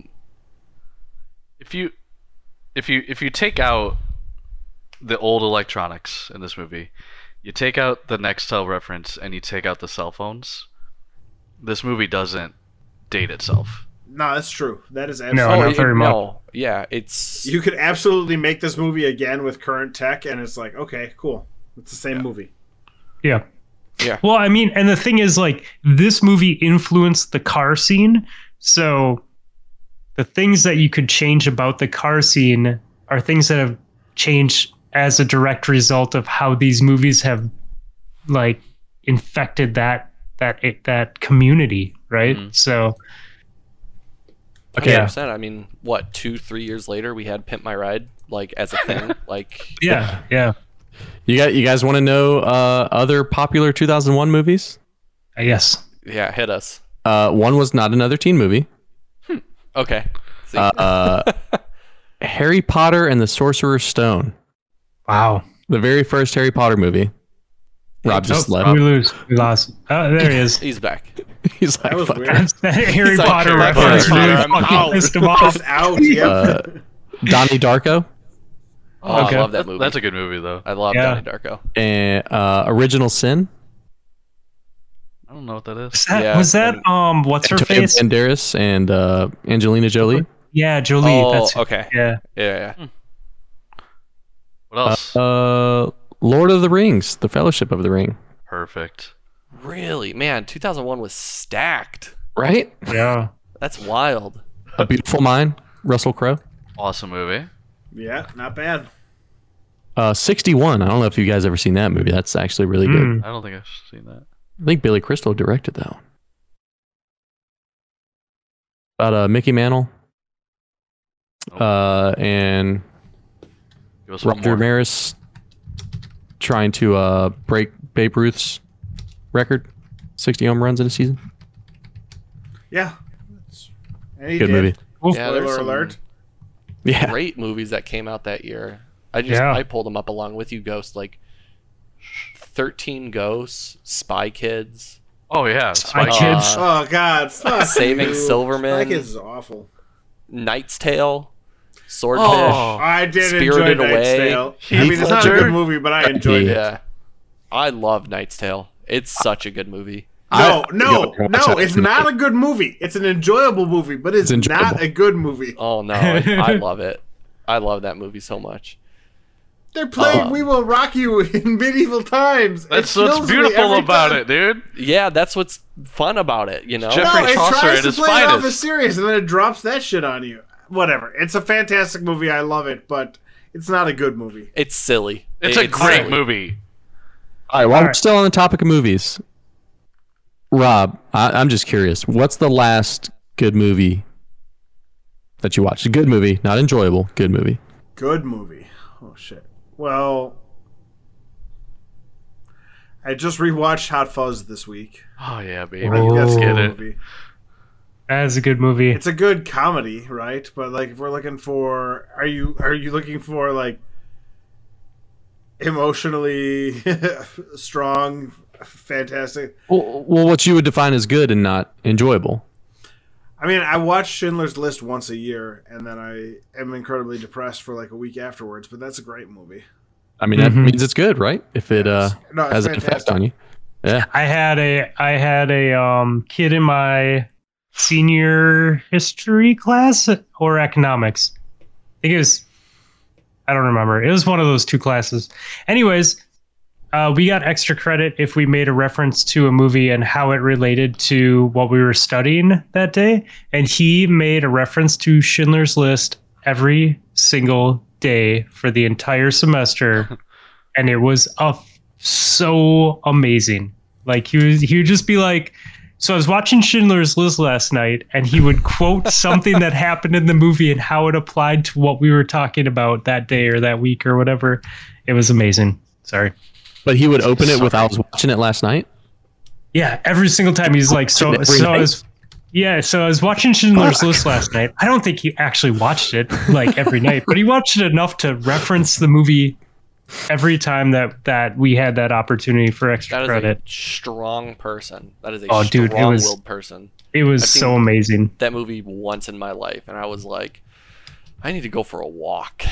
Speaker 2: If you, if you, if you take out the old electronics in this movie, you take out the Nextel reference and you take out the cell phones. This movie doesn't date itself.
Speaker 1: no, that's true. That is
Speaker 3: No,
Speaker 1: absolutely.
Speaker 3: not
Speaker 4: oh, it-
Speaker 3: very much.
Speaker 4: no, yeah, it's
Speaker 1: You could absolutely make this movie again with current tech, and it's like, okay, cool. It's the same movie.
Speaker 3: Yeah.
Speaker 4: Yeah.
Speaker 3: Well, I mean, and the thing is, like, this movie influenced the car scene. So the things that you could change about the car scene are things that have changed as a direct result of how these movies have, like, infected that that that community, right?
Speaker 2: Mhm.
Speaker 3: So
Speaker 5: Okay.
Speaker 3: Yeah.
Speaker 4: 100%. I mean, what, 2 3 years later we had Pimp My Ride like as a thing, like
Speaker 3: yeah, yeah,
Speaker 5: You got you guys want to know uh, other popular 2001 movies?
Speaker 3: yes.
Speaker 4: yeah, hit us.
Speaker 5: Uh, one was not another teen movie.
Speaker 4: Okay. See,
Speaker 5: Uh, Harry Potter and the Sorcerer's Stone,
Speaker 3: Wow.
Speaker 5: the very first Harry Potter movie. Rob just
Speaker 3: Oh,
Speaker 5: left.
Speaker 3: we lose. We lost. Oh, there he is.
Speaker 4: he's back.
Speaker 5: He's like,
Speaker 1: That was
Speaker 5: "Fuck
Speaker 1: weird.
Speaker 3: That Harry
Speaker 4: He's like,
Speaker 3: Potter
Speaker 4: "Harry
Speaker 3: reference
Speaker 2: Potter,
Speaker 3: really
Speaker 4: I'm out."
Speaker 3: fucking pissed him off.
Speaker 1: Just out. Yep.
Speaker 5: Uh, Donnie Darko
Speaker 4: Oh,
Speaker 3: Okay.
Speaker 4: I love that movie.
Speaker 2: That's a good movie though.
Speaker 4: I love
Speaker 3: Yeah.
Speaker 4: Donnie Darko.
Speaker 5: and uh, Original Sin.
Speaker 2: I don't know what that is.
Speaker 3: Was that,
Speaker 4: Yeah,
Speaker 3: was that
Speaker 4: and-
Speaker 3: um what's her
Speaker 5: Antonio
Speaker 3: face?
Speaker 5: Banderas and uh, Angelina Jolie.
Speaker 3: Yeah, Jolie.
Speaker 4: Oh,
Speaker 3: that's
Speaker 4: okay.
Speaker 3: yeah.
Speaker 4: Yeah,
Speaker 2: What else?
Speaker 5: Uh, Lord of the Rings, The Fellowship of the Ring.
Speaker 2: Perfect.
Speaker 4: yeah. really, man, 2001 was stacked.
Speaker 5: Right?
Speaker 3: Yeah.
Speaker 4: That's wild.
Speaker 5: A Beautiful Mind, Russell Crowe.
Speaker 2: Awesome movie.
Speaker 1: Yeah, not bad.
Speaker 5: Uh, 61. I don't know if you guys ever seen that movie. That's actually really good.
Speaker 3: Mm.
Speaker 2: I don't think I've seen that.
Speaker 5: I think Billy Crystal directed that one. About uh, Mickey Mantle uh, and
Speaker 2: It was one
Speaker 5: Roger
Speaker 2: more.
Speaker 5: Maris trying to uh, break Babe Ruth's record 60 home runs in a season.
Speaker 1: Yeah. It's- and he
Speaker 5: Good
Speaker 1: did.
Speaker 5: movie.
Speaker 3: Oof.
Speaker 4: Yeah, there's
Speaker 1: Spoiler
Speaker 4: some
Speaker 1: alert.
Speaker 5: Yeah.
Speaker 4: great movies that came out that year. I just
Speaker 3: Yeah.
Speaker 4: I pulled them up along with you, Ghost. Like Thirteen Ghosts, Spy Kids,
Speaker 2: Oh yeah,
Speaker 3: Spy
Speaker 2: Spy
Speaker 4: uh,
Speaker 2: Kids.
Speaker 3: Kids.
Speaker 1: Oh God! Fuck
Speaker 4: Saving
Speaker 1: you.
Speaker 4: Silverman.
Speaker 1: Spy Kids is awful.
Speaker 4: Knight's Tale, Swordfish.
Speaker 2: Oh,
Speaker 1: I did
Speaker 4: Spirited
Speaker 1: enjoy Night's
Speaker 4: Away.
Speaker 1: Tale. I mean, it's not a
Speaker 2: Heath
Speaker 1: good
Speaker 2: Ledger.
Speaker 1: movie, but I enjoyed it.
Speaker 4: Yeah, I love Knight's Tale. It's such a good movie.
Speaker 1: No,
Speaker 5: I-
Speaker 1: no,
Speaker 5: Yeah,
Speaker 1: no! It's not a good movie. It's an enjoyable movie, but it's,
Speaker 5: It's
Speaker 1: not
Speaker 5: enjoyable.
Speaker 1: a good movie.
Speaker 4: Oh no, I love it. I love that movie so much.
Speaker 1: They're playing
Speaker 4: Uh,
Speaker 1: "We Will Rock You" in medieval times. It
Speaker 2: That's
Speaker 1: kills
Speaker 2: what's
Speaker 1: me
Speaker 2: beautiful
Speaker 1: every
Speaker 2: about
Speaker 1: time.
Speaker 2: it, dude.
Speaker 4: Yeah, that's what's fun about it. You know,
Speaker 2: Jeff-
Speaker 1: No,
Speaker 2: Jeffrey
Speaker 1: it
Speaker 2: Chaucer
Speaker 1: tries
Speaker 2: at
Speaker 1: to
Speaker 2: his
Speaker 1: play it off
Speaker 2: finest.
Speaker 1: as serious, and then it drops that shit on you. Whatever. It's a fantastic movie. I love it, but it's not a good movie.
Speaker 4: it's silly.
Speaker 2: It's
Speaker 4: It-
Speaker 2: a great
Speaker 4: silly.
Speaker 2: movie.
Speaker 5: All right, while
Speaker 3: All
Speaker 5: we're
Speaker 3: right.
Speaker 5: still on the topic of movies, Rob, I, I'm just curious. What's the last good movie that you watched? A good movie, not enjoyable. Good movie.
Speaker 1: Good movie. Oh shit. Well, I just rewatched Hot Fuzz this week.
Speaker 2: Oh yeah, baby.
Speaker 3: Oh.
Speaker 2: Let's get
Speaker 1: Good
Speaker 2: it.
Speaker 1: movie.
Speaker 3: That is a good movie.
Speaker 1: It's a good comedy, right? But like, if we're looking for, are you are you looking for like emotionally strong, fantastic?
Speaker 5: Well, well, what you would define as good and not enjoyable.
Speaker 1: I mean, I watch Schindler's List once a year, and then I am incredibly depressed for like a week afterwards. But that's a great movie.
Speaker 5: I mean, that
Speaker 4: Mm-hmm.
Speaker 3: Mhm.
Speaker 5: means it's good, right? If it uh,
Speaker 1: No, it's
Speaker 5: has an effect
Speaker 1: fantastic.
Speaker 5: on you.
Speaker 3: I had a I had a um kid in my senior history class or economics. I think it was I don't remember. It was one of those two classes. Anyways, uh, we got extra credit if we made a reference to a movie and how it related to what we were studying that day. And he made a reference to Schindler's List every single day for the entire semester, and it was a f- so amazing. Like he was, he would just be like. So I was watching Schindler's List last night, and he would quote something that happened in the movie and how it applied to what we were talking about that day or that week or whatever. It was amazing. Sorry.
Speaker 5: But he would open it with,
Speaker 2: Sorry.
Speaker 5: I was watching it last night.
Speaker 3: Yeah, every single time he's like, so,
Speaker 5: Every
Speaker 3: so I
Speaker 5: night?
Speaker 3: was, yeah, so I was watching Schindler's
Speaker 5: Fuck.
Speaker 3: List last night. I don't think he actually watched it like every night, but he watched it enough to reference the movie every time that that we had that opportunity for extra
Speaker 4: That is
Speaker 3: credit.
Speaker 4: a strong person. That is a
Speaker 3: Oh, dude, it
Speaker 4: strong-willed
Speaker 3: was-
Speaker 4: person.
Speaker 3: It was
Speaker 4: I've seen-
Speaker 3: so amazing.
Speaker 4: that movie once in my life, and I was like, I need to go for a walk.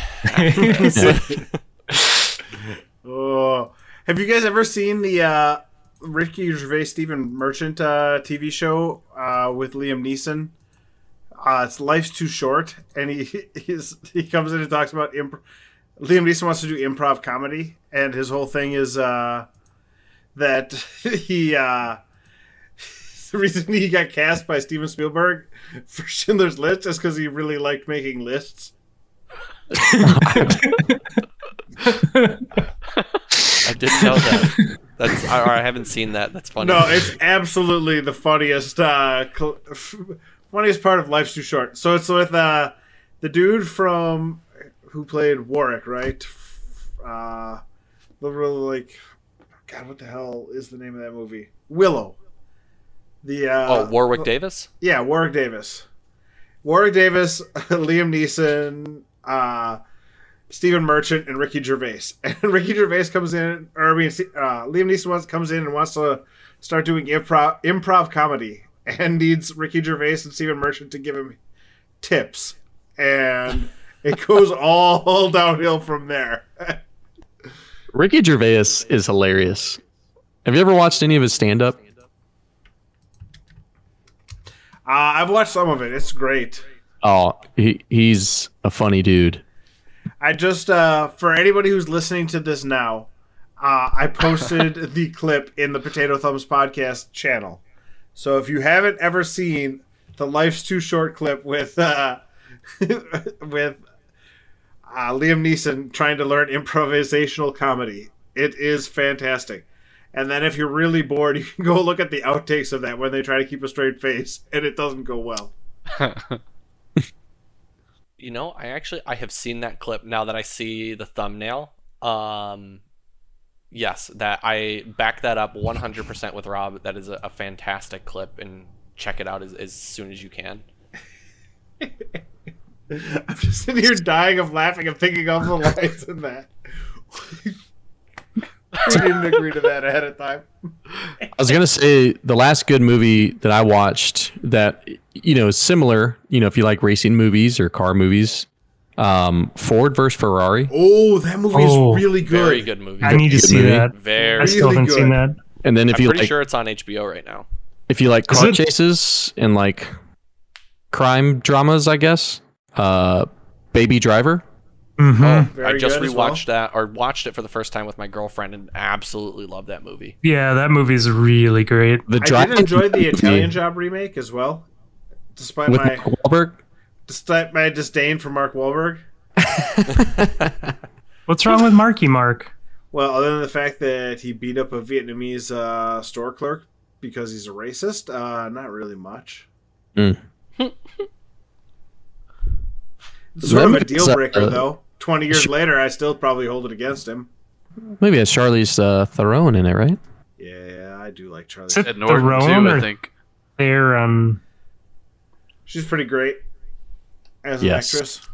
Speaker 1: Oh, have you guys ever seen the uh, Ricky Gervais, Stephen Merchant uh, TV show uh, with Liam Neeson? Uh, it's Life's Too Short, and he he's, he comes in and talks about imp- Liam Neeson wants to do improv comedy, and his whole thing is uh, that he. Uh, the reason he got cast by Steven Spielberg for Schindler's List is because he really liked making lists.
Speaker 4: I didn't know that. That's I, I haven't seen that. That's funny.
Speaker 1: No, it's absolutely the funniest, uh, cl- funniest part of Life's Too Short. So it's with uh, the dude from who played Warwick, right? Uh, the real like, God, what the hell is the name of that movie? Willow. The uh,
Speaker 4: oh, Warwick Davis.
Speaker 1: yeah, Warwick Davis. Warwick Davis, Liam Neeson, uh, Stephen Merchant, and Ricky Gervais. And Ricky Gervais comes in, or I mean, uh, Liam Neeson wants, comes in and wants to start doing improv improv comedy, and needs Ricky Gervais and Stephen Merchant to give him tips, and it goes all downhill from there. Uh,
Speaker 5: Ricky Gervais is hilarious. Have you ever watched any of his stand up?
Speaker 1: Uh, I've watched some of it; it's great.
Speaker 5: Oh, he, he's a funny dude.
Speaker 1: I just uh, for anybody who's listening to this now, Uh, I posted the clip in the Potato Thumbs podcast channel. So if you haven't ever seen the Life's Too Short clip with uh, with uh, Liam Neeson trying to learn improvisational comedy, it is fantastic. And then if you're really bored, you can go look at the outtakes of that when they try to keep a straight face and it doesn't go well.
Speaker 4: You know, I actually I have seen that clip now that I see the thumbnail. Um yes, that I back that up 100% with Rob. That is a, a fantastic clip and check it out as, as soon as you can.
Speaker 1: I'm just sitting here dying of laughing and thinking of the lines in that. we didn't agree to that ahead of time.
Speaker 5: I was gonna say the last good movie that I watched that you know is similar. You know, if you like racing movies or car movies, um, Ford versus Ferrari,
Speaker 1: Oh, that movie
Speaker 3: Oh.
Speaker 1: is really good.
Speaker 4: Very good movie.
Speaker 3: I need to
Speaker 5: Good
Speaker 3: see
Speaker 5: movie.
Speaker 3: that.
Speaker 4: Very
Speaker 3: I still
Speaker 1: Really
Speaker 3: haven't seen
Speaker 1: good.
Speaker 3: that.
Speaker 5: and then if
Speaker 4: I'm
Speaker 5: you
Speaker 4: pretty
Speaker 5: like
Speaker 4: sure it's on HBO right now.
Speaker 5: if you like
Speaker 3: Is
Speaker 5: car
Speaker 3: it-
Speaker 5: chases and like crime dramas, I guess, uh, Baby Driver.
Speaker 3: hmm
Speaker 2: Oh.
Speaker 1: Very
Speaker 4: Oh, I just
Speaker 1: good as
Speaker 4: rewatched
Speaker 1: well.
Speaker 4: that or watched it for the first time with my girlfriend and absolutely loved that movie.
Speaker 3: Yeah, that movie's really great.
Speaker 5: The
Speaker 1: I did
Speaker 5: driving
Speaker 1: enjoy the
Speaker 5: movie
Speaker 1: Italian Job remake as well, despite
Speaker 5: with
Speaker 1: my
Speaker 5: Mark Wahlberg.
Speaker 1: despite my disdain for Mark Wahlberg.
Speaker 3: What's wrong with Marky Mark?
Speaker 1: Well, other than the fact that he beat up a Vietnamese uh, store clerk because he's a racist, uh, not really much.
Speaker 5: Mm.
Speaker 1: It's sort of a
Speaker 5: Lemon is,
Speaker 1: deal
Speaker 5: uh,
Speaker 1: breaker, though. Twenty years later, I still probably hold it against him.
Speaker 5: Maybe it's Charlie's uh, Theron in it, right?
Speaker 1: Yeah, I do like Charlie.
Speaker 3: Is it
Speaker 2: Ed Norton
Speaker 3: Theron
Speaker 2: too, I
Speaker 3: or-
Speaker 2: think.
Speaker 3: There, um,
Speaker 1: She's pretty great as an
Speaker 5: Yes.
Speaker 1: actress.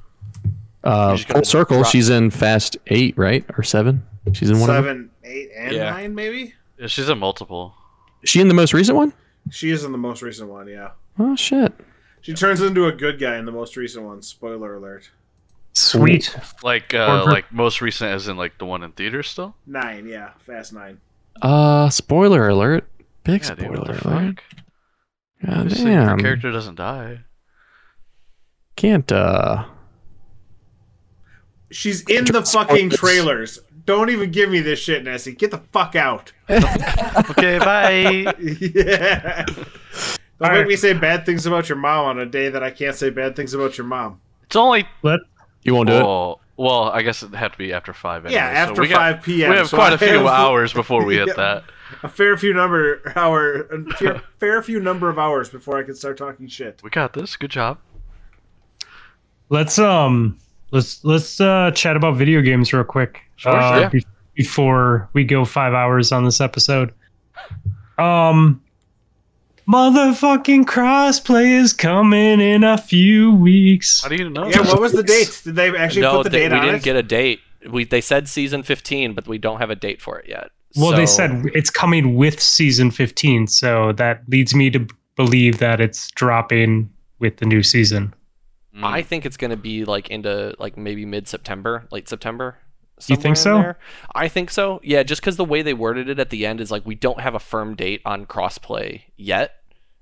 Speaker 5: Uh,
Speaker 4: just gotta
Speaker 5: full circle.
Speaker 4: drop-
Speaker 5: She's in Fast Eight, right, or Seven? She's in one. Of them.
Speaker 1: Seven, eight, and
Speaker 4: Yeah.
Speaker 1: nine, maybe.
Speaker 2: Yeah, she's in multiple.
Speaker 5: Is She in the most recent one?
Speaker 1: She is in the most recent one. Yeah,
Speaker 5: Oh shit!
Speaker 1: she turns into a good guy in the most recent one. Spoiler alert.
Speaker 3: sweet.
Speaker 2: Like uh,
Speaker 3: Or-
Speaker 2: like most recent as in like the one in theater still?
Speaker 1: Nine, yeah, fast nine.
Speaker 5: Uh, spoiler alert! Big
Speaker 2: Yeah, dude, what
Speaker 5: spoiler
Speaker 2: the
Speaker 5: alert!
Speaker 2: fuck?
Speaker 5: God
Speaker 2: Obviously, her
Speaker 5: damn!
Speaker 2: character doesn't die.
Speaker 5: Can't uh.
Speaker 1: She's in the fucking trailers. Don't even give me this shit, Nessie. Get the fuck out.
Speaker 2: Okay, bye.
Speaker 1: yeah. Don't make
Speaker 3: Alright.
Speaker 1: me say bad things about your mom on a day that I can't say bad things about your mom.
Speaker 2: It's only
Speaker 3: Let
Speaker 5: You won't do it.
Speaker 2: oh, well, I guess it'd have to be after five. Anyway,
Speaker 1: yeah,
Speaker 2: so
Speaker 1: after
Speaker 2: we got-
Speaker 1: 5 p.m.
Speaker 2: we have
Speaker 1: so
Speaker 2: quite
Speaker 1: I
Speaker 2: a few
Speaker 1: have
Speaker 2: hours before we hit
Speaker 1: Yeah.
Speaker 2: that.
Speaker 1: A fair few number hour, a fair, fair few number of hours before I can start talking shit.
Speaker 2: We got this. Good job.
Speaker 3: let's um let's let's uh chat about video games real quick.
Speaker 2: Sure,
Speaker 3: uh,
Speaker 2: sure.
Speaker 3: be- before we go five hours on this episode. Um motherfucking crossplay is coming in a few weeks.
Speaker 2: How do you know?
Speaker 1: Yeah,
Speaker 2: that?
Speaker 1: what was the date? Did they actually
Speaker 4: no,
Speaker 1: put the
Speaker 4: they-
Speaker 1: date
Speaker 4: we
Speaker 1: on
Speaker 4: didn't
Speaker 1: it?
Speaker 4: get a date. We they said season 15, but we don't have a date for it yet.
Speaker 3: Well, they
Speaker 4: So-
Speaker 3: said it's coming with season 15, so that leads me to believe that it's dropping with the new season.
Speaker 2: Mm.
Speaker 4: I think it's going to be like into like maybe mid September, late September.
Speaker 3: You think
Speaker 4: somewhere in
Speaker 3: so?
Speaker 4: there. I think so. Yeah, just because the way they worded it at the end is like we don't have a firm date on crossplay yet.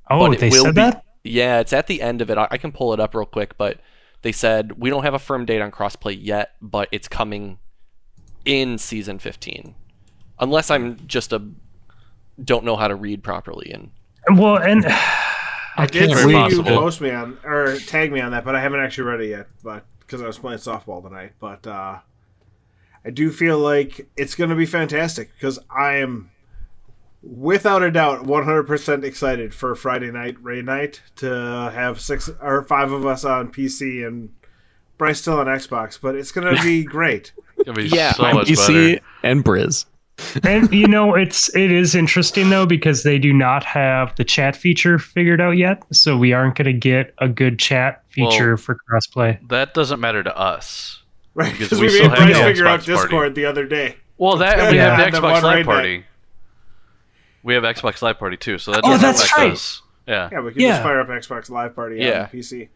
Speaker 3: Oh,
Speaker 4: But it
Speaker 3: they
Speaker 4: will
Speaker 3: said
Speaker 4: be-
Speaker 3: that?
Speaker 4: Yeah, it's at the end of it. I, I can pull it up real quick, but they said we don't have a firm date on crossplay yet, but it's coming in season 15. Unless I'm just a don't know how to read properly and
Speaker 3: Well, and
Speaker 1: I did
Speaker 5: can't
Speaker 1: see
Speaker 2: read.
Speaker 1: you
Speaker 2: Possible.
Speaker 1: post me on or tag me on that, but I haven't actually read it yet. But because I was playing softball tonight, but uh, I do feel like it's going to be fantastic because I am, without a doubt, one hundred percent excited for Friday night Ray night to have six or five of us on PC and Bryce still on Xbox. But it's going to be great.
Speaker 2: It's gonna be
Speaker 4: Yeah,
Speaker 2: so
Speaker 4: I'm
Speaker 2: much
Speaker 5: PC
Speaker 2: better.
Speaker 5: and Briz.
Speaker 3: and you know it's it is interesting though because they do not have the chat feature figured out yet so we aren't going to get a good chat feature
Speaker 2: Well-
Speaker 3: for crossplay
Speaker 2: That doesn't matter to us.
Speaker 1: Right,
Speaker 2: Because
Speaker 1: because
Speaker 2: we
Speaker 1: we,
Speaker 2: still
Speaker 1: made
Speaker 2: have
Speaker 1: Bryce
Speaker 2: the
Speaker 1: figure
Speaker 2: Xbox
Speaker 1: out
Speaker 2: party.
Speaker 1: Discord the other day.
Speaker 2: Well, that and we
Speaker 3: Yeah,
Speaker 2: have
Speaker 1: and
Speaker 2: the
Speaker 1: the
Speaker 2: Xbox
Speaker 1: one
Speaker 2: Live
Speaker 1: right
Speaker 2: Party. We have Xbox Live Party too, so that
Speaker 3: Oh,
Speaker 2: doesn't
Speaker 3: that's
Speaker 2: affect
Speaker 3: right.
Speaker 2: us. Yeah.
Speaker 1: Yeah, we can just
Speaker 3: Yeah.
Speaker 1: fire up Xbox Live Party
Speaker 4: Yeah.
Speaker 1: on PC.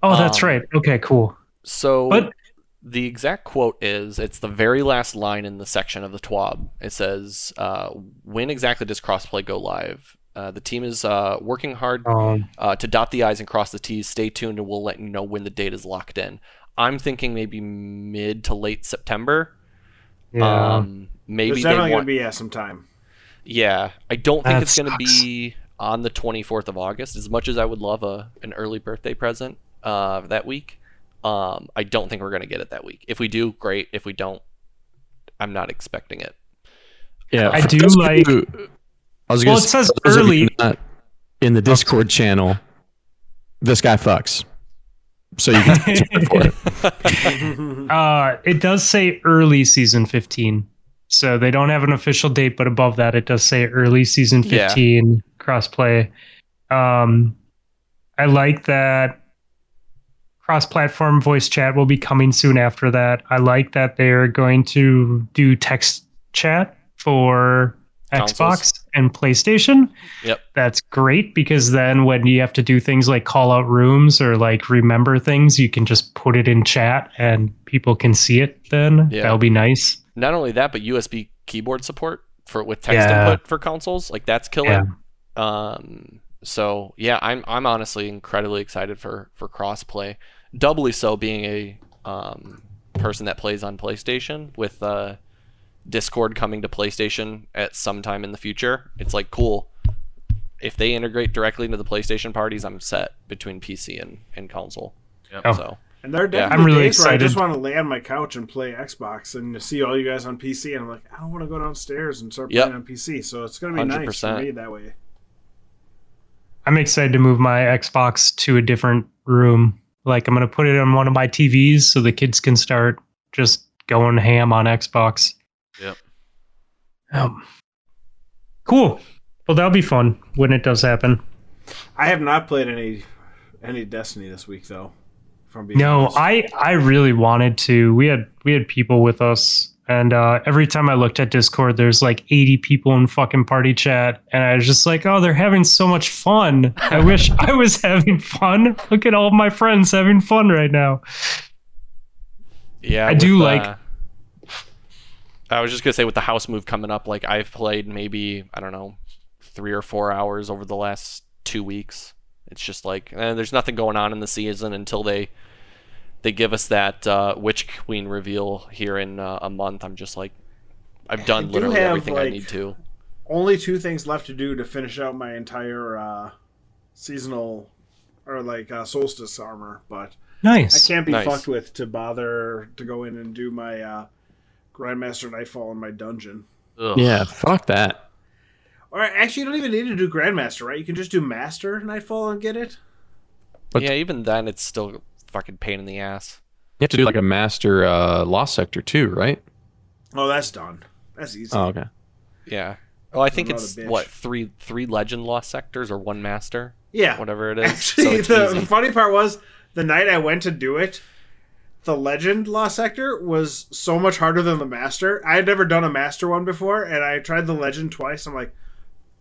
Speaker 3: oh that's
Speaker 4: Um,
Speaker 3: right okay cool
Speaker 4: So
Speaker 3: But-
Speaker 4: the exact quote is it's the very last line in the section of the TWAB. It says, uh, "When exactly does crossplay go live? Uh, the team is uh, working hard
Speaker 3: um,
Speaker 4: uh, to dot the i's and cross the t's. Stay tuned, and we'll let you know when the date is locked in." I'm thinking maybe mid to late September.
Speaker 3: yeah
Speaker 4: Um, Maybe
Speaker 1: There's
Speaker 4: they
Speaker 1: definitely
Speaker 4: want.
Speaker 1: going to be yeah, some time.
Speaker 4: yeah, I don't think
Speaker 3: That
Speaker 4: it's going to
Speaker 3: sucks.
Speaker 4: be on the 24th of August. As much as I would love a an early birthday present uh, that week, um, I don't think we're going to get it that week. If we do, great. If we don't, I'm not expecting it.
Speaker 5: Yeah,
Speaker 3: I
Speaker 5: for
Speaker 3: do
Speaker 5: those of
Speaker 3: like-
Speaker 5: you- I was
Speaker 3: Well,
Speaker 5: gonna
Speaker 3: it says
Speaker 5: for those of you
Speaker 3: early.
Speaker 5: not in
Speaker 1: Oh.
Speaker 5: the Discord channel. This guy fucks, so you can take his word for it.
Speaker 3: Uh, it does say early season 15. So they don't have an official date, but above that, it does say early season
Speaker 4: Yeah.
Speaker 3: 15 crossplay. Um, I like that cross platform voice chat will be coming soon after that. I like that they're going to do text chat for
Speaker 4: Consoles.
Speaker 3: Xbox and PlayStation.
Speaker 4: Yep.
Speaker 3: That's great because then when you have to do things like call out rooms or like remember things, you can just put it in chat and people can see it then.
Speaker 4: Yeah.
Speaker 3: That'll be nice.
Speaker 4: Not only that, but USB keyboard support for with text
Speaker 3: Yeah.
Speaker 4: input for consoles. Like that's killer. Um, so yeah, I'm I'm honestly incredibly excited for for crossplay. Doubly so, being a um, person that plays on PlayStation with uh, Discord coming to PlayStation at some time in the future. It's like cool. If they integrate directly into the PlayStation parties, I'm set between PC and, and console.
Speaker 2: Yep.
Speaker 3: Oh.
Speaker 4: So
Speaker 1: And there are
Speaker 4: Yeah.
Speaker 1: definitely
Speaker 3: I'm really
Speaker 1: days where I just
Speaker 3: excited.
Speaker 1: want to lay on my couch and play Xbox and to see all you guys on PC. And I'm like, I don't want to go downstairs and start
Speaker 4: Yep.
Speaker 1: playing on PC. So it's going to be nice for
Speaker 4: 100%.
Speaker 1: me that way.
Speaker 3: I'm excited to move my Xbox to a different room. Like I'm going to put it on one of my TVs so the kids can start just going ham on Xbox.
Speaker 2: Yep.
Speaker 3: Um, cool. Well, that'll be fun when it does happen.
Speaker 1: I have not played any any Destiny this week though. From being
Speaker 3: No,
Speaker 1: honest.
Speaker 3: I I really wanted to. We had we had people with us, and uh, every time I looked at Discord, there's like 80 people in fucking party chat, and I was just like, oh, they're having so much fun. I wish I was having fun. Look at all my friends having fun right now.
Speaker 4: Yeah,
Speaker 3: I do like-
Speaker 4: I was just gonna say with the house move coming up, like I've played maybe I don't know three or four hours over the last two weeks. It's just like eh, there's nothing going on in the season until they they give us that uh, Witch Queen reveal here in uh, a month. I'm just like I've
Speaker 1: I
Speaker 4: done
Speaker 1: do
Speaker 4: literally
Speaker 1: have,
Speaker 4: everything I
Speaker 1: like-
Speaker 4: need to.
Speaker 1: only two things left to do to finish out my entire uh, seasonal or like uh, solstice armor, but I
Speaker 3: Nice.
Speaker 1: can't be
Speaker 4: Nice.
Speaker 1: fucked with to bother to go in and do my uh, Grandmaster Nightfall in my dungeon.
Speaker 2: Ugh.
Speaker 5: Yeah, fuck that.
Speaker 1: Or actually, you don't even need to do Grandmaster, right? You can just do Master Nightfall and get it.
Speaker 5: But-
Speaker 4: yeah, even then it's still a fucking pain in the ass.
Speaker 5: You have to do like a master uh, lost sector too, right?
Speaker 1: Oh, that's done. That's easy.
Speaker 5: Oh, okay.
Speaker 4: Yeah. Well, I think
Speaker 1: not a
Speaker 4: it's
Speaker 1: bitch.
Speaker 4: what three three legend lost sectors or one master,
Speaker 1: yeah.
Speaker 4: whatever it is. so
Speaker 1: Actually,
Speaker 4: it's
Speaker 1: the
Speaker 4: easy.
Speaker 1: funny part was the night I went to do it, the legend Lost Sector was so much harder than the master. I had never done a master one before, and I tried the legend twice. I'm like,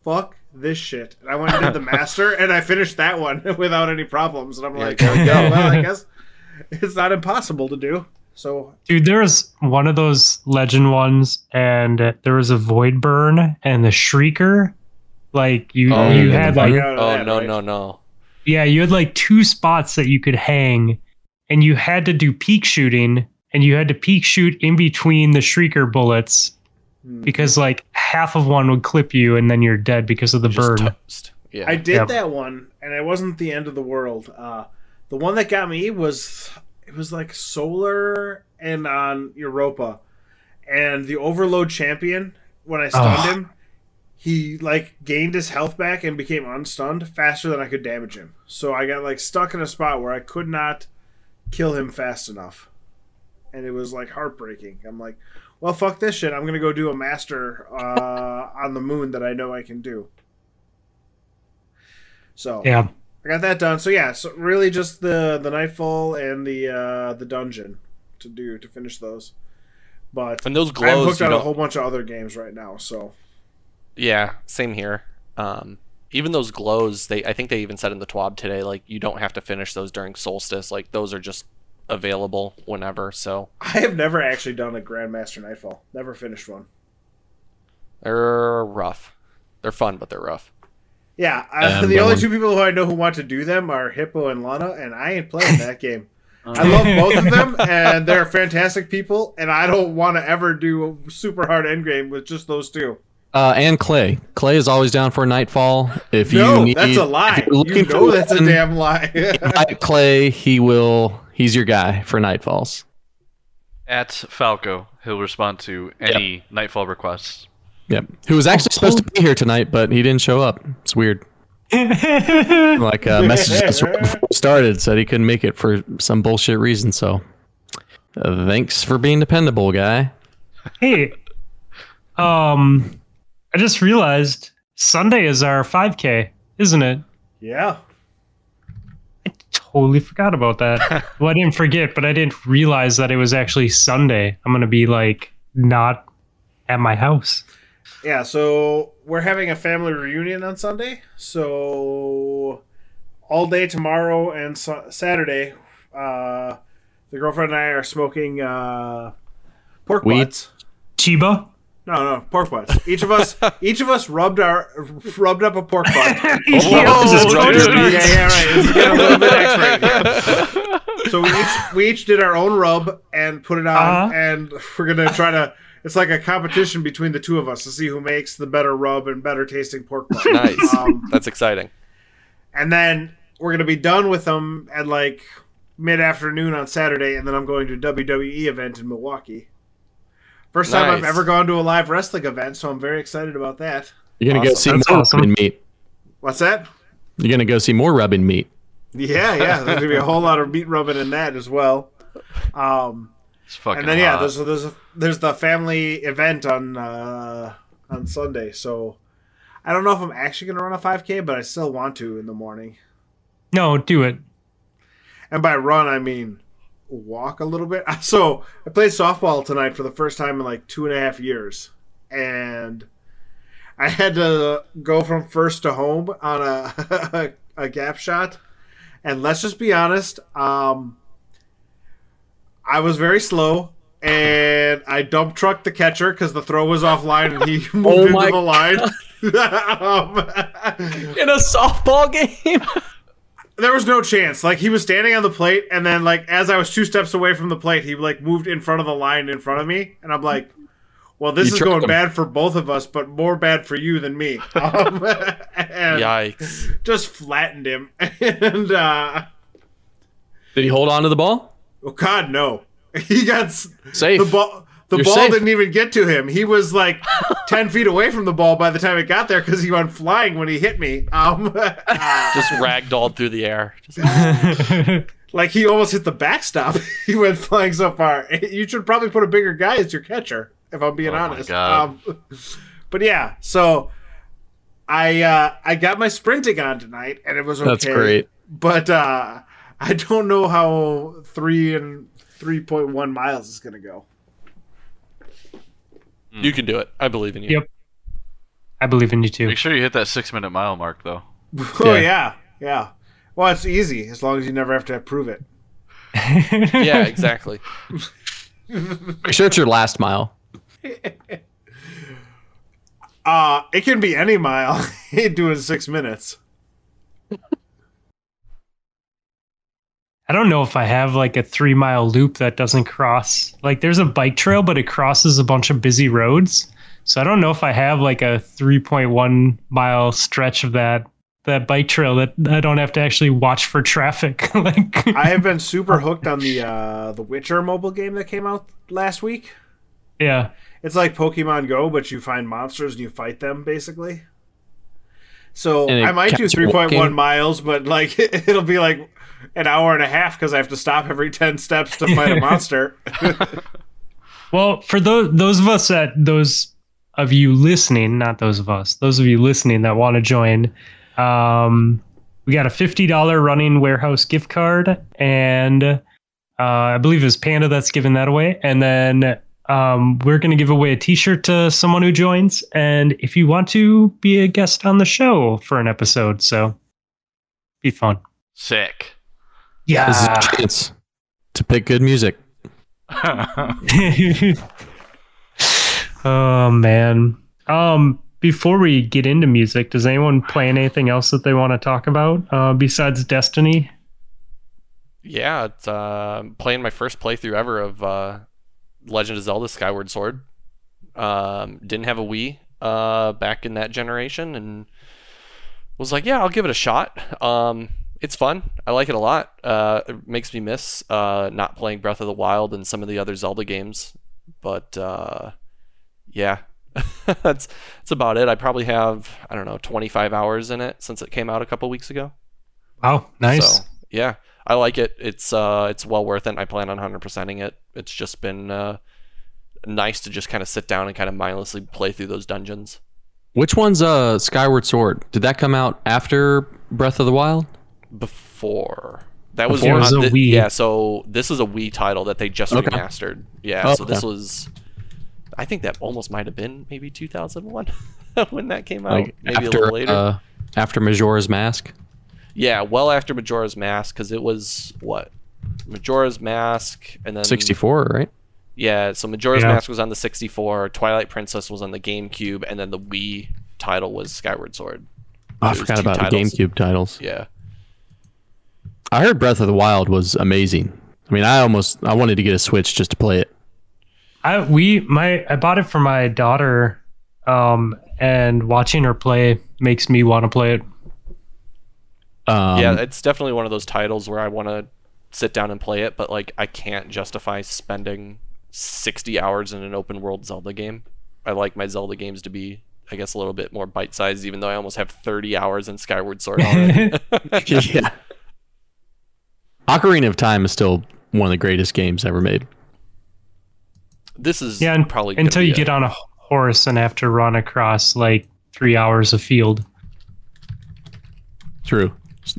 Speaker 1: fuck this shit. And I went and did the master, and I finished that one without any problems. And I'm
Speaker 4: Yeah,
Speaker 1: like,
Speaker 4: there
Speaker 1: oh,
Speaker 4: we go.
Speaker 1: well, I guess it's not impossible to do. So
Speaker 3: Dude, there was one of those legend ones, and there was a void burn and the shrieker. Like you,
Speaker 4: Oh,
Speaker 3: you
Speaker 5: yeah,
Speaker 3: had
Speaker 5: the
Speaker 3: like
Speaker 1: fuck out of
Speaker 4: Oh
Speaker 1: that,
Speaker 4: no
Speaker 1: right?
Speaker 4: no no.
Speaker 3: Yeah, you had like two spots that you could hang, and you had to do peak shooting, and you had to peak shoot in between the shrieker bullets
Speaker 1: Hmm.
Speaker 3: because like half of one would clip you, and then you're dead because of the
Speaker 4: Just
Speaker 3: burn.
Speaker 4: toast. Yeah.
Speaker 1: I did
Speaker 3: Yep.
Speaker 1: that one, and it wasn't the end of the world. Uh, the one that got me was it was like solar and on Europa, and the Overload champion. When I stunned
Speaker 3: Ugh.
Speaker 1: him, he like gained his health back and became unstunned faster than I could damage him. So I got like stuck in a spot where I could not kill him fast enough, and it was like heartbreaking. I'm like, well, fuck this shit. I'm gonna go do a master uh, on the moon that I know I can do. So
Speaker 3: yeah,
Speaker 1: I got that done. So yeah, so really just the the nightfall and the uh the dungeon to do to finish those. But
Speaker 4: And those
Speaker 1: I'm
Speaker 4: glows,
Speaker 1: hooked
Speaker 4: you
Speaker 1: on a
Speaker 4: don't-
Speaker 1: whole bunch of other games right now. So
Speaker 4: yeah, same here. Um, even those glows, they I think they even said in the TWAB today, like you don't have to finish those during solstice. Like those are just available whenever. So
Speaker 1: I have never actually done a Grandmaster Nightfall. Never finished one.
Speaker 4: they're rough. They're fun, but they're rough.
Speaker 1: Yeah, uh,
Speaker 5: Um,
Speaker 1: the
Speaker 5: that
Speaker 1: only
Speaker 5: one-
Speaker 1: two people who I know who want to do them are Hippo and Lana, and I ain't playing that game. I love both of them, and they're fantastic people. And I don't want to ever do a super hard end game with just those two.
Speaker 5: Uh, and Clay. Clay is always down for Nightfall. If
Speaker 1: No,
Speaker 5: you need,
Speaker 1: that's a lie.
Speaker 5: if you're
Speaker 1: You know
Speaker 5: for
Speaker 1: that's a
Speaker 5: one,
Speaker 1: damn lie.
Speaker 5: invite Clay, he will. He's your guy for Nightfalls.
Speaker 2: At Falco, he'll respond to any Nightfall requests.
Speaker 5: Yep. Who was actually supposed to be here tonight, but he didn't show up. It's weird. Like uh, messaged us right before we started, said he couldn't make it for some bullshit reason. So, uh, thanks for being dependable, guy.
Speaker 3: hey, um, I just realized Sunday is our 5K, isn't it?
Speaker 1: yeah.
Speaker 3: I totally forgot about that. well, I didn't forget, but I didn't realize that it was actually Sunday. I'm gonna be like not at my house.
Speaker 1: Yeah, so we're having a family reunion on Sunday. So all day tomorrow and su- Saturday, uh, the girlfriend and I are smoking uh, pork
Speaker 5: Weed?
Speaker 1: butts.
Speaker 3: Chiba.
Speaker 1: No, no, pork butts. Each of us, each of us rubbed our rubbed up a pork butt. Oh, yeah, yeah, right. Let's get a little bit X-rated. So we each we each did our own rub and put it on,
Speaker 3: Uh-huh.
Speaker 1: and we're gonna try to. It's like a competition between the two of us to see who makes the better rub and better tasting pork butt.
Speaker 4: Nice.
Speaker 1: Um,
Speaker 4: That's exciting.
Speaker 1: and then we're gonna be done with them at like mid afternoon on Saturday, and then I'm going to a WWE event in Milwaukee. First time I've
Speaker 4: Nice.
Speaker 1: ever gone to a live wrestling event, so I'm very excited about that.
Speaker 5: You're gonna
Speaker 4: Awesome.
Speaker 5: go see
Speaker 3: That's
Speaker 5: more
Speaker 3: awesome.
Speaker 5: rubbing meat.
Speaker 1: What's that?
Speaker 5: You're gonna go see more rubbing meat.
Speaker 1: Yeah, yeah. There's gonna be a whole lot of meat rubbing in that as well. Um,
Speaker 2: It's fucking
Speaker 1: and then yeah,
Speaker 2: hot.
Speaker 1: there's there's there's the family event on uh, on Sunday, so I don't know if I'm actually gonna run a 5K, but I still want to in the morning.
Speaker 3: No, do it.
Speaker 1: And by run, I mean walk a little bit. So I played softball tonight for the first time in like two and a half years. And I had to go from first to home on a, a gap shot. And let's just be honest, um, I was very slow. And I dump trucked the catcher because the throw was offline and he moved into
Speaker 5: Oh my
Speaker 1: the line. um,
Speaker 5: In a softball game.
Speaker 1: there was no chance. Like he was standing on the plate, and then like as I was two steps away from the plate, he like moved in front of the line in front of me, and I'm like, "Well, this
Speaker 5: You
Speaker 1: is
Speaker 5: tricked
Speaker 1: going
Speaker 5: him.
Speaker 1: bad for both of us, but more bad for you than me." Um, and
Speaker 4: Yikes.
Speaker 1: just flattened him, and uh,
Speaker 5: Did he hold on to the ball?
Speaker 1: oh god, no, he got s-
Speaker 5: Safe.
Speaker 1: the ball. The
Speaker 5: You're
Speaker 1: ball
Speaker 5: safe.
Speaker 1: didn't even get to him. He was like ten feet away from the ball by the time it got there because he went flying when he hit me. Um,
Speaker 4: Just ragdolled through the air. Just-
Speaker 1: Like he almost hit the backstop. he went flying so far. You should probably put a bigger guy as your catcher, if I'm being
Speaker 2: Oh my
Speaker 1: honest.
Speaker 2: God.
Speaker 1: Um, but yeah, so I uh, I got my sprinting on tonight, and it was okay.
Speaker 5: That's great.
Speaker 1: But uh, I don't know how three and three point one miles is gonna go.
Speaker 4: you can do it. I believe in you.
Speaker 3: Yep. I believe in you too.
Speaker 2: Make sure you hit that six minute mile mark, though.
Speaker 1: Oh
Speaker 5: Yeah.
Speaker 1: yeah, yeah. Well, it's easy as long as you never have to prove it.
Speaker 4: Yeah, exactly.
Speaker 5: Make sure it's your last mile.
Speaker 1: Uh, it can be any mile. doing six minutes.
Speaker 3: I don't know if I have like a three mile loop that doesn't cross. Like there's a bike trail, but it crosses a bunch of busy roads. So I don't know if I have like a 3.1 mile stretch of that that bike trail that I don't have to actually watch for traffic. like
Speaker 1: I have been super hooked on the uh, the Witcher mobile game that came out last week.
Speaker 3: yeah.
Speaker 1: It's like Pokemon Go, but you find monsters and you fight them basically. So
Speaker 5: And it
Speaker 1: I might do
Speaker 5: counts
Speaker 1: three point one
Speaker 5: walking?
Speaker 1: miles, but like it'll be like an hour and a half because I have to stop every ten steps to fight a monster.
Speaker 3: Well, for those those of us that those of you listening, not those of us, those of you listening that want to join, um, we got a fifty dollar running warehouse gift card, and uh, I believe it was Panda that's giving that away, and then. Um, we're going to give away a t-shirt to someone who joins and if you want to be a guest on the show for an episode so be fun
Speaker 2: Sick.
Speaker 3: yeah
Speaker 5: This is
Speaker 4: Ah.
Speaker 5: a chance to pick good music.
Speaker 3: oh man. Um, before we get into music, does anyone play anything else that they want to talk about uh, besides Destiny?
Speaker 4: yeah, it's, uh, I'm playing my first playthrough ever of uh, Legend of Zelda: Skyward Sword. Um, didn't have a Wii uh, back in that generation, and was like, yeah, I'll give it a shot. Um, it's fun. I like it a lot. Uh, it makes me miss uh, not playing Breath of the Wild and some of the other Zelda games, but uh, yeah, that's that's about it. I probably have I don't know 25 hours in it since it came out a couple weeks ago.
Speaker 3: Wow, nice.
Speaker 4: So, yeah, I like it. It's uh, it's well worth it. And I plan on 100%ing it. It's just been uh, nice to just kind of sit down and kind of mindlessly play through those dungeons.
Speaker 5: Which one's uh Skyward Sword? Did that come out after Breath of the Wild?
Speaker 4: Before that was,
Speaker 3: Before it was
Speaker 4: on
Speaker 3: a
Speaker 4: thi-
Speaker 3: Wii.
Speaker 4: yeah. So this is a Wii title that they just
Speaker 5: Okay.
Speaker 4: remastered. Yeah.
Speaker 5: Oh,
Speaker 4: so this
Speaker 5: okay.
Speaker 4: was, I think that almost might have been maybe 2001 when that
Speaker 3: Oh,
Speaker 4: came out.
Speaker 5: Like
Speaker 4: maybe
Speaker 5: after
Speaker 4: a little later.
Speaker 5: Uh, after Majora's Mask?
Speaker 4: yeah, well after Majora's Mask because it was what Majora's Mask and then
Speaker 5: 64, right?
Speaker 4: Yeah, so Majora's
Speaker 3: Yeah.
Speaker 4: Mask was on the 64, Twilight Princess was on the GameCube, and then the Wii title was Skyward Sword.
Speaker 5: Oh, I
Speaker 4: There's
Speaker 5: forgot
Speaker 4: two
Speaker 5: about
Speaker 4: titles.
Speaker 5: the GameCube titles.
Speaker 4: Yeah.
Speaker 5: I heard Breath of the Wild was amazing. I mean, I almost I wanted to get a Switch just to play it.
Speaker 3: I we my I bought it for my daughter, um, and watching her play makes me want to play it.
Speaker 5: Um,
Speaker 4: yeah, it's definitely one of those titles where I want to sit down and play it, but like I can't justify spending 60 hours in an open world Zelda game. I like my Zelda games to be I guess a little bit more bite-sized even though I almost have 30 hours in Skyward Sword already.
Speaker 5: yeah. Ocarina of Time is still one of the greatest games ever made.
Speaker 4: this is
Speaker 3: Yeah, and,
Speaker 4: probably
Speaker 3: until you get on a horse and have to run across like three hours of field.
Speaker 5: True.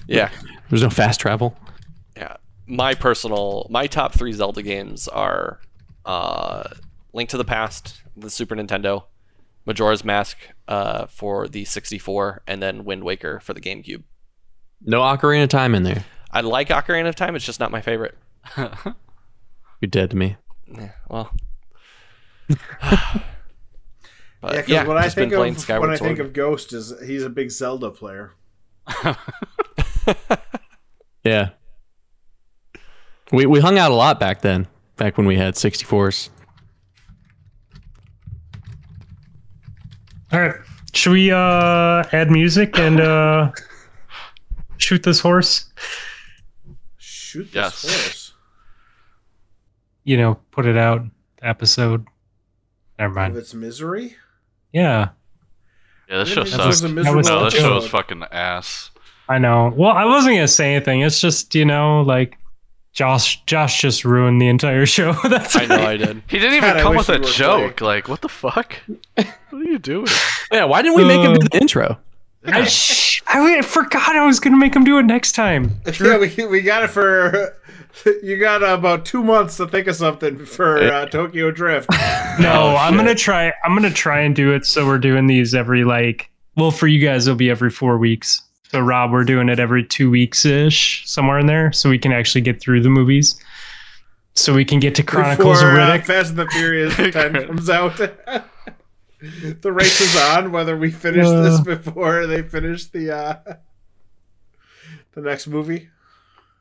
Speaker 4: Yeah.
Speaker 5: There's no fast travel.
Speaker 4: yeah my personal my top three zelda games are uh link to the past the super nintendo majora's mask uh for the 64 and then wind waker for the gamecube
Speaker 5: No Ocarina of Time in there.
Speaker 4: i like ocarina of time it's just not my favorite
Speaker 5: You're dead to me.
Speaker 4: yeah well
Speaker 1: Yeah,
Speaker 4: But,
Speaker 1: 'cause
Speaker 4: Uh, yeah,
Speaker 1: what I
Speaker 4: just been
Speaker 1: think
Speaker 4: playing
Speaker 1: of
Speaker 4: Skyward
Speaker 1: when I
Speaker 4: Sword.
Speaker 1: think of Ghost is he's a big Zelda player.
Speaker 5: Yeah. We we hung out a lot back then. Back when we had 64s.
Speaker 3: All right, should we uh add music and uh shoot this horse?
Speaker 1: Shoot this
Speaker 2: Yes.
Speaker 1: horse.
Speaker 3: You know, put it out episode. Never
Speaker 1: Of
Speaker 3: mind.
Speaker 1: its misery.
Speaker 3: Yeah,
Speaker 2: Yeah, this show
Speaker 1: Maybe this
Speaker 2: sucks.
Speaker 1: is a
Speaker 3: That was
Speaker 1: miserable
Speaker 2: No, this
Speaker 3: Yeah.
Speaker 2: show is
Speaker 1: episode.
Speaker 2: fucking ass.
Speaker 3: I know. Well, I wasn't gonna say anything. It's just you know like. Josh, Josh just ruined the entire show. That's
Speaker 4: i know i did
Speaker 2: He didn't even
Speaker 1: God, I
Speaker 2: come
Speaker 1: wish
Speaker 2: with a
Speaker 1: we were
Speaker 2: joke. Like, what the fuck? What are you doing?
Speaker 5: Yeah, why didn't we make him do the intro?
Speaker 3: I, sh- I forgot I was gonna make him do it next time.
Speaker 1: Yeah, we, we got it for. You got about two months to think of something for uh, Tokyo Drift.
Speaker 3: No,
Speaker 2: Oh,
Speaker 3: I'm
Speaker 2: shit.
Speaker 3: gonna try. I'm gonna try and do it. So we're doing these every like. Well, for you guys, it'll be every four weeks. So Rob, we're doing it every two weeks ish, somewhere in there, so we can actually get through the movies. So we can get to Chronicles
Speaker 1: before,
Speaker 3: of
Speaker 1: uh,
Speaker 3: Riddick.
Speaker 1: Fast and the Furious 10 comes out. the race is on whether we finish
Speaker 3: Uh.
Speaker 1: this before they finish the uh, the next movie.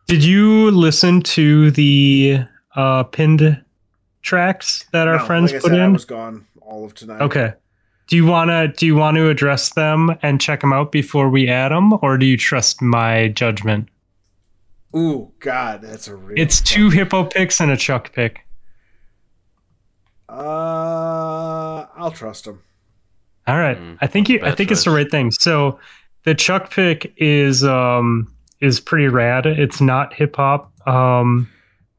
Speaker 3: Did you listen to the uh, pinned tracks that our
Speaker 1: No,
Speaker 3: friends
Speaker 1: like
Speaker 3: put
Speaker 1: I said,
Speaker 3: in?
Speaker 1: I was gone all of tonight.
Speaker 3: Okay. Do you wanna do you want to address them and check them out before we add them, or do you trust my judgment?
Speaker 1: Ooh, God, that's a real.
Speaker 3: It's two hippo picks and a chuck pick.
Speaker 1: Uh, I'll trust him.
Speaker 3: All right.
Speaker 2: Mm,
Speaker 3: I think you I
Speaker 2: bad
Speaker 3: think it's the
Speaker 2: choice.
Speaker 3: right thing. So the Chuck pick is um is pretty rad. It's not hip hop. Um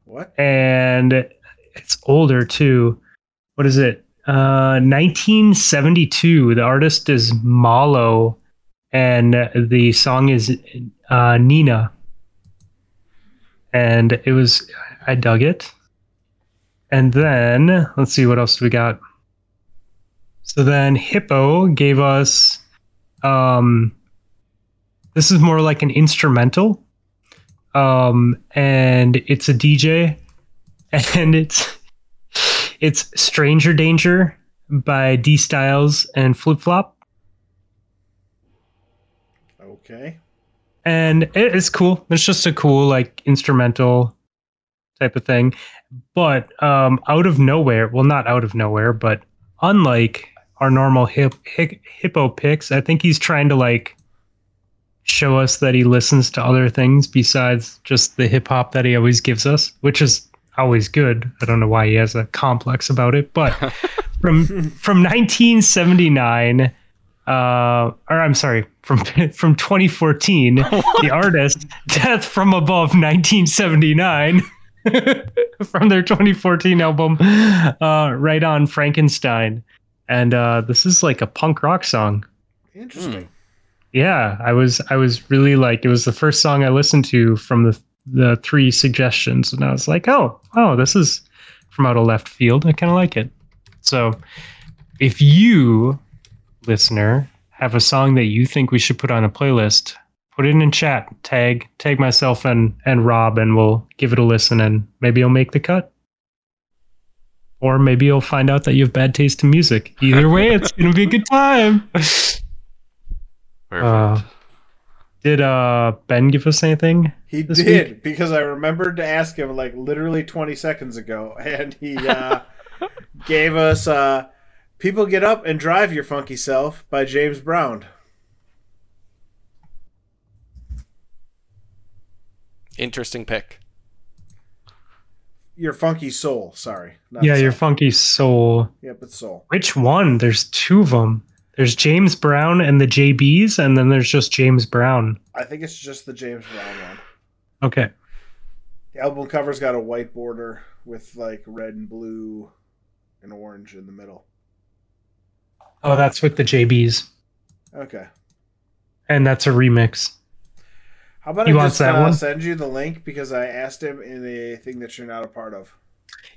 Speaker 1: What?
Speaker 3: and it's older too. What is it? Uh 1972. The artist is Malo and the song is uh Nina. And it was I dug it. And then let's see what else we got. So then Hippo gave us um this is more like an instrumental. Um and it's a DJ and it's it's Stranger Danger by D Styles and Flip Flop.
Speaker 1: Okay.
Speaker 3: and it, it's cool. It's just a cool like instrumental type of thing. But um, out of nowhere, well, not out of nowhere, but unlike our normal hip, hip, hippo picks, I think he's trying to like show us that he listens to other things besides just the hip hop that he always gives us, which is always good. I don't know why he has a complex about it, but from from 1979 uh or I'm sorry, from from 2014, the artist Death from Above 1979 from their 2014 album uh right on Frankenstein. And uh this is like a punk rock song.
Speaker 1: Interesting.
Speaker 3: Yeah, I was I was really like it was the first song I listened to from the the three suggestions, and I was like, oh oh, this is from out of left field. I kind of like it. So, if you listener have a song that you think we should put on a playlist, put it in chat. Tag tag myself and and Rob, and we'll give it a listen, and maybe it'll make the cut. Or maybe you'll find out that you have bad taste in music. Either way, it's gonna be a good time. Uh, did uh Ben give us anything?
Speaker 1: He
Speaker 3: This
Speaker 1: did because I remembered to ask him like literally 20 seconds ago, and he uh, gave us uh, "People Get Up and Drive Your Funky Self" by James Brown.
Speaker 4: Interesting pick.
Speaker 1: Your funky soul, sorry. Not
Speaker 3: Yeah,
Speaker 1: soul.
Speaker 3: your funky soul.
Speaker 1: yeah, but soul.
Speaker 3: Which one? There's two of them. There's James Brown and the JBs, and then there's just James Brown.
Speaker 1: I think it's just the James Brown one.
Speaker 3: Okay.
Speaker 1: The album cover's got a white border with like red and blue and orange in the middle.
Speaker 3: Oh, that's with the JBs,
Speaker 1: Okay.
Speaker 3: and that's a remix.
Speaker 1: How about
Speaker 3: He
Speaker 1: I
Speaker 3: wants
Speaker 1: just
Speaker 3: that
Speaker 1: uh,
Speaker 3: one?
Speaker 1: send you the link because I asked him in a thing that you're not a part of.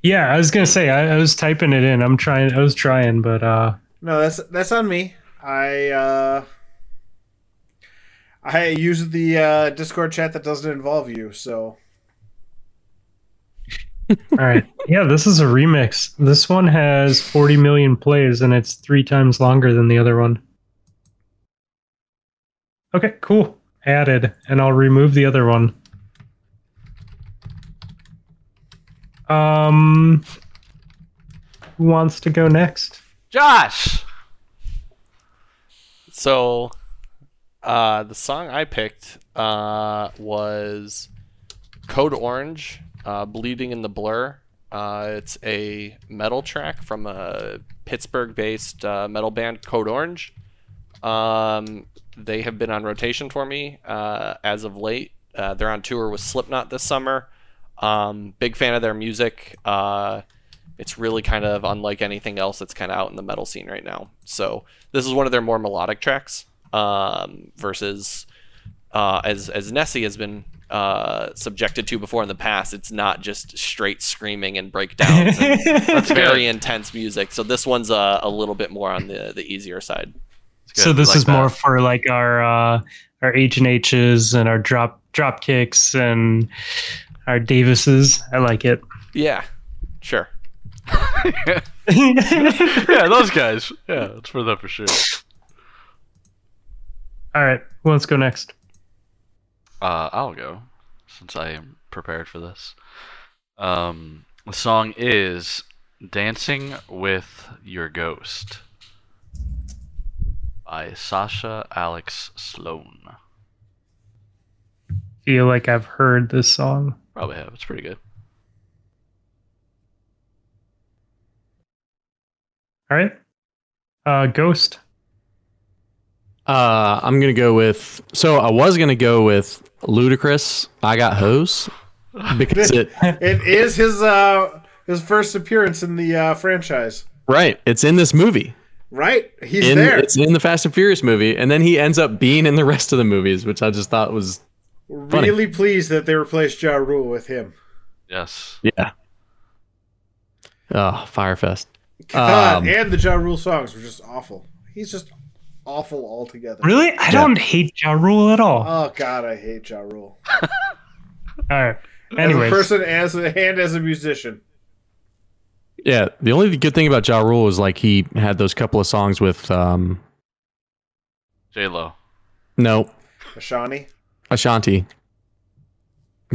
Speaker 3: Yeah, I was gonna say I, I was typing it in. I'm trying. I was trying, but uh,
Speaker 1: No, that's that's on me. I uh I use the uh, Discord chat that doesn't involve you, so
Speaker 3: all right. yeah, this is a remix. This one has 40 million plays, and it's three times longer than the other one. Okay, cool. Added, and I'll remove the other one. Um, who wants to go next?
Speaker 2: Josh.
Speaker 4: So, uh, the song I picked uh, was Code Orange, uh, "Bleeding in the Blur." Uh, it's a metal track from a Pittsburgh-based uh, metal band, Code Orange. Um, they have been on rotation for me uh, as of late. Uh, they're on tour with Slipknot this summer. Um, big fan of their music. Uh, it's really kind of unlike anything else that's kind of out in the metal scene right now. So this is one of their more melodic tracks um, versus uh, as as Nessie has been uh, subjected to before in the past. It's not just straight screaming and breakdowns. And
Speaker 3: so
Speaker 4: it's very intense music. So this one's uh, a, a little bit more on the the easier side.
Speaker 2: It's good.
Speaker 3: this
Speaker 2: I like
Speaker 3: is
Speaker 2: that.
Speaker 3: more for like our uh, our H and H's and our drop drop kicks and our Davises. I like it.
Speaker 4: Yeah, sure.
Speaker 2: yeah, those guys. Yeah, it's for them for sure.
Speaker 3: All right, who wants to go next?
Speaker 2: Uh, I'll go since I am prepared for this. Um, the song is "Dancing with Your Ghost" by Sasha Alex Sloan.
Speaker 3: Feel like I've heard this song.
Speaker 2: Probably have. It's pretty good.
Speaker 3: All right, uh, Ghost.
Speaker 5: Uh, I'm gonna go with. So I was gonna go with Ludacris. I got hose because it
Speaker 1: it is his uh his first appearance in the uh, franchise.
Speaker 5: right. It's in this movie.
Speaker 1: Right? He's
Speaker 5: In,
Speaker 1: there.
Speaker 5: It's in the Fast and Furious movie, and then he ends up being in the rest of the movies, which I just thought was funny.
Speaker 1: Really pleased that they replaced Ja Rule with him.
Speaker 2: Yes.
Speaker 5: yeah. Oh, Firefest.
Speaker 1: God,
Speaker 5: Um,
Speaker 1: and the Ja Rule songs were just awful. He's just awful altogether.
Speaker 3: Really, I don't hate Ja Rule at all.
Speaker 1: Oh God, I hate Ja Rule.
Speaker 3: all right.
Speaker 1: As a
Speaker 3: Anyways,
Speaker 1: person, as a, and as a musician.
Speaker 5: Yeah, the only good thing about Ja Rule is like he had those couple of songs with um
Speaker 2: J Lo.
Speaker 5: no
Speaker 1: Ashani.
Speaker 5: Ashanti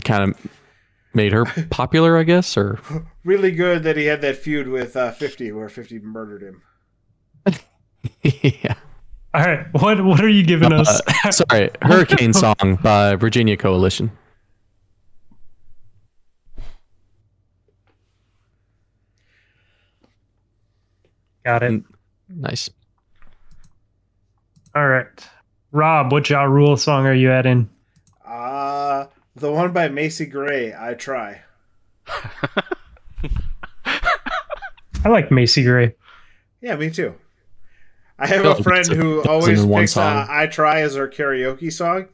Speaker 5: kind of made her popular, I guess, or
Speaker 1: Really good that he had that feud with uh, 50, where 50 murdered him.
Speaker 5: yeah.
Speaker 3: All right, what what are you giving us?
Speaker 5: Uh, sorry, Hurricane Song by Virginia Coalition.
Speaker 3: Got
Speaker 1: Mm.
Speaker 3: it.
Speaker 5: Nice.
Speaker 3: All right, Rob, what Ja Rule song are you adding?
Speaker 1: Uh, the one by Macy Gray, I Try.
Speaker 3: I like Macy Gray.
Speaker 1: Yeah, me too. I have
Speaker 5: feel
Speaker 1: a
Speaker 5: like
Speaker 1: friend
Speaker 5: it's a
Speaker 1: who
Speaker 5: dozen
Speaker 1: always
Speaker 5: in one
Speaker 1: picks uh,
Speaker 5: song.
Speaker 1: I Try as her karaoke song,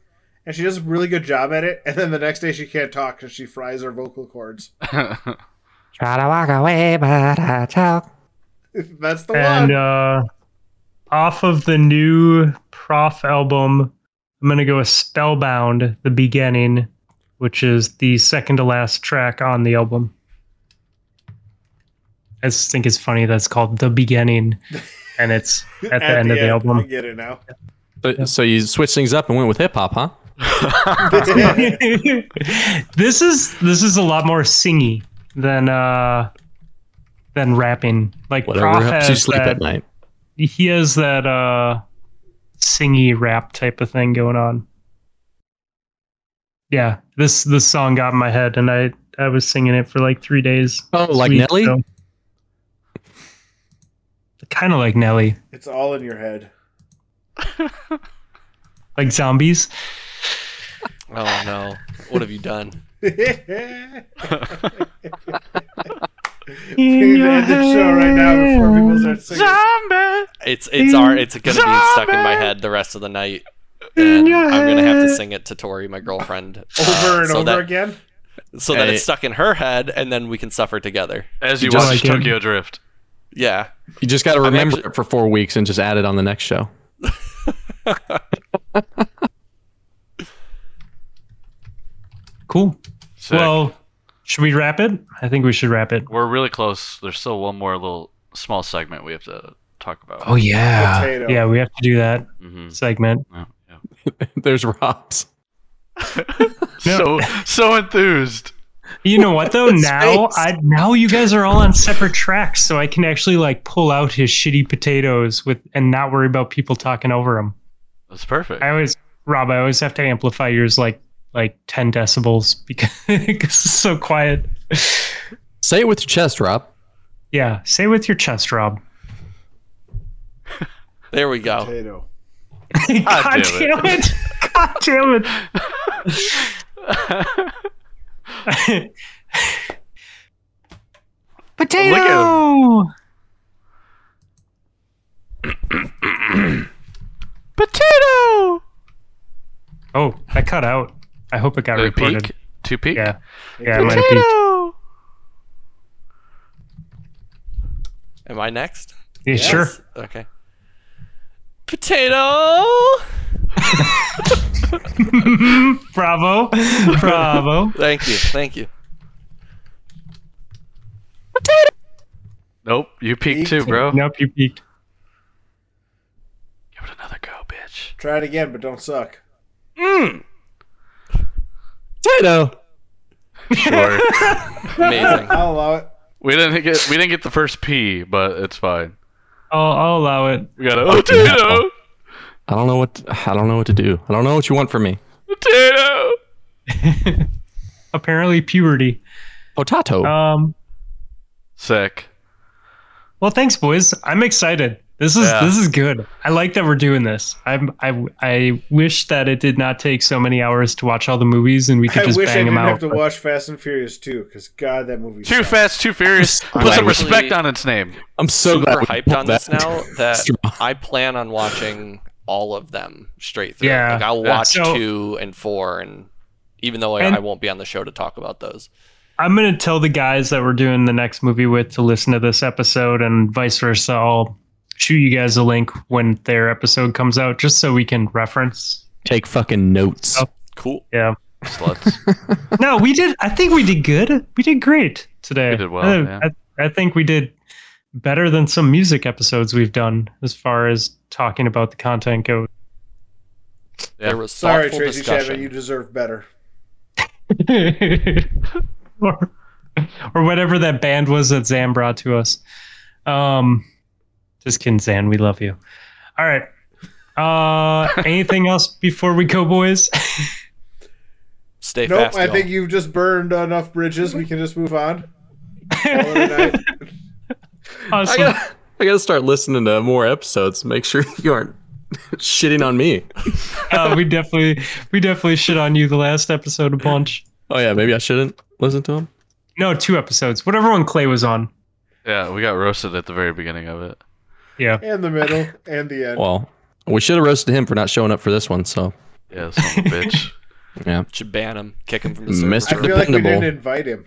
Speaker 1: and she does a really good job at it, and then the next day she can't talk because she fries her vocal cords.
Speaker 5: Try to walk away, but I talk.
Speaker 1: That's the
Speaker 3: And
Speaker 1: one.
Speaker 3: uh, off of the new Prof album, I'm going to go with Spellbound, The Beginning, which is the second to last track on the album. I just think it's funny that's called The Beginning and it's at the end of the
Speaker 1: I
Speaker 3: album.
Speaker 1: get it now.
Speaker 5: So, so you switched things up and went with hip hop, huh?
Speaker 3: this is this is a lot more singy than uh than rapping. Like
Speaker 5: Whatever
Speaker 3: Prof
Speaker 5: helps
Speaker 3: has
Speaker 5: you sleep
Speaker 3: that,
Speaker 5: at night.
Speaker 3: he has that uh singy rap type of thing going on. Yeah, this this song got in my head and I I was singing it for like 3 days.
Speaker 5: Oh, like
Speaker 3: Sweet,
Speaker 5: Nelly?
Speaker 3: so- Kind of like Nelly,
Speaker 1: It's all in your head.
Speaker 3: like zombies.
Speaker 4: Oh no. What have you done?
Speaker 1: we
Speaker 3: In
Speaker 1: need to end the show right now before people start singing.
Speaker 2: Zombie.
Speaker 4: It's it's our it's gonna be stuck in my head the rest of the night. And I'm gonna have to sing it to Tori, my girlfriend.
Speaker 1: Over and
Speaker 4: so
Speaker 1: over
Speaker 4: that,
Speaker 1: again.
Speaker 4: So that
Speaker 5: Hey.
Speaker 4: it's stuck in her head and then we can suffer together.
Speaker 2: As you
Speaker 3: Just
Speaker 2: watch
Speaker 3: like him.
Speaker 2: Tokyo Drift.
Speaker 4: Yeah.
Speaker 5: You just got to remember
Speaker 4: actually-
Speaker 5: it for four weeks and just add it on the next show.
Speaker 3: Cool.
Speaker 2: Sick.
Speaker 3: Well, should we wrap it? I think we should wrap it.
Speaker 2: we're really close. There's still one more little small segment we have to talk about.
Speaker 3: Oh, yeah.
Speaker 1: Potato.
Speaker 3: Yeah, we have to do that
Speaker 2: hmm
Speaker 3: segment.
Speaker 5: There's Rob's.
Speaker 2: So so enthused.
Speaker 3: You know what though? now
Speaker 5: Space.
Speaker 3: I now you guys are all on separate tracks, so I can actually like pull out his shitty potatoes with and not worry about people talking over him.
Speaker 2: That's perfect.
Speaker 3: I always Rob, I always have to amplify yours like like ten decibels because it's so quiet.
Speaker 5: Say it with your chest, Rob.
Speaker 3: Yeah, say with your chest, Rob.
Speaker 4: There we go.
Speaker 1: Potato.
Speaker 3: God,
Speaker 2: damn
Speaker 3: damn it! God damn it! Potato.
Speaker 2: Potato.
Speaker 3: Oh, I cut out. I hope it got
Speaker 2: Two
Speaker 3: recorded.
Speaker 2: peak. Two peak.
Speaker 3: Yeah, yeah, it might have peaked.
Speaker 2: Potato.
Speaker 4: Am I next?
Speaker 3: Yeah, sure.
Speaker 4: Okay. Potato
Speaker 3: Bravo, bravo.
Speaker 4: Thank you, thank you.
Speaker 2: Nope. You peak
Speaker 1: Peak.
Speaker 2: too, bro.
Speaker 3: Nope, you peaked.
Speaker 2: Give it another go, bitch.
Speaker 1: Try it again, but don't suck.
Speaker 5: Potato.
Speaker 2: Sure.
Speaker 4: Amazing.
Speaker 1: I'll allow it.
Speaker 2: we didn't get we didn't get the first P, but it's fine.
Speaker 3: I'll, I'll allow it.
Speaker 2: We got a potato.
Speaker 5: I don't know what I don't know what to do. I don't know what you want from me.
Speaker 2: Potato.
Speaker 3: Apparently, puberty.
Speaker 5: Potato.
Speaker 3: Um.
Speaker 2: Sick.
Speaker 3: Well, thanks, boys. I'm excited. This is
Speaker 2: Yeah.
Speaker 3: this is good. I like that we're doing this. I'm I I wish that it did not take so many hours to watch all the movies and we could
Speaker 1: I
Speaker 3: just
Speaker 1: wish I
Speaker 3: bang
Speaker 1: didn't
Speaker 3: them
Speaker 1: have
Speaker 3: out.
Speaker 1: to watch Fast and Furious 2, because God, that movie.
Speaker 2: Too
Speaker 1: sucked.
Speaker 2: fast, too furious. Put some
Speaker 4: actually-
Speaker 2: respect on its name.
Speaker 5: I'm so
Speaker 4: super
Speaker 5: glad we
Speaker 4: hyped
Speaker 5: pulled
Speaker 4: on this
Speaker 5: that.
Speaker 4: now that
Speaker 5: Strong.
Speaker 4: I plan on watching all of them straight through.
Speaker 3: Yeah.
Speaker 4: Like I'll
Speaker 2: Yeah.
Speaker 4: watch
Speaker 3: So-
Speaker 4: two and four and even though I,
Speaker 3: And-
Speaker 4: I won't be on the show to talk about those.
Speaker 3: I'm gonna tell the guys that we're doing the next movie with to listen to this episode and vice versa. I'll shoot you guys a link when their episode comes out just so we can reference.
Speaker 5: Take fucking notes.
Speaker 3: Oh.
Speaker 4: Cool.
Speaker 3: Yeah.
Speaker 2: Sluts.
Speaker 3: No, we did I think we did good. We did great today.
Speaker 2: We did well,
Speaker 3: I,
Speaker 2: yeah.
Speaker 3: I, I think we did better than some music episodes we've done as far as talking about the content goes.
Speaker 4: There was
Speaker 1: Sorry,
Speaker 4: thoughtful
Speaker 1: Tracy
Speaker 4: discussion.
Speaker 1: Chapman, you deserve better.
Speaker 3: or, or whatever that band was that Zan brought to us. Um, just kidding, Zan. We love you. All right. Uh, anything else before we go, boys?
Speaker 4: Stay
Speaker 1: nope,
Speaker 4: fast.
Speaker 1: I
Speaker 4: y'all.
Speaker 1: think you've just burned enough bridges. We can just move on. Call it a night.
Speaker 5: I
Speaker 3: Awesome.
Speaker 5: gotta, I gotta start listening to more episodes. Make sure you aren't shitting on me.
Speaker 3: Uh, we definitely, we definitely shit on you the last episode a bunch.
Speaker 5: Oh yeah, maybe I shouldn't listen to him.
Speaker 3: No, two episodes. Whatever one Clay was on.
Speaker 2: Yeah, we got roasted at the very beginning of it.
Speaker 3: Yeah.
Speaker 1: and the middle and the end.
Speaker 5: Well, we should have roasted him for not showing up for this one. So
Speaker 2: Yeah, son of a bitch.
Speaker 4: Should ban him, kick him from the
Speaker 5: Missed
Speaker 1: I
Speaker 4: server.
Speaker 5: it.
Speaker 1: feel like we
Speaker 5: dependable.
Speaker 1: didn't invite him.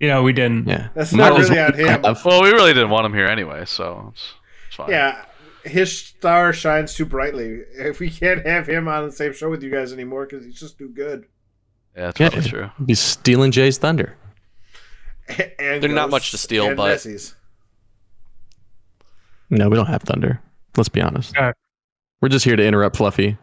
Speaker 3: You know, we didn't.
Speaker 5: yeah,
Speaker 1: That's not
Speaker 5: Might as
Speaker 1: really
Speaker 5: well
Speaker 1: on him.
Speaker 5: have.
Speaker 2: Well, we really didn't want him here anyway, so it's, it's fine.
Speaker 1: Yeah, his star shines too brightly. If we can't have him on the same show with you guys anymore, because he's just too good.
Speaker 2: yeah, that's
Speaker 5: Yeah.
Speaker 2: probably true.
Speaker 5: He's stealing Jay's thunder.
Speaker 1: And
Speaker 4: They're
Speaker 1: ghosts
Speaker 4: not much to steal,
Speaker 1: and
Speaker 4: but-
Speaker 1: Bessie's.
Speaker 5: No, we don't have thunder. Let's be honest.
Speaker 3: All right.
Speaker 5: We're just here to interrupt Fluffy